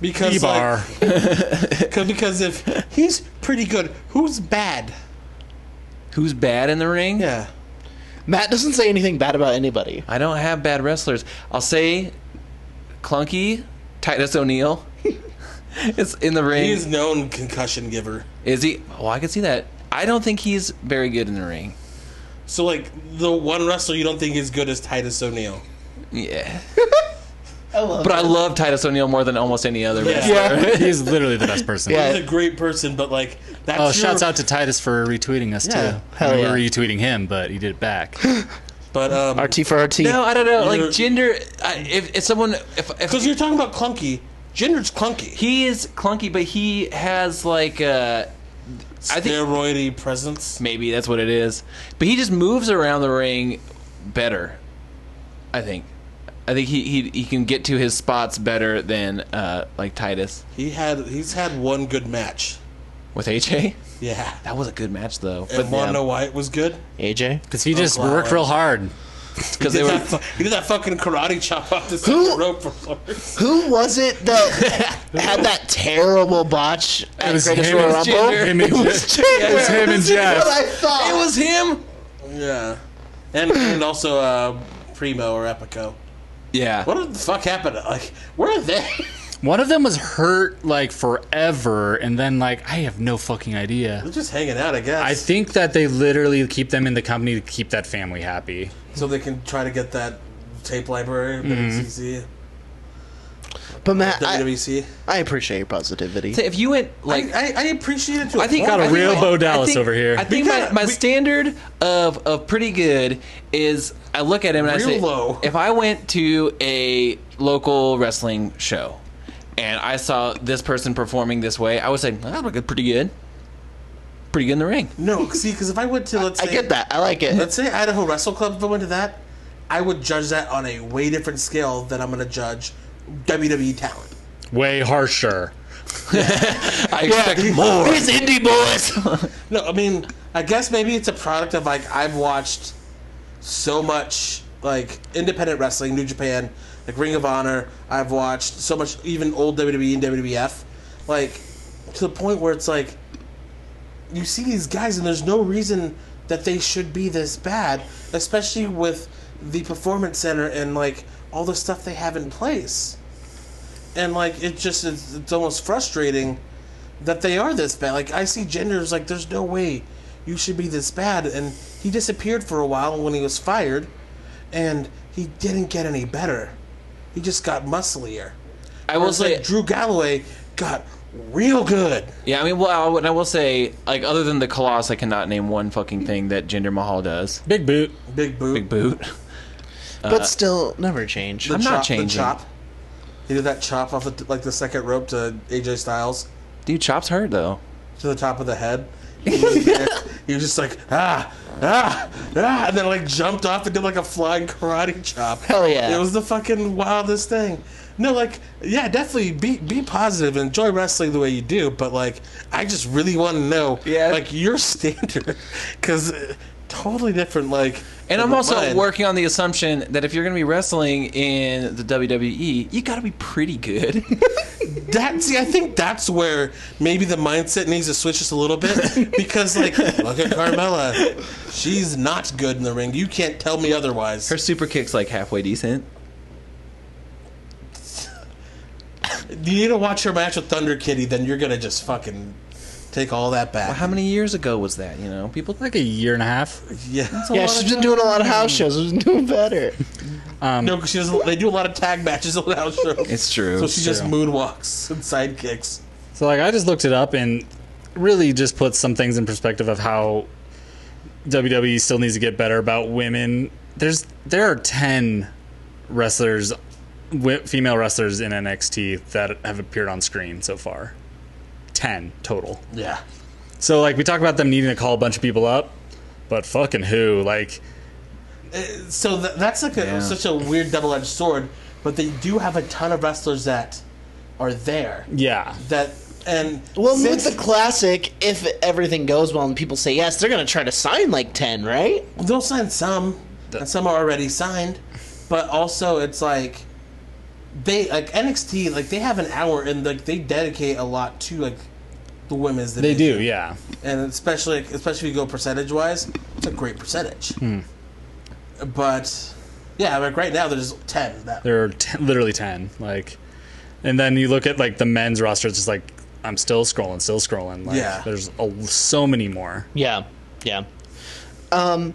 because
E-bar.
like, 'cause- because if he's pretty good, who's bad?
who's bad in the ring.
Yeah.
Matt doesn't say anything bad about anybody.
I don't have bad wrestlers. I'll say Clunky, Titus O'Neil. it's in the ring.
He is known concussion giver.
is he? Well, I can see that. I don't think he's very good in the ring.
So like the one wrestler you don't think is good is Titus O'Neil.
Yeah.
I love.
But I love Titus O'Neil more than almost any other wrestler.
Yeah.
he's literally the best person.
Yeah.
He's a great person, but like that's
Oh,
your-
shouts out to Titus for retweeting us
Yeah,
too.
hell
I mean,
yeah.
We were retweeting him, but he did it back.
But um,
RT for RT.
No, I don't know.
You're-
Like gender, I, if, if someone, if, if
because you're talking about clunky, gender's clunky.
he is clunky, but he has like a, I think
Steroidy presence.
maybe that's what it is. But he just moves around the ring better. I think. I think he he, he can get to his spots better than uh, like Titus
He had he's had one good match.
with AJ.
Yeah,
That was a good match though.
and Wanda White was good.
AJ.
Because he
Oh,
just
wow.
worked real hard.
because they were
That fu- he did that fucking karate chop off the
Who-
second rope for
Who was it that had that terrible botch at
was
Greatest
him,
Royal
it
Rumble?
was Ginger. Him and
It was Ginger.
It was him and
That's what
Jeff.
I thought.
It was him. Yeah, and and also uh, Primo or Epico.
yeah.
What did the fuck happened? Like, where are they?
One of them was hurt like forever, and then like I have no fucking idea.
They're just hanging out, I guess.
I think that they literally keep them in the company to keep that family happy.
so they can try to get that tape library,
Mm-hmm.
WCC,
But Matt, I,
WWC.
I appreciate your positivity.
So if you went
I,
like
I, I appreciate it too.
I think
Got a
I think
real
my-
Bo
I
Dallas
think-
over here.
I think
Yeah,
my, my
we-
standard of of pretty good is I look at him and
Real
I say,
low.
if I went to a local wrestling show and I saw this person performing this way, I would say "Well, that looked pretty good, pretty good in the ring.
no, see, because if I went to let's
I
say,
get that. I like it.
Let's say Idaho Wrestle Club. If I went to that, I would judge that on a way different scale than I'm going to judge WWE talent.
Way harsher.
I expect more.
These indie boys.
No, I mean, I guess maybe it's a product of like I've watched so much like independent wrestling, New Japan, like Ring of Honor. I've watched so much, even old WWE and WWF, like to the point where it's like you see these guys and there's no reason that they should be this bad, especially with the performance center and like all the stuff they have in place. And like it just it's, it's almost frustrating that they are this bad. Like I see genders like there's no way you should be this bad and he disappeared for a while when he was fired and he didn't get any better. He just got musclier.
I will
Whereas,
say,
like Drew Galloway got real good.
yeah. I mean, well, I, and I will say, like, other than the Colossus, I cannot name one fucking thing that Jinder Mahal does.
Big boot.
Big boot.
Big boot.
but still, never change.
The
I'm not
chop-
changing.
The chop. He did that chop off the, like the second rope to AJ Styles
Dude, chops hurt though.
to the top of the head. He was, there. He was just like ah ah ah, and then like jumped off and did like a flying karate chop.
Hell yeah.
It was the fucking wildest thing. No, like yeah, definitely be be positive and enjoy wrestling the way you do. But like, I just really want to know
Yeah.
like your standard because totally different. Like,
And I'm
than
also
mine.
working on the assumption that if you're going to be wrestling in the WWE, you got to be pretty good.
That see, I think that's where maybe the mindset needs to switch just a little bit because, like, look at Carmella, she's not good in the ring. You can't tell me otherwise.
Her super kick's like halfway decent.
you need to watch her match with Thunder Kitty, then you're gonna just fucking take all that back.
How many years ago was that? You know, people
Like a year and a half.
yeah,
Yeah, she's been doing a lot of house shows. She's been doing better.
no, 'cause she doesn't. They do a lot of tag matches on house shows.
It's true.
So she just
true.
moonwalks and sidekicks.
So like I just looked it up and really just put some things in perspective of how WWE still needs to get better about women. There's there are 10 wrestlers wi- female wrestlers in NXT that have appeared on screen so far. 10 total.
Yeah,
So like we talk about them needing to call a bunch of people up, but fucking who? Like
so th- that's like a,
Yeah.
such a weird double-edged sword. But they do have a ton of wrestlers that are there
yeah.
that and
Well,
since-
with the classic, if everything goes well and people say yes, they're gonna try to sign like ten, right?
They'll sign some, and some are already signed, but also it's like they like NXT like they have an hour and like they dedicate a lot to like the women's.
They
Division.
do, yeah.
and especially especially if you go percentage wise, it's a great percentage.
Hmm.
But yeah, like right now there's ten. That
There are ten, literally ten. Like, and then you look at like the men's roster. It's just like I'm still scrolling, still scrolling. Like,
Yeah.
There's a, so many more.
Yeah, yeah. Um,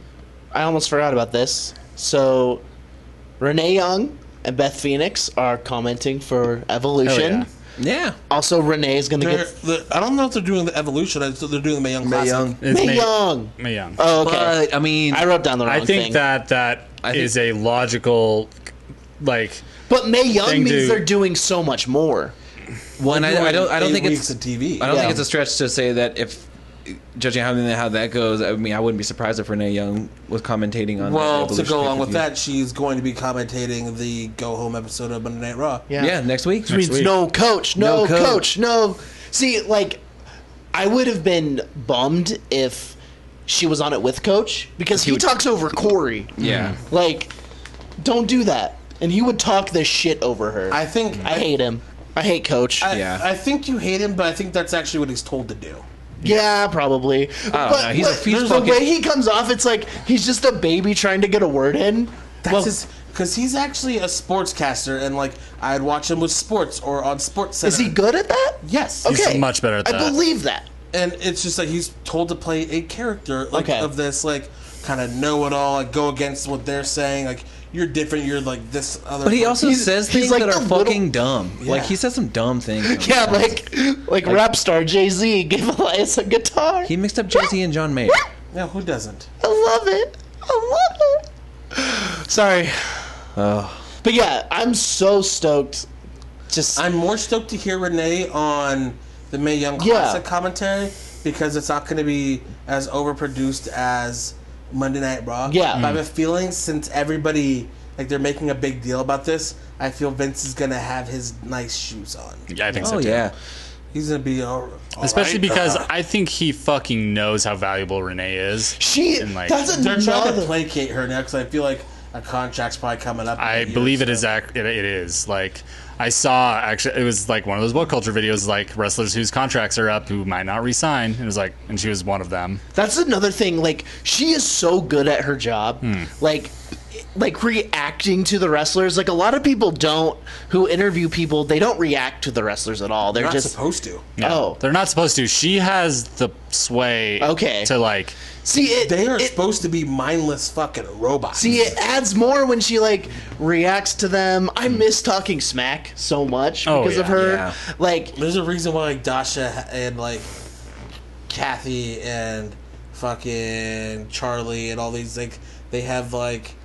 I almost forgot about this. So, Renee Young and Beth Phoenix are commenting for Evolution.
yeah.
yeah.
Also, Renee is gonna
they're,
get
the I don't know if they're doing the evolution. I- so They're doing the Mae Young Classic.
It's
Mae
Mae-
Young.
Mae Young.
Oh, okay.
But I mean,
I wrote down the wrong
I think
thing.
that that
I think-
is a logical, like
But May Young
Thing to-
means they're doing so much more.
well, and I, I don't. I don't
Eight
think
weeks
it's.
of TV.
I don't
Yeah.
think it's a stretch to say that if judging how how that goes. I mean, I wouldn't be surprised if Renee Young was commentating on.
well,
the
to
Evolution
go along with
pay-per-view.
that, she's going to be commentating the go home episode of Monday Night Raw.
yeah, next week.
Which means no coach, no,
No
coach.
coach.
no. See, like, I would have been bummed if she was on it with coach because he, talks over Corey.
Yeah.
Like, don't do that. And he would talk this shit over her.
I
I,
think
hate him. I hate coach.
I,
Yeah.
I think you hate him, but I think that's actually what he's told to do.
yeah, probably. but
know. He's a-
but
he's
there's
fucking-
the way he comes off. It's like he's just a baby trying to get a word in.
That's
well,
his because he's actually a sportscaster, and like I'd watch him with sports or on Sports Center.
is he good at that?
Yes.
He's much better at
I
that.
believe that.
and it's just like he's told to play a character like
Okay.
of this like kind of know it all, like go against what they're saying, like you're different, you're like this other.
But he also
He's-
says
he's
things
like
that
the
are
little-
fucking dumb. Like
Yeah.
he says some dumb things.
Yeah, like like rap star Jay Z gave Elias a guitar.
he mixed up Jay Z and John Mayer.
yeah, who doesn't?
I love it. I love it. Sorry.
Oh.
But yeah, I'm so stoked. Just
I'm more stoked to hear Renee on the May Young
Yeah.
Classic commentary because it's not going to be as overproduced as Monday Night Raw.
Yeah.
But I have a feeling since everybody like they're making a big deal about this, I feel Vince is going to have his nice shoes on.
Yeah, I think
Oh
so too. Uh-huh.
yeah.
He's going to be all, Uh-huh. all
Especially
right.
because I think he fucking knows how valuable Renee is.
she.
and, like,
that's
they're trying to
another.
placate her now because I feel like a contract's probably coming up. in a
I
year
believe
or
it is. Ac- it, it is like I saw. Actually, it was like one of those woke culture videos, like wrestlers whose contracts are up who might not resign. It was like, and she was one of them.
That's another thing. Like she is so good at her job.
Hmm.
Like like reacting to the wrestlers. Like a lot of people don't who interview people. They don't react to the wrestlers at all. They're
You're not
just
supposed to.
oh
They're not supposed to. She has the sway.
Okay.
To like,
see it.
They are
it-
supposed to be mindless fucking robots.
See, it adds more when she like reacts to them. I
Hmm.
miss talking smack so much
Oh,
because of
yeah.
her.
Yeah.
Like,
There's a reason why like Dasha and like Kathy and fucking Charlie and all these like they have like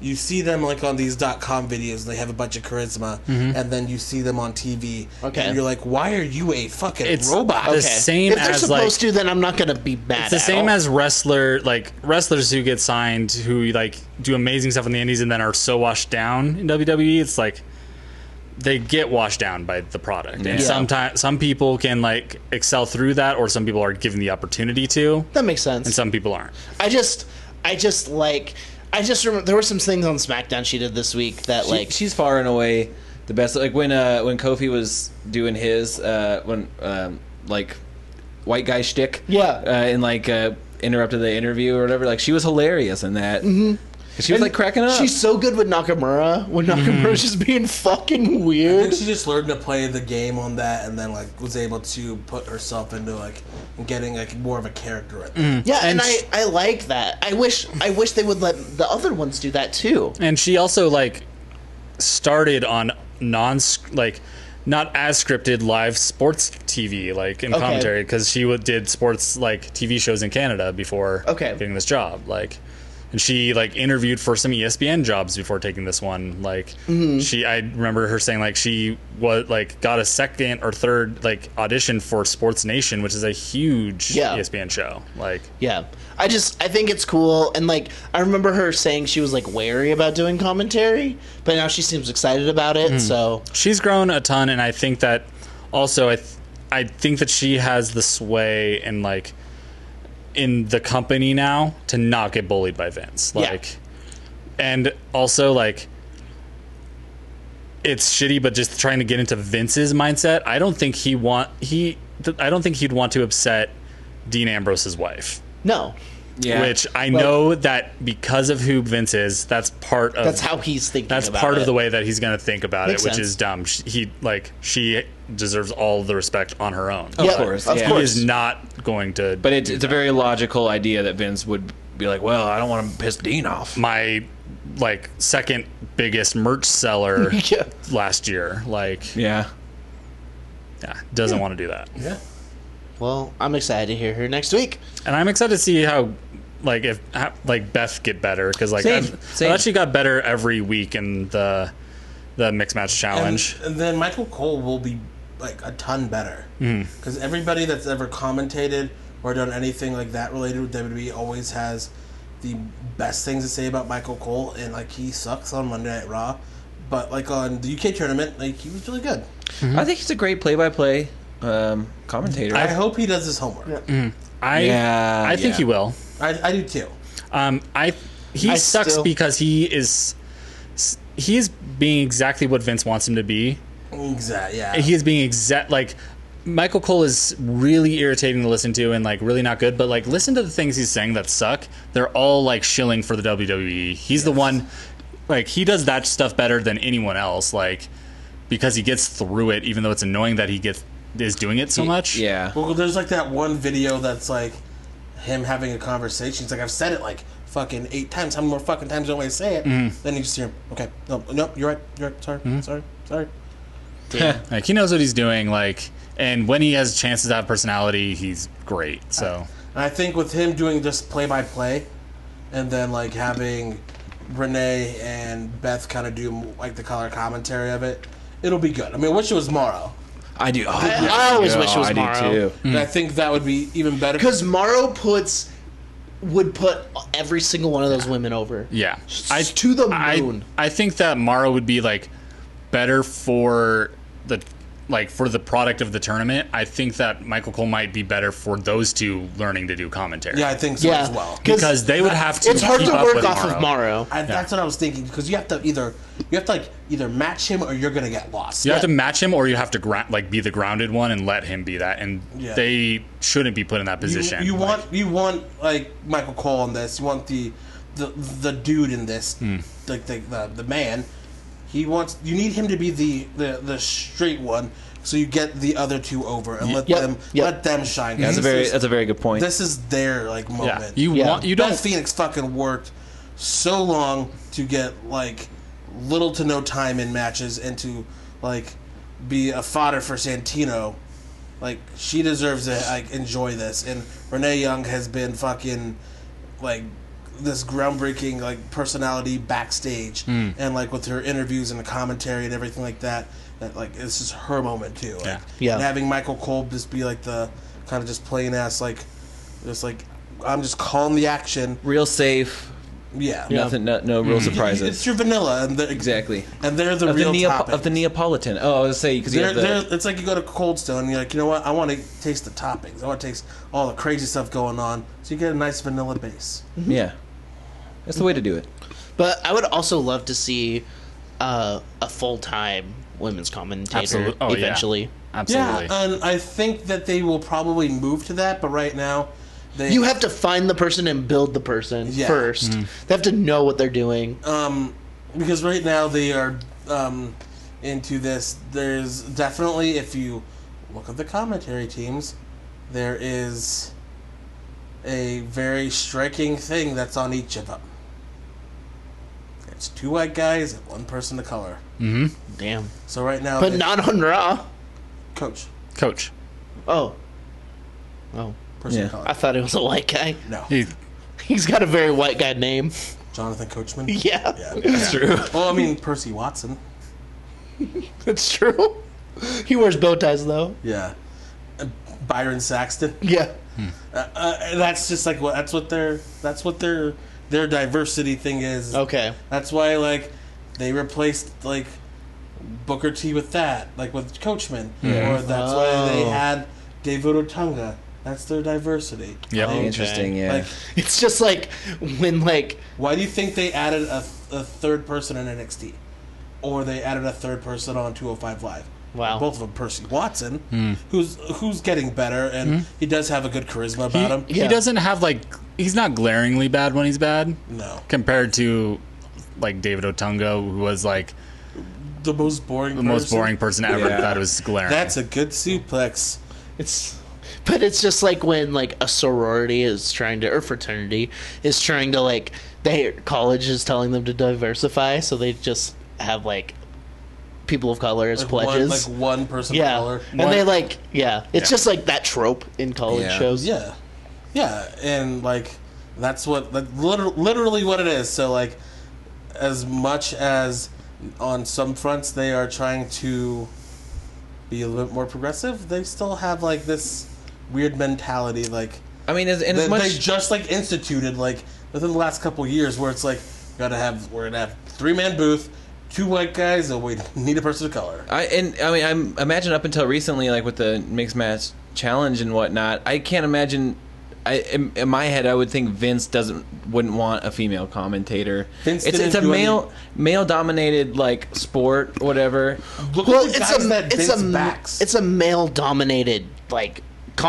you see them like on these dot com videos and they have a bunch of charisma and then you see them on TV
Okay.
and you're like why are you a fucking
It's
robot?
the
okay.
same
if they're
as, like-
supposed to, then I'm not gonna be mad.
it's the
at
same
all.
as wrestler like wrestlers who get signed who like do amazing stuff in the indies and then are so washed down in WWE it's like they get washed down by the product and
Yeah.
sometimes some people can like excel through that or some people are given the opportunity to
that makes sense.
and some people aren't
I just, I just like, I just remember there were some things on SmackDown she did this week that like
like she's far and away the best. Like when uh, when Kofi was doing his uh, when um, like white guy shtick,
Yeah.
uh, and like uh, interrupted the interview or whatever. Like she was hilarious in that. She was like cracking up.
Mm-hmm. she's so good with Nakamura when
Mm-hmm.
Nakamura's just being fucking
I
weird.
think she just learned to play the game on that and then like was able to put herself into like getting like more of a character. in it.
Yeah,
And
and, I,
sh-
I like that. I wish, I wish they would let the other ones do that too.
and she also like started on non like not as scripted live sports TV like in
Okay.
commentary because she w- did sports like TV shows in Canada before
Okay.
getting this job like and she like interviewed for some E ESPN jobs before taking this one like
Mm-hmm.
she I remember her saying like she was like got a second or third like audition for Sports Nation which is a huge E
Yeah.
ESPN show like
Yeah. I just I think it's cool and like I remember her saying she was like wary about doing commentary, but now she seems excited about it.
Mm-hmm.
So
she's grown a ton and i think that also i th- i think that she has the sway and like in the company now to not get bullied by vince
Yeah.
like and also like it's shitty but just trying to get into vince's mindset i don't think he want he th- i don't think he'd want to upset dean ambrose's wife
no.
yeah.
which i know that because of who vince is that's part of
That's how he's thinking
that's
about
part
it.
of the way that he's going to think about
Makes
it, which
sense.
is dumb. She, he like she deserves all the respect on her own.
Yeah,
course,
Of
yeah.
He
course.
is not going to.
but it's, it's a very logical idea that Vince would be like, well, I don't want to piss Dean off.
my like second biggest merch seller
Yeah.
last year. Like, yeah,
Yeah.
doesn't want to do that.
Well, I'm excited to hear her next week.
And I'm excited to see how like if ha- like Beth get better because like
Same,
I've,
same.
I've actually got better every week in the the mixed match
And,
challenge.
and then Michael Cole will be like a ton better because everybody that's ever commentated or done anything like that related with WWE always has the best things to say about Michael Cole, and like he sucks on Monday Night Raw, but like on the UK tournament, like he was really good.
Mm-hmm.
I think he's a great play-by-play um, commentator.
I hope he does his homework.
I
Yeah,
I think
yeah.
he will.
I, I do too.
Um, I he
I
sucks
still-
because he is s- he is being exactly what Vince wants him to be.
Exactly. Yeah.
He is being exact like Michael Cole is really irritating to listen to and like really not good. But like listen to the things he's saying that suck. They're all like shilling for the WWE. He's the one like he does that stuff better than anyone else. Like because he gets through it, even though it's annoying that he gets is doing it so much.
Yeah.
Well, there's like that one video that's like him having a conversation. He's like, I've said it like fucking eight times. How many more fucking times do I say it? Then you just hear him. Okay, no, no, you're right. You're right. Sorry, sorry, sorry.
Like he knows what he's doing. Like and when he has chances to have personality, he's great. So.
And I think with him doing just play by play, and then like having Renee and Beth kind of do like the color commentary of it, it'll be good. I mean, I wish it was Morrow,
I do. Oh,
I always wish it was
I
Morrow.
do too.
and I think that would be even better.
because Morrow puts would put every single one of those women over.
Yeah,
I, to the
I,
moon.
I think that Morrow would be like better for the like for the product of the tournament. I think that Michael Cole might be better for those two learning to do commentary.
yeah, I think so
yeah,
as well.
because they would have to.
it's hard
keep
to
up
work
with
off of Morrow.
I, That's what I was thinking because you have to either you have to like either match him or you're gonna get lost.
You have to match him, or you have to gra- like be the grounded one and let him be that. And
Yeah.
they shouldn't be put in that
You-
position.
You,
Like,
want you want like Michael Cole in this. You want the the the dude in this,
Hmm.
like the, the the man. He wants you need him to be the the the straight one, so you get the other two over and let
Yep,
them
yep.
let them shine. 'Cause
That's a
this
very
is-
that's a very good point.
this is their like moment.
yeah, you
Yeah.
want you
Beth
don't
Phoenix fucking worked so long to get like little to no time in matches and to like be a fodder for Santino. Like she deserves to like enjoy this, and Renee Young has been fucking like this groundbreaking like personality backstage,
Hmm.
and like with her interviews and the commentary and everything like that. That like this is her moment too. Like,
Yeah.
Yeah.
And having Michael Cole just be like the kind of just plain ass like just like I'm just calling the action.
Real safe.
Yeah.
Nothing. No, no real
It's
surprises.
your vanilla, and they're,
Exactly.
and they're the
Of the,
real
Neap-
topic.
of the Neapolitan. Oh, I was saying because you
They're-
have the
they're- it's like you go to Cold Stone, and you're like, you know what? I want to taste the toppings. I want to taste all the crazy stuff going on, so you get a nice vanilla base.
yeah. That's the way to do it.
But I would also love to see uh, a full time women's commentator
Absolute- oh, yeah.
eventually.
absolutely.
Yeah, and I think that they will probably move to that, but right now, they
You have to find the person and build the person
Yeah.
1st
Mm-hmm.
They have to know what they're doing.
um, because right now they are um, into this. There's definitely, if you look at the commentary teams, there is a very striking thing that's on each of them. It's two white guys and one person of color.
Damn.
So right now,
But
they-
not on Raw.
coach
Coach,
Oh. Oh.
person
Yeah.
of
I
color.
thought it was a white guy.
No,
he,
He's got a very white guy name.
Jonathan Coachman.
Yeah.
That's true. Well, I mean Percy Watson.
That's true. He wears bow ties though.
Yeah, Uh, Byron Saxton.
Yeah.
Uh, uh, that's just like what that's what their that's what their their diversity thing is.
Okay.
That's why like they replaced like Booker T with that, like with Coachman, or that's why they
Oh.
had David Otunga. That's their diversity.
Yep.
Like,
Interesting. Yeah.
like,
It's just like when like
why do you think they added a, a third person in NXT, or they added a third person on 205 Live?
Wow.
both of them Percy Watson, who's who's getting better, and he does have a good charisma
he,
about him.
he
Yeah.
doesn't have like he's not glaringly bad when he's bad.
no,
compared to like David Otungo, who was like
the most boring,
the most boring person ever.
Yeah.
That was glaring.
That's a good suplex.
it's but it's just like when like a sorority is trying to or fraternity is trying to like they college is telling them to diversify, so they just have like people of color as
Like one,
pledges.
like one person of
yeah.
color.
And they like yeah. It's
Yeah.
just like that trope in college
Yeah.
shows.
Yeah, yeah, and like That's what that liter- literally what it is. So like, as much as on some fronts they are trying to be a little bit more progressive, they still have like this weird mentality. Like
I mean, as, and
they,
as much
they just like instituted like within the last couple years where it's like gotta have we're gonna have three man booth, two white guys, and we need a person of color.
I and I mean, I'm imagine up until recently, like with the mixed match challenge and whatnot. I can't imagine. I in, in my head, I would think Vince doesn't wouldn't want a female commentator.
Vince
it's it's a
didn't do any-
male male dominated like sport, whatever.
Look
Well,
at the
it's
guys
a
that
it's
Vince
a
backs.
it's a male dominated like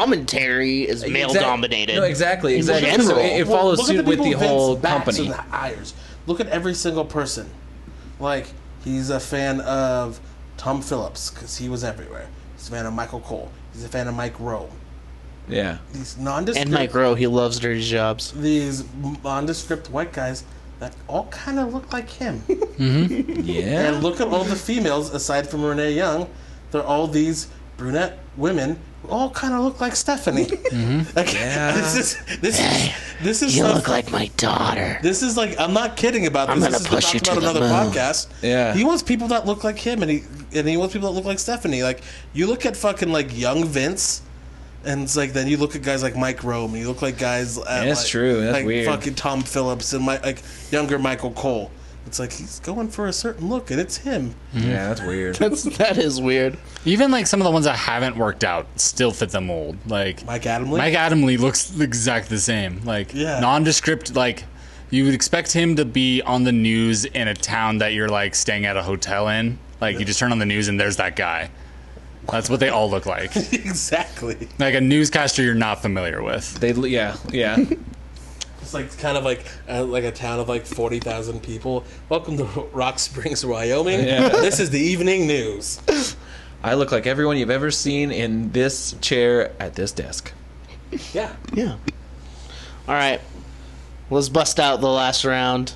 commentary is male
Exact-
dominated.
No, exactly, exactly.
general.
So it, it
Well,
follows
look at
suit with the
people Vince
whole
backs
company.
and hires. Look at every single person. Like he's a fan of Tom Phillips because he was everywhere. He's a fan of Michael Cole. He's a fan of Mike Rowe.
Yeah,
These nondescript
And Mike Rowe, he loves dirty jobs.
these nondescript white guys that all kind of look like him.
yeah.
and look at all the females aside from Renee Young. They're all these brunette women who all kind of look like Stephanie. Like, This is this is this is
Mm-hmm. You
stuff-
look like my daughter.
this is like I'm not kidding about this.
I'm gonna
this
push
is
you
talked
to
about
the
another
moon.
podcast.
Yeah.
he wants people that look like him, and he and he wants people that look like Stephanie. Like you look at fucking like young Vince, and it's like then you look at guys like Mike Rome, and you look like guys. At,
that's
like-
true. That's
like
weird.
Fucking Tom Phillips and my, like younger Michael Cole. It's like he's going for a certain look, and it's him.
Yeah, that's weird.
That's that is weird.
Even like some of the ones that haven't worked out still fit the mold. Like
Mike Adamley.
Mike Adamley looks exactly the same. Like
Yeah.
nondescript. Like you would expect him to be on the news in a town that you're like staying at a hotel in. Like you just turn on the news and there's that guy. That's what they all look like.
exactly.
like a newscaster you're not familiar with.
They yeah yeah.
It's like kind of like uh, like a town of like forty thousand people. Welcome to Rock Springs, Wyoming.
Yeah.
This is the evening news.
I look like everyone you've ever seen in this chair at this desk.
Yeah.
Yeah. All right. Let's bust out the last round.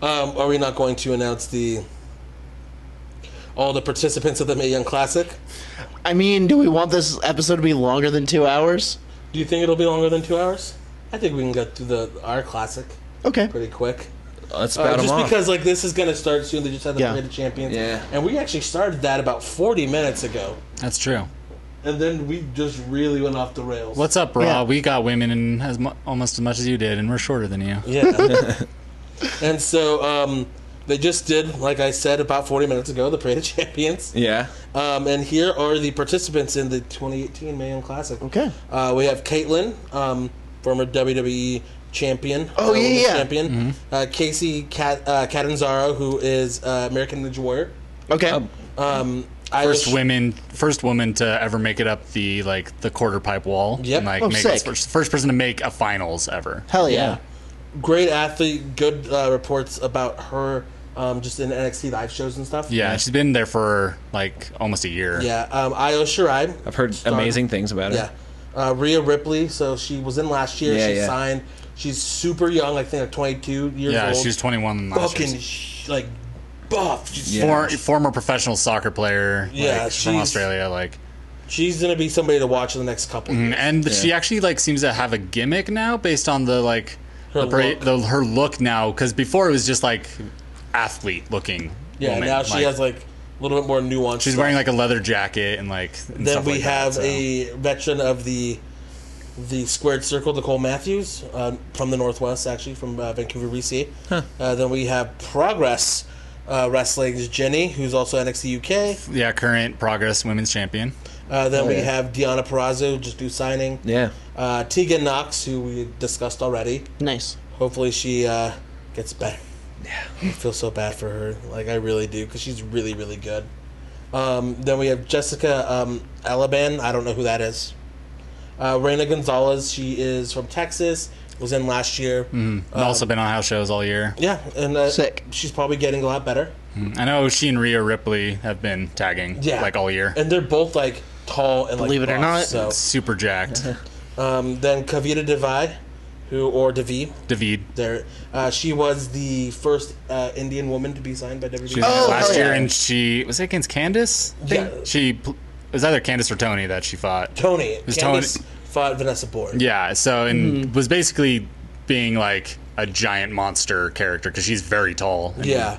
Um, are we not going to announce the all the participants of the May Young Classic?
I mean, do we want this episode to be longer than two hours?
Do you think it'll be longer than two hours? I think we can get through the our classic
Okay.
pretty quick.
Let's
Uh,
bat them
just
off.
because like this is gonna start soon. They just had the
Yeah.
Parade of Champions.
Yeah.
And we actually started that about forty minutes ago.
That's true.
And then we just really went off the rails.
What's up, Raw?
Yeah.
We got women in as mu- almost as much as you did, and we're shorter than you.
Yeah. and so um, they just did, like I said about 40 minutes ago, the Parade of Champions.
yeah.
Um, and here are the participants in the 2018 Mayhem Classic.
Okay.
Uh, we have Caitlyn, um, former WWE champion.
Oh,
uh,
yeah,
women's
yeah.
Champion. Uh, Casey Cat, uh, Catanzaro, who is uh, American Ninja Warrior.
Okay.
Um,
Um,
First
Irish-
women, first woman to ever make it up the like the quarter pipe wall.
Yep.
And, like
Oh,
make
sick.
First, first person to make a finals ever.
Hell yeah.
Great athlete. Good uh, reports about her um, just in NXT live shows and stuff.
Yeah, she's been there for like almost a year.
Yeah. Um, Io Shirai.
I've heard
Star-
amazing things about it.
Yeah. Uh, Rhea Ripley, so she was in last year.
Yeah,
she
yeah.
signed. She's super young, I think like 22 years
Yeah,
old.
she was 21 last
fucking
year.
sh- like buff. She's,
Yeah.
For, former professional soccer player.
Yeah,
like, from
she's-
Australia. Like,
she's gonna be somebody to watch in the next couple. years.
and she actually like seems to have a gimmick now based on the like
Her
the bra-
look.
the- her look now because before it was just like athlete looking.
Yeah,
woman,
now she
like,
has like a little bit more nuance.
She's wearing like a leather jacket and like. and
Then
stuff
we
like that,
have
so.
a veteran of the the squared circle, Nicole Matthews, uh, from the northwest, actually from uh, Vancouver, BC. Uh, then we have Progress uh, Wrestling's Jenny, who's also NXT UK.
yeah current progress women's champion.
Uh, then we
yeah.
have Deanna Perrazzo just do signing.
Yeah.
Uh, Tegan Knox, who we discussed already.
Nice.
Hopefully she uh, gets better. Yeah. I feel so bad for her. Like, I really do, because she's really, really good. Um, then we have Jessica um, Alaban. I don't know who that is. Uh, Reina Gonzalez. She is from Texas. Was in last year. Um,
also been on house shows all year.
Yeah, and uh,
Sick.
She's probably getting a lot better.
I know she and Rhea Ripley have been tagging
Yeah,
like all year.
And they're both like tall and like,
Believe it or
buff,
not,
So
Super jacked.
um, then Kavita Devi, who or Devi,
David
There, uh, she was the first uh, Indian woman to be signed by E. WWE.
She was in it last
hell yeah.
year, and she was it against Candace. I think?
Yeah.
She pl- it was either Candace or Tony that she fought.
Tony.
was
Candice
Tony-
fought Vanessa Bourne.
Yeah, so and was basically being like a giant monster character because she's very tall. and
Yeah.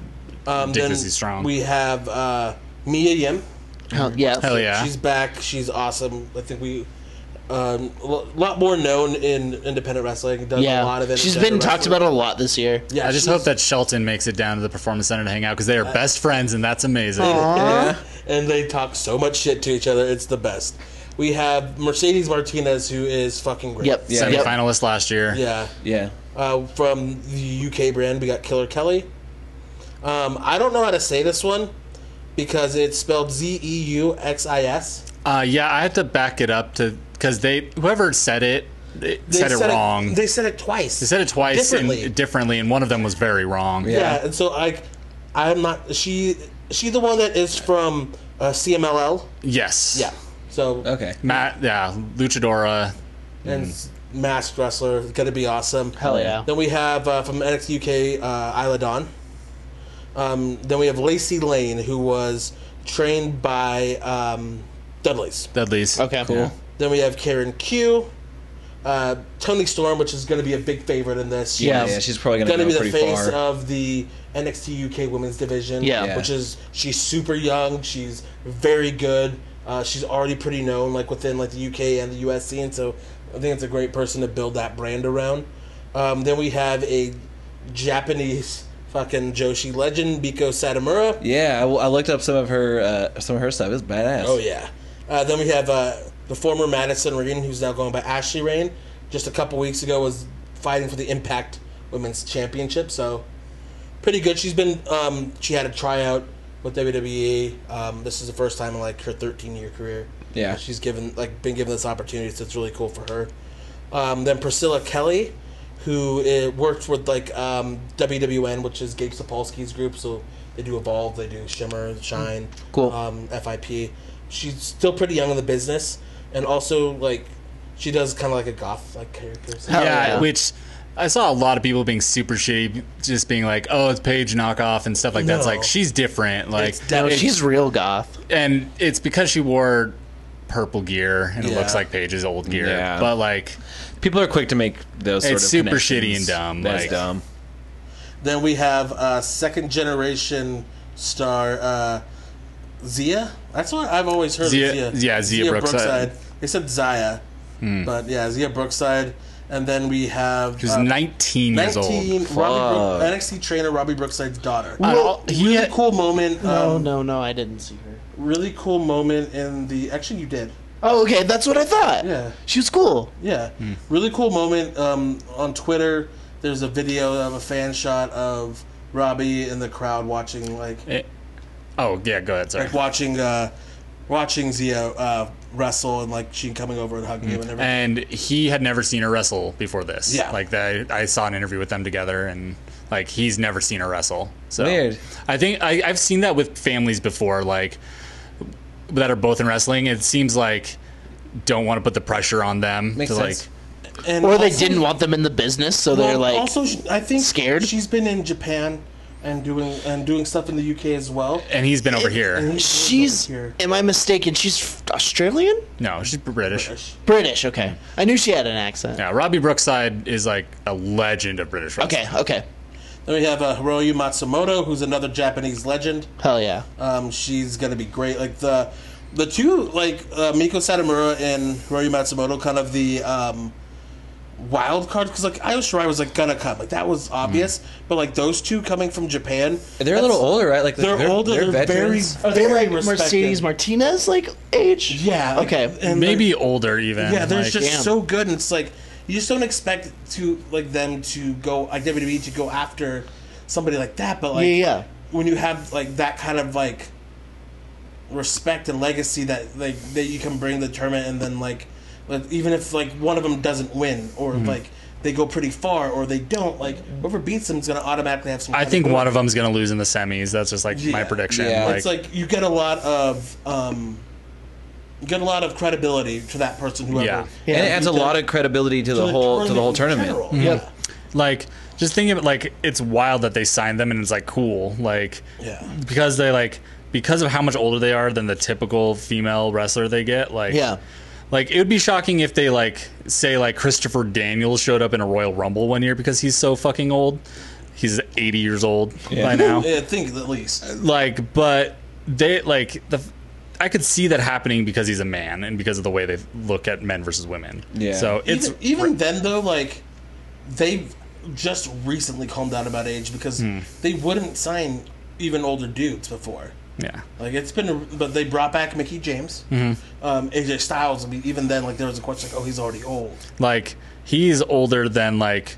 Um, then
Ridiculously strong.
we have uh, Mia Yim.
Hell yeah.
Hell yeah.
She's back. She's awesome. I think we um, a lo- lot more known in independent wrestling. Done
Yeah.
a lot of it.
She's been talked about a lot this year.
Yeah,
I just
she's- Uh,
hope that Shelton makes it down to the performance center to hang out because they are best friends and that's amazing.
Yeah. And they talk so much shit to each other. It's the best. We have Mercedes Martinez, who is fucking great.
Yep.
Yeah.
Yep.
Semi-finalist last year.
Yeah.
Yeah.
Uh, from the UK brand, we got Killer Kelly. Um, I don't know how to say this one because it's spelled Z E U X I S.
Uh, yeah, I had to back it up to because they whoever said it they
They
said, it wrong. they,
They said it twice.
said it twice differently.
differently.
differently, and one of them was very wrong.
Yeah. and so like, I'm not she. She the one that is from uh, CMLL.
Yes.
Yeah. So
Mm.
Okay.
Matt. Yeah. Luchadora.
and s- masked wrestler, gonna be awesome.
Hell yeah.
Then we have uh, from NXT UK, uh, Isla Dawn. Um, then we have Lacey Lane, who was trained by um, Dudley's.
Dudley's.
Okay. Cool.
Then we have Karen Q, uh, Tony Storm, which is going to be a big favorite in this. She's
Yeah.
Yeah, she's probably gonna,
Going to be
go
the
pretty
face
far.
of the NXT UK Women's Division.
Yeah. Yeah.
which is she's super young. She's very good. Uh, she's already pretty known, like within like the UK and the US scene. So I think it's a great person to build that brand around. Um, then we have a Japanese fucking Joshi legend, Biko Satomura.
yeah, I, I looked up some of her uh, some of her stuff. It's badass.
Oh yeah. Uh, then we have uh, the former Madison Rain, who's now going by Ashley Rain. Just a couple weeks ago, was fighting for the Impact Women's Championship, so pretty good. She's been um, she had a tryout with WWE. Um, this is the first time in like her 13 year career.
Yeah.
that she's given like been given this opportunity, so it's really cool for her. Um, then Priscilla Kelly, who uh, worked with like um, WWN, which is Gabe Sapolsky's group, so they do Evolve, they do Shimmer, Shine,
Cool.
um, FIP. She's still pretty young in the business, and also like she does kind of like a goth like character. so-
Hell
yeah,
Oh, yeah.
which I saw a lot of people being super shitty, just being like, "Oh, it's Paige knockoff" and stuff like that. It's
No.
like she's different, like,
It's
No,
definitely-
she's real goth.
and it's because she wore purple gear and it
Yeah.
looks like Paige's old gear.
Yeah.
But like,
People are quick to make those. Sort
It's
of
super
connections.
shitty and dumb,
That's
like-
dumb.
Then we have uh, second generation star uh, Zia. That's what I've always heard.
Zia-
of Zia.
yeah, Zia Brookside. Hmm.
They said Zia, but yeah, Zia Brookside. And then we have
she's
uh,
19 years old.
19 Robbie Brook, NXT trainer Robbie Brookside's daughter.
Uh, all- he
really
had-
cool moment.
Oh
um,
no, no, I didn't see her.
Really cool moment in the. Actually, you did.
Oh, okay, that's what I thought.
Yeah.
She was cool.
Yeah,
Hmm.
really cool moment um, on Twitter. There's a video of a fan shot of Robbie in the crowd watching like
Eh, oh yeah, go ahead. Sorry.
like watching uh, watching Zia uh, wrestle and like she coming over and hugging him and everything.
and he had never seen her wrestle before this.
Yeah.
like that. I saw an interview with them together, and like he's never seen her wrestle. So
Weird.
I think I, I've seen that with families before, like that are both in wrestling. It seems like don't want to put the pressure on them
Makes
to
sense.
like.
And
Mm. Or they
also-
didn't want them in the business, so they're
Well,
like,
also sh- I think
scared.
She's been in Japan and doing and doing stuff in the UK as well.
And he's been over here.
And he's
she's.
here.
Am I mistaken? She's f- Australian,
No, she's British.
British. Okay, I knew she had an accent.
Yeah, Robbie Brookside is like a legend of British wrestling.
Okay, okay,
Then we have uh, Hiroyu Matsumoto, who's another Japanese legend.
hell yeah.
Um, she's gonna be great. Like the the two like uh, Miko Satomura and Hiroyu Matsumoto, kind of the um, wild card because like Io Shirai was like gonna come, like that was
Hmm.
obvious. But like those two coming from Japan,
They're a little
that's-
older, right? Like
They're, older. They're, very,
veterans.
very
They're like
respected.
Mercedes Martinez, like age.
Yeah. like,
Okay.
and
Maybe older even.
Yeah, they're
like-
just
Damn.
so good, and it's like you just don't expect to like them to go like WWE to go after somebody like that. But like,
Yeah, yeah.
when you have like that kind of like respect and legacy that like that you can bring to the tournament, and then like, like even if like one of them doesn't win or
Mm-hmm.
like they go pretty far or they don't, like whoever beats them is going to automatically have some.
I
kind
think
of
one of them's gonna lose in the semis. That's just like my
Yeah.
prediction.
Yeah.
Like,
it's like you get a lot of um, you get a lot of credibility to that person. Whoever.
Yeah.
Yeah.
and it adds a lot of credibility to, the, whole to the whole tournament. Mm-hmm.
in general.
Yep.
like just thinking about like it's wild that they signed them and it's like cool like
Yeah.
because they like because of how much older they are than the typical female wrestler they get like
Yeah.
Like it would be shocking if they like say like Christopher Daniels showed up in a Royal Rumble one year because he's so fucking old. He's 80 years old by now.
Yeah, I think at least.
like but they like the I could see that happening because he's a man and because of the way they look at men versus women.
Yeah.
So it's
even, even then though, like they've just recently calmed down about age because they wouldn't sign even older dudes before.
yeah.
Like it's been, a, but they brought back Mickey James, um, AJ Styles. I mean, even then, like there was a question, like, oh, he's already old.
Like he's older than like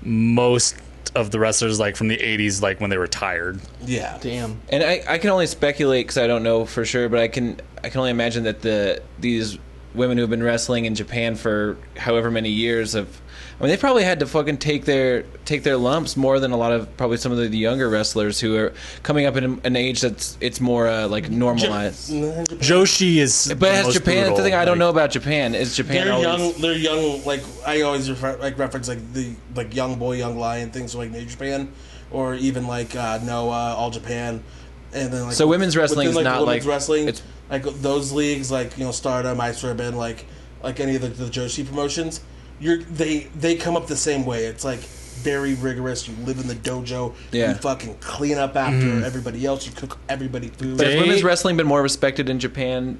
most of the wrestlers like from the 80s like when they retired.
Yeah,
Damn.
And I, I can only speculate because I don't know for sure, but I can I can only imagine that the these women who've been wrestling in Japan for however many years have I mean they probably had to fucking take their take their lumps more than a lot of probably some of the younger wrestlers who are coming up in an age that's it's more uh, like normalized.
Joshi is
But
the
that's
most
Japan. That's the
brutal,
thing I don't
like-
know about Japan is Japan
they're
always
young. They're young. Like I always refer, like reference like the like young boy, young lion things like New Japan, or even like uh, Noah, All Japan, and then like
So women's wrestling is not,
women's
like-
wrestling.
it's-
like those leagues, like you know Stardom, Ice Ribbon, like like any of the, the Joshi promotions. You're they they come up the same way. It's like very rigorous. You live in the dojo.
Yeah.
You fucking clean up after
Mm-hmm.
everybody else. You cook everybody food.
But has
They-
women's wrestling been more respected in Japan?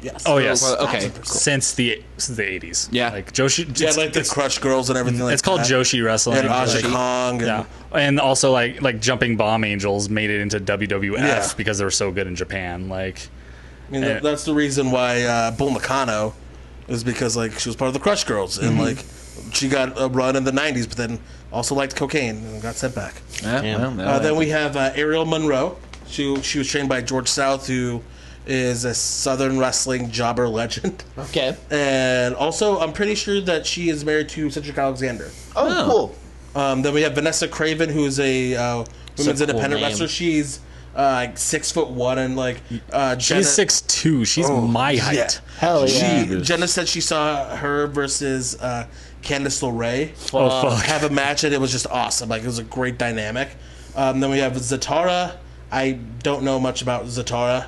yes.
Oh yes.
Well, okay.
Since the since the 80s.
Yeah.
Like Joshi
Yeah,
it's,
like the
it's-
Crush Girls and everything like
it's called
that.
Joshi wrestling.
And
Like,
Aja Kong. And,
Yeah, and also like like jumping bomb angels made it into WWF
Yeah.
because they were so good in Japan. Like,
I mean, that, that's the reason why uh, Bull Nakano is because like she was part of the Crush Girls
Mm-hmm.
and like she got a run in the '90s, but then also liked cocaine and got sent back.
Yeah, well, no,
Uh, then we have uh, Ariel Monroe. She she was trained by George South, who is a Southern wrestling jobber legend,
Okay.
and also I'm pretty sure that she is married to Cedric Alexander.
Oh, cool.
Um, then we have Vanessa Craven, who's a uh, women's
cool
independent
name.
wrestler. She's uh, like six foot one and like uh, Jenna-
she's six two. She's
Oh,
my height.
Hell yeah.
She, Jenna said she saw her versus uh, Candice LeRae uh,
Oh fuck.
have a match, and it was just awesome. Like it was a great dynamic. Um, then we have Zatara. I don't know much about Zatara.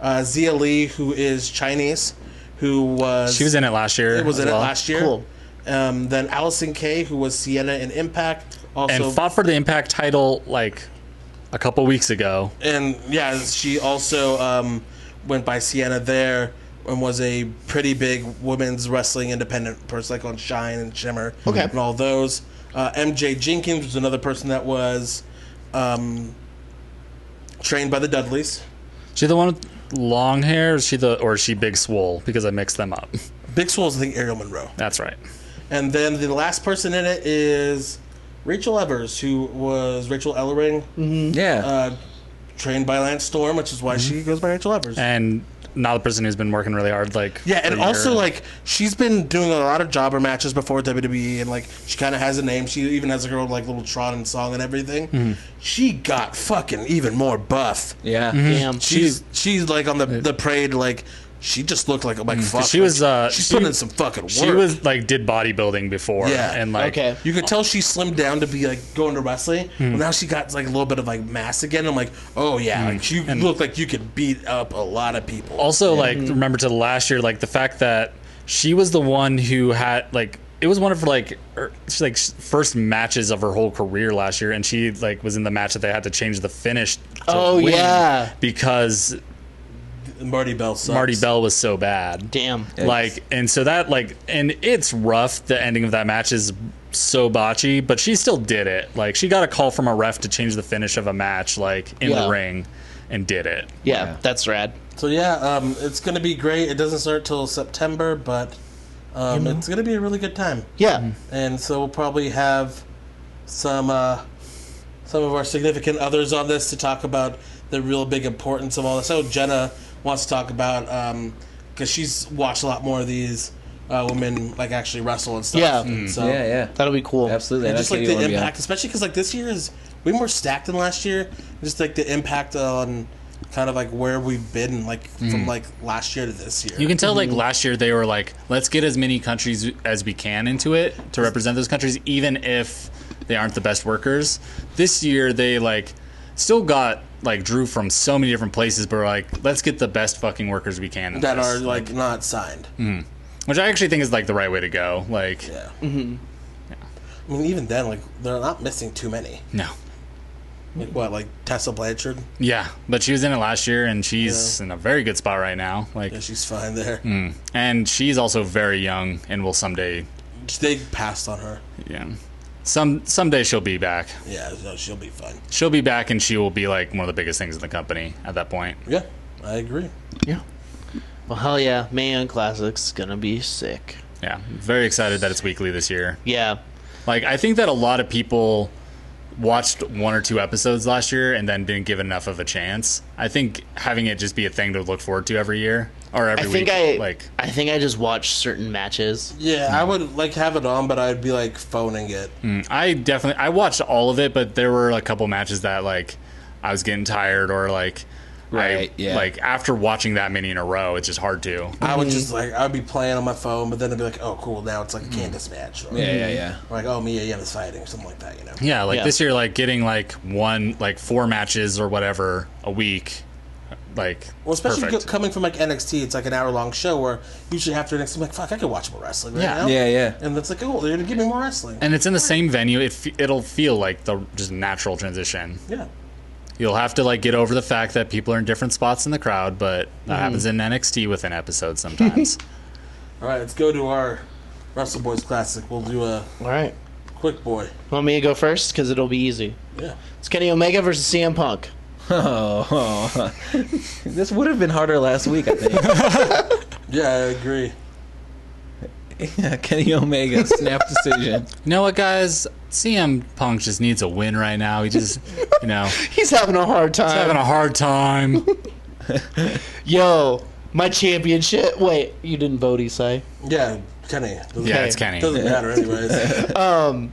Uh, Zia Lee, who is Chinese, who was
She was in it last year.
it was
as
in
well.
it last year.
Cool.
Um, then Allison Kay, who was Sienna in Impact,
and
also
fought for the Impact title like a couple weeks ago.
and yeah, she also um, went by Sienna there and was a pretty big women's wrestling independent person, like on Shine and Shimmer,
Okay.
and all those. Uh, MJ Jenkins was another person that was um, trained by the Dudleys.
She the one with long hair. Or is she the or is she big swole? Because I mixed them up.
Big Swole's I think Ariel Monroe,
That's right.
and then the last person in it is Rachel Evers, who was Rachel Ellering,
yeah.
uh, trained by Lance Storm, which is why she goes by Rachel Evers.
And now the person who's been working really hard. Like
Yeah,
for a
and
year.
also like she's been doing a lot of jobber matches before WWE, and like she kind of has a name. She even has like, her own like little trot and song and everything.
Mm-hmm.
She got fucking even more buff.
yeah.
Damn.
She's she's like on the the parade like she just looked like like fuck.
She was,
like,
uh,
she's
she-
putting in some fucking work.
she was like did bodybuilding before.
Yeah.
And like
Okay.
You could tell she slimmed down to be like going to wrestling.
Mm.
But now she got like a little bit of like mass again. I'm like, oh yeah,
Mm.
like you look like you could beat up a lot of people.
also like remember to last year like the fact that she was the one who had like it was one of her like er, she, like s- first matches of her whole career last year and she like was in the match that they had to change the finish to
Oh,
win
yeah.
because
Marty Bell sucks.
Marty Bell was so bad
Damn.
like and so that like and it's rough the ending of that match is so botchy but she still did it like she got a call from a ref to change the finish of a match like in
Yeah.
the ring and did it
Yeah, that's rad.
So yeah, um, it's gonna be great. It doesn't start till September, but um, it's gonna be a really good time.
Yeah.
And so we'll probably have some uh, some of our significant others on this to talk about the real big importance of all this. So Jenna wants to talk about because she's watched a lot more of these uh, women like actually wrestle and stuff.
Yeah.
And so
yeah, Mm. yeah.
That'll be cool.
Absolutely.
and
that's
just
what
like
you
the
wanna be on.
impact, especially because like this year is way more stacked than last year. Just like the impact on kind of like where we've been, like from like last year to this year.
Mm. You can tell, like last year, they were like, "Let's get as many countries as we can into it to represent those countries, even if they aren't the best workers." This year, they like still got like drew from so many different places, but were like, mm. "Let's get the best fucking workers we can." in
that
this."
are like not signed.
which I actually think is like the right way to go. Like,
Yeah. Mm-hmm. I mean, even then, like they're not missing too many.
no,
Like what, like Tessa Blanchard?
yeah, but she was in it last year, and she's
Yeah.
in a very good spot right now. Like,
Yeah, she's fine there.
Mm. and she's also very young, and will someday,
They passed on her.
yeah, some someday she'll be back.
Yeah, so she'll be fine.
She'll be back, and she will be like one of the biggest things in the company at that point.
Yeah, I
Mm-hmm.
agree.
Yeah. Well, hell yeah, Man Classics gonna be sick.
Yeah, very excited that it's weekly this year.
Yeah.
Like, I think that a lot of people watched one or two episodes last year and then didn't give enough of a chance. I think having it just be a thing to look forward to every year or every
I think
week,
I
like,
I think I just watched certain matches.
Yeah, I would like have it on, but I'd be like phoning it.
Mm.
I definitely I watched all of it, but there were a couple matches that like I was getting tired or like.
Right,
I,
yeah.
Like after watching that many in a row, it's just hard to.
I would just like I'd be playing on my phone, but then I'd be like, oh cool, now it's like a
Mm.
Candace match. Or,
Yeah, yeah, yeah.
or, like oh Mia Yim is fighting, or something like that. You know.
Yeah, like
Yeah.
this year, like getting like one, like four matches or whatever a week, like
Well, especially
perfect.
co- coming from like NXT, it's like an hour long show where usually after NXT, I'm like, fuck, I could watch more wrestling right
Yeah.
now.
Yeah, yeah.
And that's like, oh, they're gonna give me more wrestling.
and it's in the same venue. It f- it'll feel like the just natural transition.
yeah.
You'll have to like get over the fact that people are in different spots in the crowd, but that
Mm-hmm.
happens in NXT with an episode sometimes.
All right, let's go to our Wrestle Boys Classic. We'll do a
All right.
quick boy.
Want me to go first? Because it'll be easy.
Yeah.
It's Kenny Omega versus CM Punk.
Oh, this would have been harder last week, I think.
Yeah, I agree.
yeah, Kenny Omega snap decision.
you know what, guys? CM Punk just needs a win right now. He just, you know, he's
He's having a hard time.
having a hard time.
Yo, my championship. Wait, you didn't vote, Isai.
Yeah, Kenny. Doesn't,
Yeah,
Okay.
it's Kenny.
doesn't matter anyways.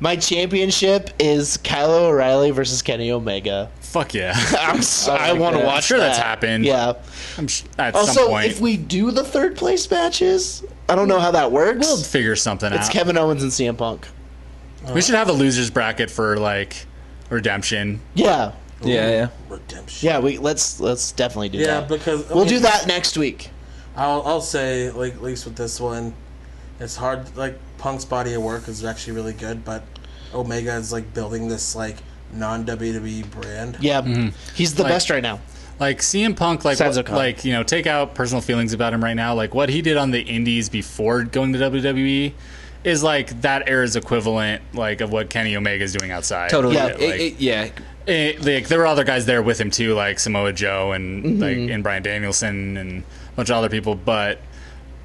My championship is Kyle O'Reilly versus Kenny Omega.
Fuck yeah!
I'm, si want to
that.
watch.
Sure
that.
that's happened.
Yeah.
I'm sh- at some
Also,
point,
Oh, if we do the third place matches, I don't know how that works.
we'll figure something
it's
out.
Kevin Owens and CM Punk.
We should have a losers bracket for like redemption.
Yeah,
Yeah, yeah.
Redemption.
yeah. We let's let's definitely do
Yeah,
that.
because I
we'll
mean,
do that next week.
I'll, I'll say like at least with this one, it's hard. Like Punk's body of work is actually really good, but Omega is like building this like non WWE brand.
Yeah, he's
Mm-hmm.
the
Like-
best right now.
Like CM Punk, like
Sans
what-
O'Connor.
like you know, take out personal feelings about him right now. Like what he did on the Indies before going to WWE is like that era's equivalent, like of what Kenny Omega is doing outside.
Totally.
Yeah.
Yeah.
Like,
It- it- yeah.
it- Eh, like there were other guys there with him too, like Samoa Joe and like and Brian Danielson and a bunch of other people, but.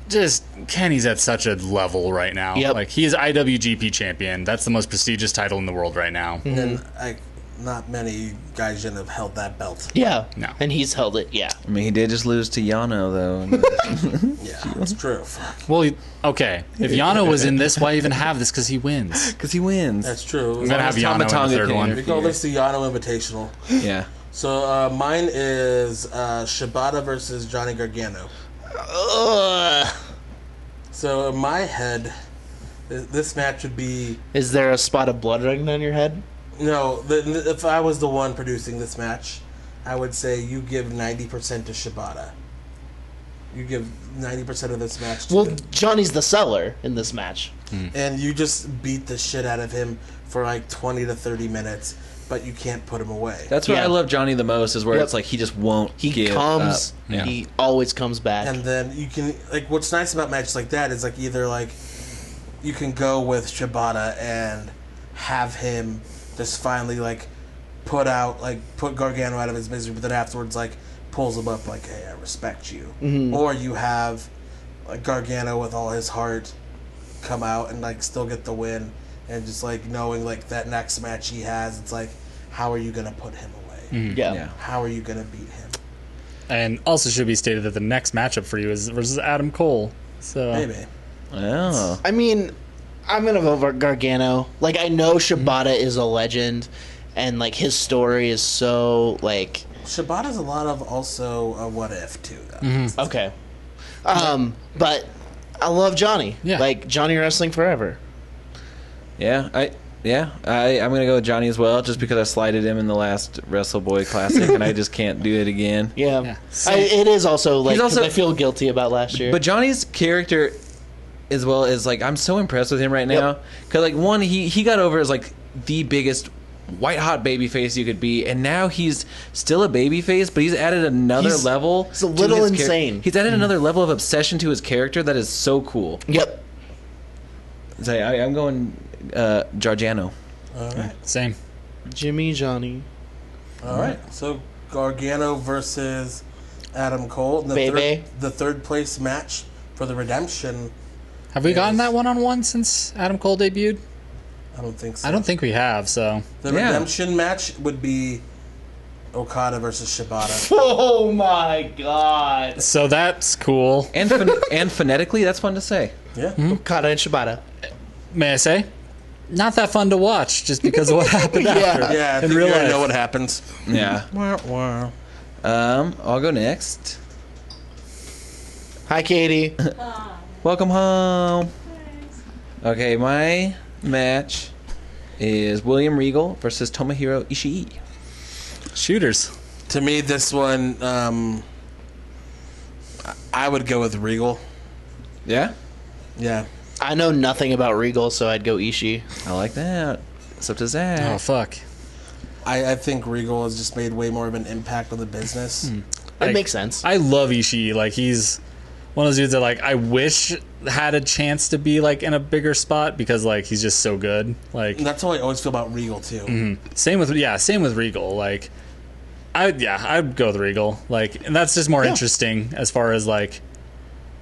Just Kenny's at such a level right now.
Yep.
Like he is IWGP champion. That's the most prestigious title in the world right now.
And like, not many guys should have held that belt.
Yeah,
No.
and he's held it. Yeah,
I mean, he did just lose to Yano, though. and-
Yeah, that's true. Fuck,
Well, he- okay. If Yano was in this, why even have this? Because he wins.
Because he wins.
That's true.
I'm gonna have
Tama
Yano in the
Tonga
third
can
one.
interfere.
Regardless, the Yano Invitational.
Yeah.
So uh, mine is uh, Shibata versus Johnny Gargano.
Ugh.
So in my head, th- this match would be
is there a spot of blood running down your head?
no. th th- if I was the one producing this match, I would say you give ninety percent to Shibata. You give ninety percent of this match, to
Well,
him.
Johnny's the seller in this match.
and you just beat the shit out of him for like twenty to thirty minutes, but you can't put him away.
That's where
Yeah.
I love Johnny the most, is where
Yep.
it's like he just won't
He
give
comes.
up.
Yeah.
He always comes back.
and then you can like what's nice about matches like that is like either like you can go with Shibata and have him just finally like put out like put Gargano out of his misery, but then afterwards like pulls him up like hey I respect you, or you have like Gargano with all his heart come out and like still get the win, and just like knowing like that next match he has, it's like how are you gonna put him away?
yeah.
Yeah.
How are you gonna beat him?
And also should be stated that the next matchup for you is versus Adam Cole. So
Maybe.
Oh.
I mean, I'm gonna vote for Gargano. Like I know Shibata is a legend, and like his story is so like
Shibata's a lot of also a what if too. Though.
Mm-hmm.
okay. Um, but I love Johnny.
Yeah.
Like Johnny wrestling forever.
Yeah. I. Yeah, I, I'm gonna go with Johnny as well, just because I slided him in the last Wrestle Boy Classic, and I just can't do it again.
Yeah.
Yeah.
I, it is also like 'cause
also-
I feel guilty about last year.
But Johnny's character as well as like I'm so impressed with him right now because like one he he got over as like the biggest white hot baby face you could be and now he's still a baby face but he's added another
He's-
level
he's a
to
little
his char-
insane. Mm-hmm.
he's added another level of obsession to his character that is so cool
Yep.
so I, I'm going uh Giorgiano
Same.
Jimmy Johnny.
All right. So Gargano versus Adam Cole. The
Baby.
Third, the third place match for the redemption.
Have we gotten
is.
that one on one since Adam Cole debuted?
I don't think so.
I don't think we have. So
the
Yeah.
redemption match would be Okada versus Shibata.
Oh my god.
so that's cool.
and phon- and phonetically that's fun to say
Yeah.
Kata and Shibata.
May I say? Not that fun to watch, just because of what happened.
Yeah.
Yeah. I think
real
you already
life.
know what happens.
yeah um I'll go next
Hi, Katie.
Welcome home. Okay, my match is William Regal versus Tomohiro Ishii.
Shooters.
To me, this one, um, I- I would go with Regal.
Yeah,
Yeah.
I know nothing about Regal, so I'd go Ishii.
I like that. It's up to Zach.
Oh fuck.
I, I think Regal has just made way more of an impact on the business.
Hmm.
That
Like,
makes sense.
I love Ishii. Like he's one of those dudes that like I wish had a chance to be like in a bigger spot because like he's just so good. Like
And that's how I always feel about Regal too.
same with yeah, same with Regal. Like I yeah, I'd go with Regal. Like and that's just more interesting as far as like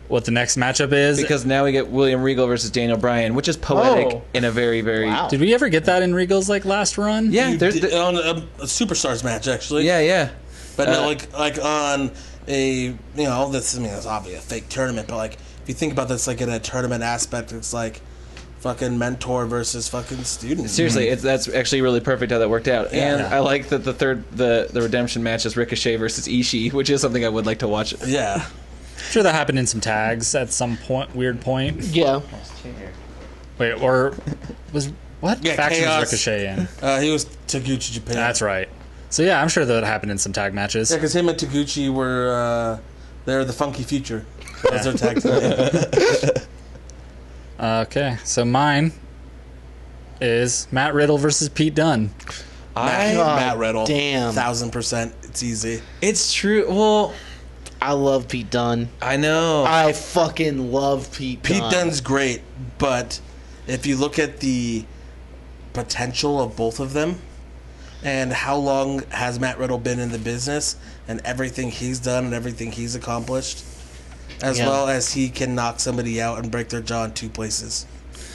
what the next matchup is.
Because now we get William Regal versus Daniel Bryan, which is poetic
Oh.
in a very, very.
Wow.
did we ever get that in Regal's like last run?
Yeah,
You
there's,
did- on a, a uh, superstars match actually.
yeah, yeah.
but
uh,
not like like on a you know all this. I mean, it's obviously a fake tournament, but like if you think about this, like in a tournament aspect, it's like fucking mentor versus fucking student.
Seriously, it's, that's actually really perfect how that worked out.
Yeah.
And I like that the third, the the redemption match is Ricochet versus Ishii, which is something I would like to watch.
Yeah.
I'm sure that happened in some tags at some point weird point.
yeah.
Wait, or was what
Yeah,
faction
Chaos.
was Ricochet in?
Uh, he was Taguchi Japan.
That's right. So yeah, I'm sure that happened in some tag matches.
Yeah, because him and Taguchi were uh, they're the Funky Future. That was their tag team name.
Okay, so mine is Matt Riddle versus Pete Dunn.
Matt,
God
Matt Riddle.
damn.
Thousand percent. It's easy.
It's true. Well,
I love Pete Dunn.
I know.
I fucking love Pete.
Uh, Pete
Dunn.
Dunne's great, but if you look at the potential of both of them and how long has Matt Riddle been in the business and everything he's done and everything he's accomplished, as
Yeah.
well as he can knock somebody out and break their jaw in two places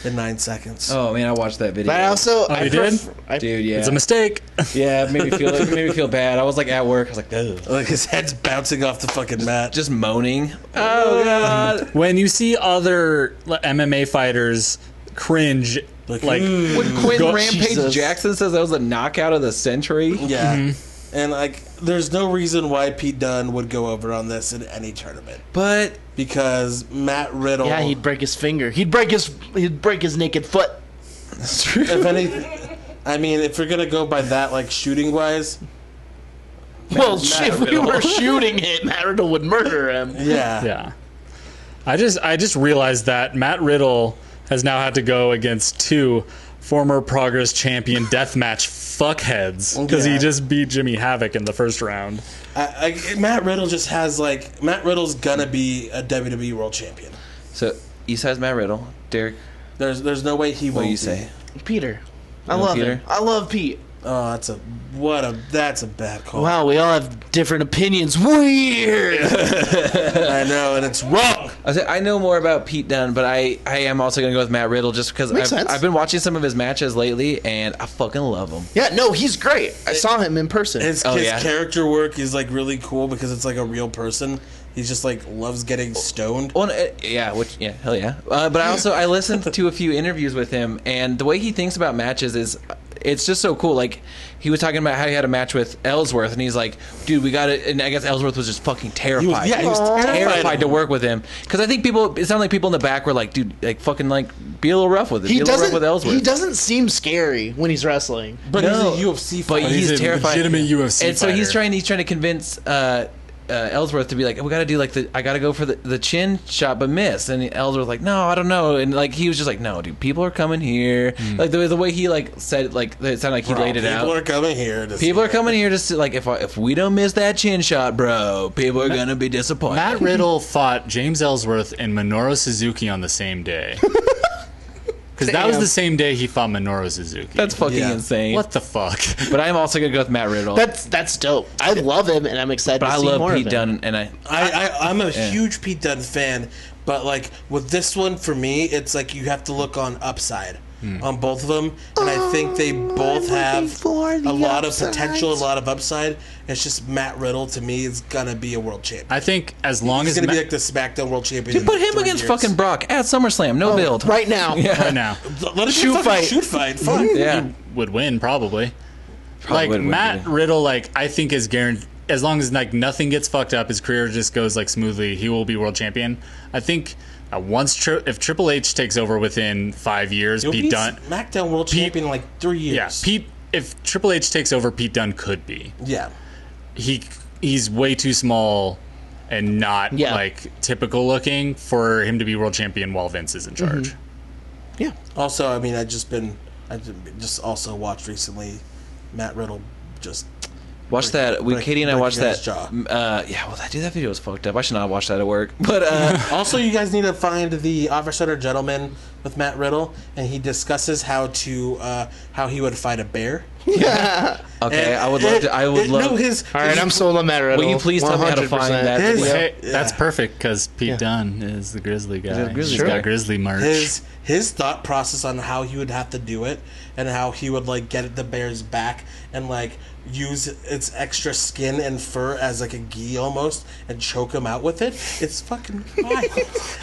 in nine seconds.
oh man, I watched that video.
But I also, I
you
pref-
did?
I,
Dude, yeah.
It's a mistake.
Yeah, it made me feel it made me feel bad. I was like at work. I was like, Ugh.
Like his head's bouncing off the fucking mat.
just moaning. Oh god.
when you see other l- MMA fighters cringe,
Like,
like,
"Mm."
When Quinn
God,
Rampage
Jesus.
Jackson says that was a knockout of the century.
yeah.
Mm-hmm.
And like, there's no reason why Pete Dunne would go over on this in any tournament
But
because Matt Riddle.
yeah, he'd break his finger. He'd break his, he'd break his naked foot.
if anything, I mean, if you're gonna go by that, like shooting wise,
well, shit, if we were shooting it, Matt Riddle would murder him.
yeah,
yeah. I just I just realized that Matt Riddle has now had to go against two former Progress champion deathmatch fuckheads because
Yeah.
he just beat Jimmy Havoc in the first round.
I, I, Matt Riddle just has like Matt Riddle's gonna be a WWE World Champion.
so Eastside's Matt Riddle, Derek.
There's there's no way he won't.
What do you
be.
say?
Peter. I
No,
love
Peter.
him. I love Pete.
Oh, that's a what a that's a bad call.
Wow, we all have different opinions. Weird.
I know, and it's wrong.
I, was like, I know more about Pete Dunne, but I, I am also gonna go with Matt Riddle just because I've,
Makes sense.
I've been watching some of his matches lately and I fucking love him.
yeah, no, he's great. I saw him in person.
His,
Oh,
his
yeah.
character work is like really cool because it's like a real person. He just like loves getting stoned.
Well, uh, yeah, which yeah, hell yeah. Uh, but I also I listened to a few interviews with him, and the way he thinks about matches is, it's just so cool. Like he was talking about how he had a match with Ellsworth, and he's like, "Dude, we got it." And I guess Ellsworth was just fucking terrified.
yeah, he was terrified.
to work with him because I think people. It sounded like people in the back were like, "Dude, like fucking like be a little rough with it.
he
be a little rough with
doesn't.
Ellsworth."
He doesn't seem scary when he's wrestling.
But
No,
he's a UFC
but
fighter.
he's,
he's a
terrified.
legitimate UFC
and so he's
fighter.
trying. He's trying to convince uh, uh, Ellsworth to be like, we got to do like the, I got to go for the, the chin shot, but miss. And Ellsworth like, no, I don't know. And like he was just like, no, dude, people are coming here. Like the, the way he like said, like it sounded like he laid it
people
out.
are coming here. To
people
see
are coming here just to, like if I, if we don't miss that chin shot, bro, people are gonna be disappointed.
Matt Riddle fought James Ellsworth and Minoru Suzuki on the same day. Because that was
Damn.
the same day he fought Minoru Suzuki.
That's fucking
Yeah.
insane.
what the fuck.
But I'm also gonna go with Matt Riddle.
That's that's dope. I love him, and I'm excited.
but
to
I
see more
love
of
Pete
him.
Dunne, and I
I, I I'm a huge Pete Dunne fan, but like with this one for me, it's like you have to look on upside
Hmm.
on both of them, and I think they both have
for Oh, the
a lot
upside.
of potential, a lot of upside. It's just Matt Riddle to me is gonna be a world champion.
I think as long
He's
as
gonna
Matt,
be like the SmackDown world champion. in
put him
three
against
years.
fucking Brock at SummerSlam. No build.
right now.
right now
let us
shoot
shoot
fight.
fight. Shoot fight. Fuck.
Yeah.
would win probably. like
would win,
Matt
yeah.
Riddle, like I think is guaranteed. As long as like nothing gets fucked up, his career just goes like smoothly. He will be world champion. I think uh, once tri- if Triple H takes over within five years,
He'll
Pete
be
Dunne.
SmackDown world champion in like three years.
Yeah, Pete. If Triple H takes over, Pete Dunne could be.
Yeah.
he he's way too small and not
Yeah.
like typical looking for him to be world champion while Vince is in charge.
Yeah.
Also, I mean, I just been I just also watched recently Matt Riddle just
Watch that. We
break-
Katie and I
breaking
watched
out his
that.
jaw.
Uh, yeah, well, that dude, that video was fucked up. I should not watch that at work. But uh,
Also, you guys need to find the Officer Gentleman with Matt Riddle, and he discusses how to uh, how he would fight a bear.
okay,
And-
I would love to. I would
and-
love.
No, his,
All right,
his-
I'm sold on Matt Riddle.
Will you please tell me how to find
100%.
that?
His-
video?
Hey,
Yeah.
that's perfect because Pete Dunn is the Grizzly guy.
a Grizzly
He's
guy.
got Grizzly merch.
his his thought process on how he would have to do it and how he would like get the bear's back and like use its extra skin and fur as like a gi almost and choke him out with it. It's fucking wild.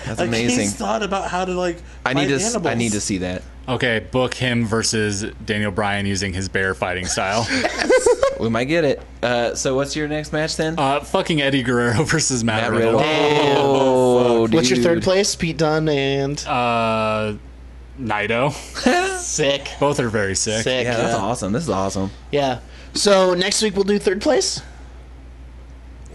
That's
amazing.
He's thought about how to like
I need
fight
to. s- I
animals.
need to see that.
Okay, book him versus Daniel Bryan using his bear fighting style.
We might get it. Uh, so, what's your next match then?
uh, fucking Eddie Guerrero versus Matt,
Matt
Riddle.
Riddle. Oh,
What's your third
dude.
place? Pete Dunn and
Uh, Naito.
sick.
Both are very sick.
Sick.
Yeah,
Yeah.
that's awesome. This is awesome.
So next week we'll do third place.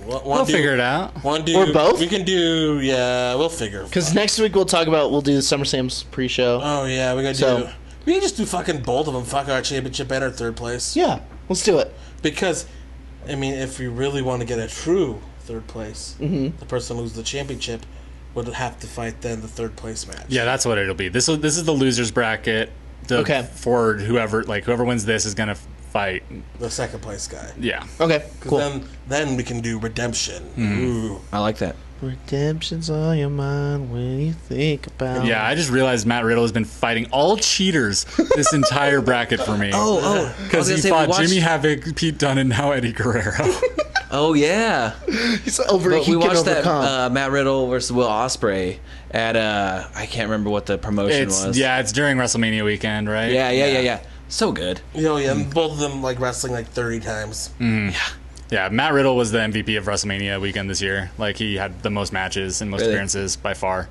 One,
We'll
one dude-
figure it out.
One dude,
Or both?
We can do. Yeah, we'll figure.
Because next week we'll talk about we'll do the SummerSlam's pre-show.
Uh.
Oh yeah, we gotta
So-
do. We can just do fucking both of them. Fuck our championship and our third place.
yeah, let's do it.
Because, I mean, if we really want to get a true third place, the person who loses the championship would have to fight then the third place match.
Yeah, that's what it'll be. This will, this is the losers bracket. The
Okay.
forward whoever like whoever wins this is gonna fight.
the second place guy.
Yeah.
Okay, cool.
Then, then we can do redemption.
Mm-hmm.
Ooh.
I like that.
Redemption's all your mind when you think about.
Yeah, I just realized Matt Riddle has been fighting all cheaters this entire bracket for me.
Oh, oh, I was
because
gonna
he
say, we
fought
watched-
Jimmy Havoc, Pete Dunne, and now Eddie Guerrero.
Oh yeah,
He's over.
but
he
we
can
watched that
overcome.
uh, Matt Riddle versus Will Osprey at uh, I can't remember what the promotion
it's
was.
yeah, it's during WrestleMania weekend, right?
yeah, yeah, yeah, yeah. So good.
You know, Oh, yeah, and both of them like wrestling like thirty times.
Yeah, Matt Riddle was the MVP of WrestleMania weekend this year. Like he had the most matches and most
Really?
appearances by far.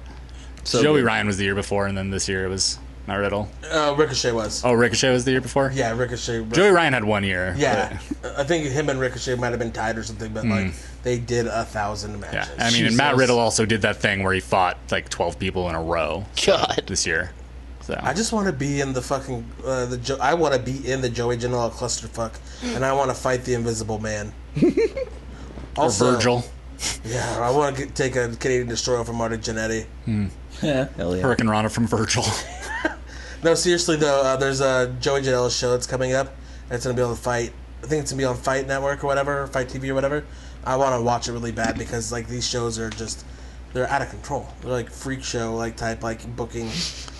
So
Joey
good.
Ryan was the year before, and then this year it was Matt Riddle.
Uh, Ricochet was.
Mm-hmm. Oh, Ricochet was the year before.
Yeah, Ricochet.
Joey Ryan had one year. but-
Yeah, I think him and Ricochet might have been tied or something, but like they did a thousand
Mm-hmm. Yeah,
matches.
I mean, and Matt Riddle also did that thing where he fought like twelve people in a row
God.
this year. So
I just want to be in the fucking uh, the jo- I want to be in the Joey Janela clusterfuck, and I want to fight the Invisible Man.
or Virgil
Yeah, I want to get, take a Canadian destroyer from Marty Jannetty.
Yeah, hell yeah.
Hurricane Rana from Virgil.
No, seriously though, uh, there's a Joey Janela show that's coming up. And it's gonna be on fight. I think it's gonna be on Fight Network or whatever, Fight TV or whatever. I want to watch it really bad because like these shows are just they're out of control. They're like freak show like type like booking,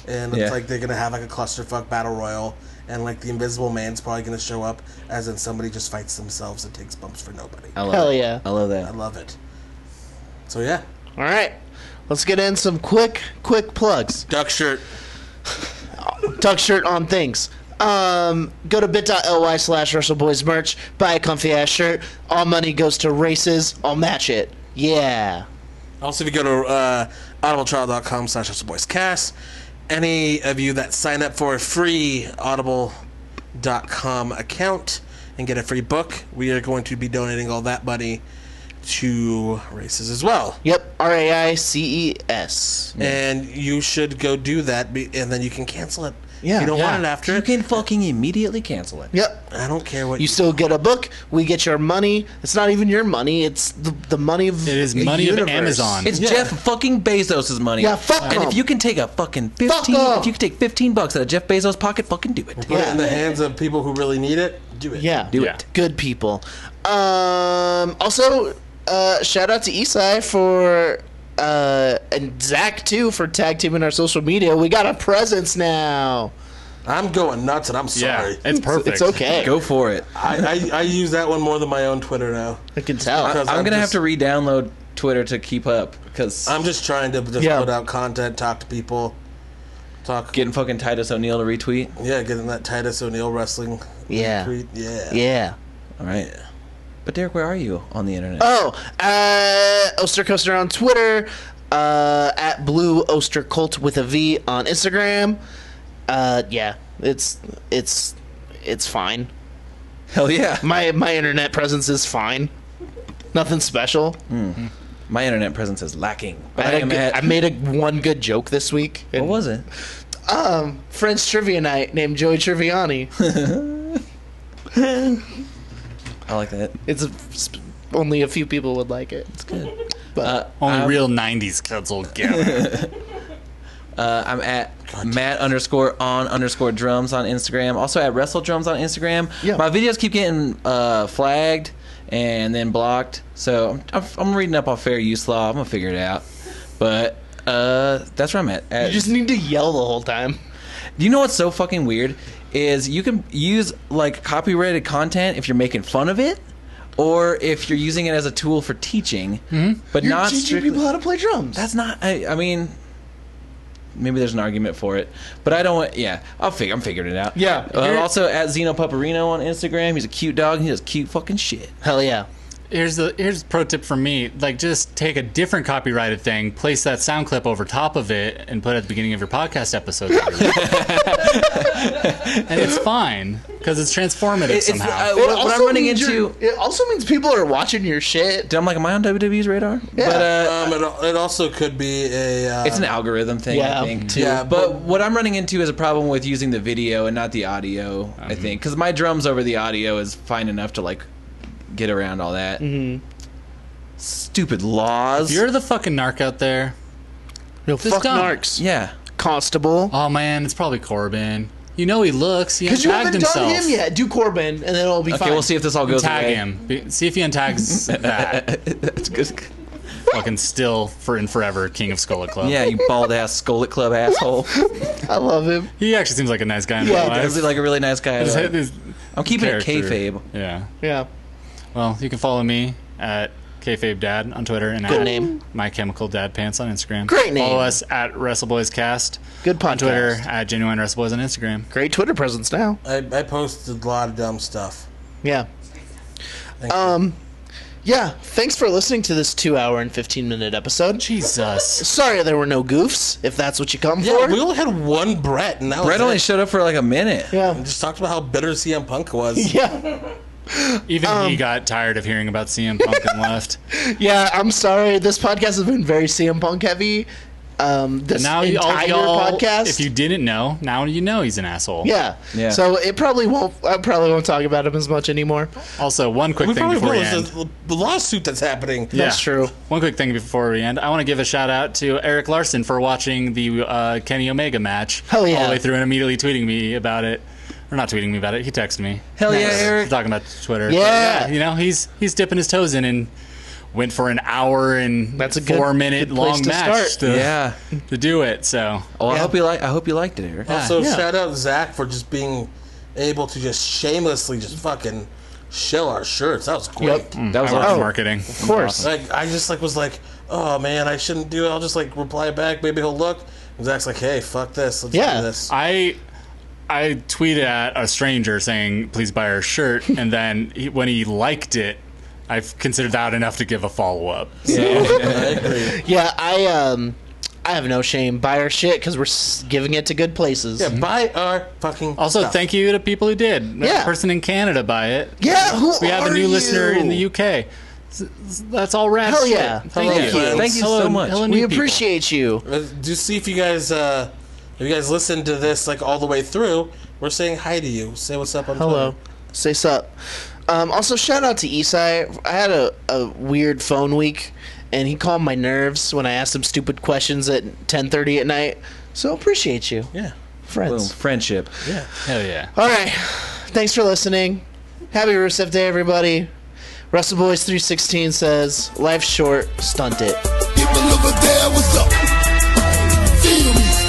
and
Yeah.
it's like they're gonna have like a clusterfuck battle royal, and like the Invisible Man's probably gonna show up as in somebody just fights themselves and takes bumps for nobody.
I love
Hell
it.
yeah.
I love that.
I love it. So yeah,
All right, let's get in some quick, quick plugs.
duck shirt.
Tuck shirt on things. Um, go to bit.ly slash WrestleBoys merch. Buy a comfy ass shirt. All money goes to races. I'll match it. Yeah.
Also, if you go to uh, audibletrial.com slash Hustle Boys Cast, any of you that sign up for a free audible.com account and get a free book, we are going to be donating all that money to races as well.
Yep, R A I C E S.
And you should go do that, be, and then you can cancel it.
Yeah.
you don't
Yeah.
want it after.
You can fucking immediately cancel it.
Yep.
I don't care what
You still get a book. We get your money. It's not even your money. It's the, the money of
It is
the
money of
universe.
Amazon.
It's Jeff fucking Bezos' money.
Yeah, fuck
And
him.
if you can take a fucking
Fuck
fifteen,
him.
if you can take fifteen bucks out of Jeff Bezos' pocket, fucking do it.
put it
Yeah.
in the hands of people who really need it. Do it.
Yeah.
Do
Yeah.
it.
Good people. Um, also, uh, shout out to Isai for uh, and Zach too for tag teaming our social media. We got a presence now.
I'm going nuts, and I'm
yeah,
sorry.
it's perfect.
It's okay.
Go for it.
I, I, I use that one more than my own Twitter now.
I can tell.
I-
I'm,
I'm
gonna
just-
have to re-download Twitter to keep up because
I'm just trying to just
Yeah.
put out content, talk to people, talk.
getting fucking Titus O'Neil to retweet.
yeah, getting that Titus O'Neil wrestling.
Yeah.
tweet. Yeah.
yeah.
All right. But Derek, where are you on the internet?
Oh, uh, Ostercoaster on Twitter, uh, at Blue Ostercult with a V on Instagram. Uh, yeah, it's it's it's fine.
Hell yeah.
My my internet presence is fine. Nothing special.
My internet presence is lacking.
I,
But I,
had a
am
good-
at.
I made a one good joke this week.
what
And,
was it?
um, French trivia night named Joey Triviani.
I like that.
it's a, sp- only a few people would like it. It's good.
Only real '90s kids will get it.
Uh, I'm at Matt underscore on underscore drums on Instagram. Also at Wrestle Drums on Instagram.
Yeah.
My videos keep getting uh, flagged and then blocked. So I'm, I'm, I'm reading up on fair use law. I'm gonna figure it out. But uh, that's where I'm at. At-
You just need to yell the whole time.
Do you know what's so fucking weird? Is you can use like copyrighted content if you're making fun of it, or if you're using it as a tool for teaching, but
Hmm? You're
not
teaching
strictly.
people how to play drums.
That's not. I, I mean, maybe there's an argument for it, but I don't. want Yeah, I'll figure. I'm figuring it out.
Yeah.
Uh,
You're-
also at Zeno Paparino on Instagram. He's a cute dog. and He does cute fucking shit.
hell yeah.
Here's the here's a pro tip from me. Like, just take a different copyrighted thing, place that sound clip over top of it, and put it at the beginning of your podcast episode, every week. and it's fine because it's transformative
It's,
somehow.
uh, what, what I'm
also
running
means
into.
you're- It also means people are watching your shit.
I'm like, am I on WWE's radar?
Yeah.
But, uh,
Um, it, al- it also could be a. Uh,
It's an algorithm thing,
Yeah.
I think, too.
Yeah,
but,
but-
what I'm running into is a problem with using the video and not the audio, I think. Because my drums over the audio is fine enough to, like, get around all that. Mm-hmm. Stupid laws.
You're the fucking narc out there.
You'll
Just
fuck
don't.
narcs.
yeah.
Constable.
Oh man, it's probably Corbin. You know he looks. He
Because you
untagged
haven't
himself.
done him yet. Do Corbin, and then it'll be
Okay,
fine.
we'll see if this all goes
Tag
away.
him. Be- See if he untags that.
That's good.
fucking still for and forever king of Skull Club.
Yeah, you bald ass Scolet Club asshole.
I love him.
He actually seems like a nice guy in
Yeah,
real
He's
life.
like a really nice guy.
His-
uh,
though.
his
I'm keeping it
character.
kayfabe.
Yeah.
Yeah.
Well, you can follow me at kayfabe dad on Twitter and
Good
at
name.
my chemical dad pants on Instagram.
Great name.
Follow us at WrestleBoysCast
Good podcast.
on Twitter at genuine WrestleBoys on Instagram.
Great Twitter presence now.
I, I posted a lot of dumb stuff.
Yeah. Um. Yeah. Thanks for listening to this two-hour and fifteen-minute episode.
Jesus.
Sorry there were no goofs. If that's what you come
Yeah,
for.
we only had one Brett, and that
Brett
was
only
it.
showed up for like a minute.
yeah.
just talked about how bitter CM Punk was.
Yeah.
Even
Um,
he got tired of hearing about CM Punk and left.
Yeah. I'm sorry. This podcast has been very CM Punk heavy. Um. This
Now you all
entire
y'all,
podcast.
if you didn't know, now you know he's an asshole.
Yeah.
Yeah.
So it probably won't. I probably won't talk about him as much anymore.
Also, one quick
We
thing
probably
before we
will.
end.
It's the, the lawsuit that's happening.
Yeah.
That's true.
One quick thing before we end, I want to give a shout out to Eric Larson for watching the uh, Kenny Omega match
Hell yeah.
all the way through and immediately tweeting me about it, or not tweeting me about it. He texted me.
Hell yeah, Eric.
talking about Twitter.
Yeah.
you know he's he's dipping his toes in and went for an hour and
That's a good-
four minute
good place
long
to
match
start.
to,
Yeah.
to do it. So
Oh, I
Yeah.
hope you like. I hope you liked it, Eric.
Also,
yeah.
shout out Zach for just being able to just shamelessly just fucking shell our shirts. That was great.
Yep.
that was
Mm, I work
Oh.
awesome.
in marketing.
Of course.
Like I just like was like, oh man, I shouldn't do. it. I'll just like reply back. Maybe he'll look. And Zach's like, hey, fuck this. Let's
Yeah.
do this.
I I tweeted at a stranger saying, "Please buy our shirt," and then he, when he liked it, I've considered that enough to give a follow up. So
I agree.
Yeah, I um, I have no shame. Buy our shit because we're s- giving it to good places.
Yeah, buy our fucking.
also,
stuff.
thank you to people who did. A
Yeah.
person in Canada buy it.
Yeah, who
we have a
are
new listener in
you?
the UK. That's all rad.
Hell
shit.
yeah.
Thank
Hello,
you.
friends.
Thank you
Hello,
so much.
hello, new
We
people.
appreciate you.
Uh, Do see if you guys uh, if you guys listen to this like all the way through. We're saying hi to you. Say what's up on
Hello.
Twitter.
Say sup. Um, also, shout out to Isai. I had a, a weird phone week, and he calmed my nerves when I asked him stupid questions at 10.30 at night. So, appreciate you.
Yeah.
Friends.
Friendship.
Hell yeah.
All right. Thanks for listening. Happy Rusev Day, everybody. Russell Boys 316 says, Life's short, stunt it.
People over there, what's up? Feel me.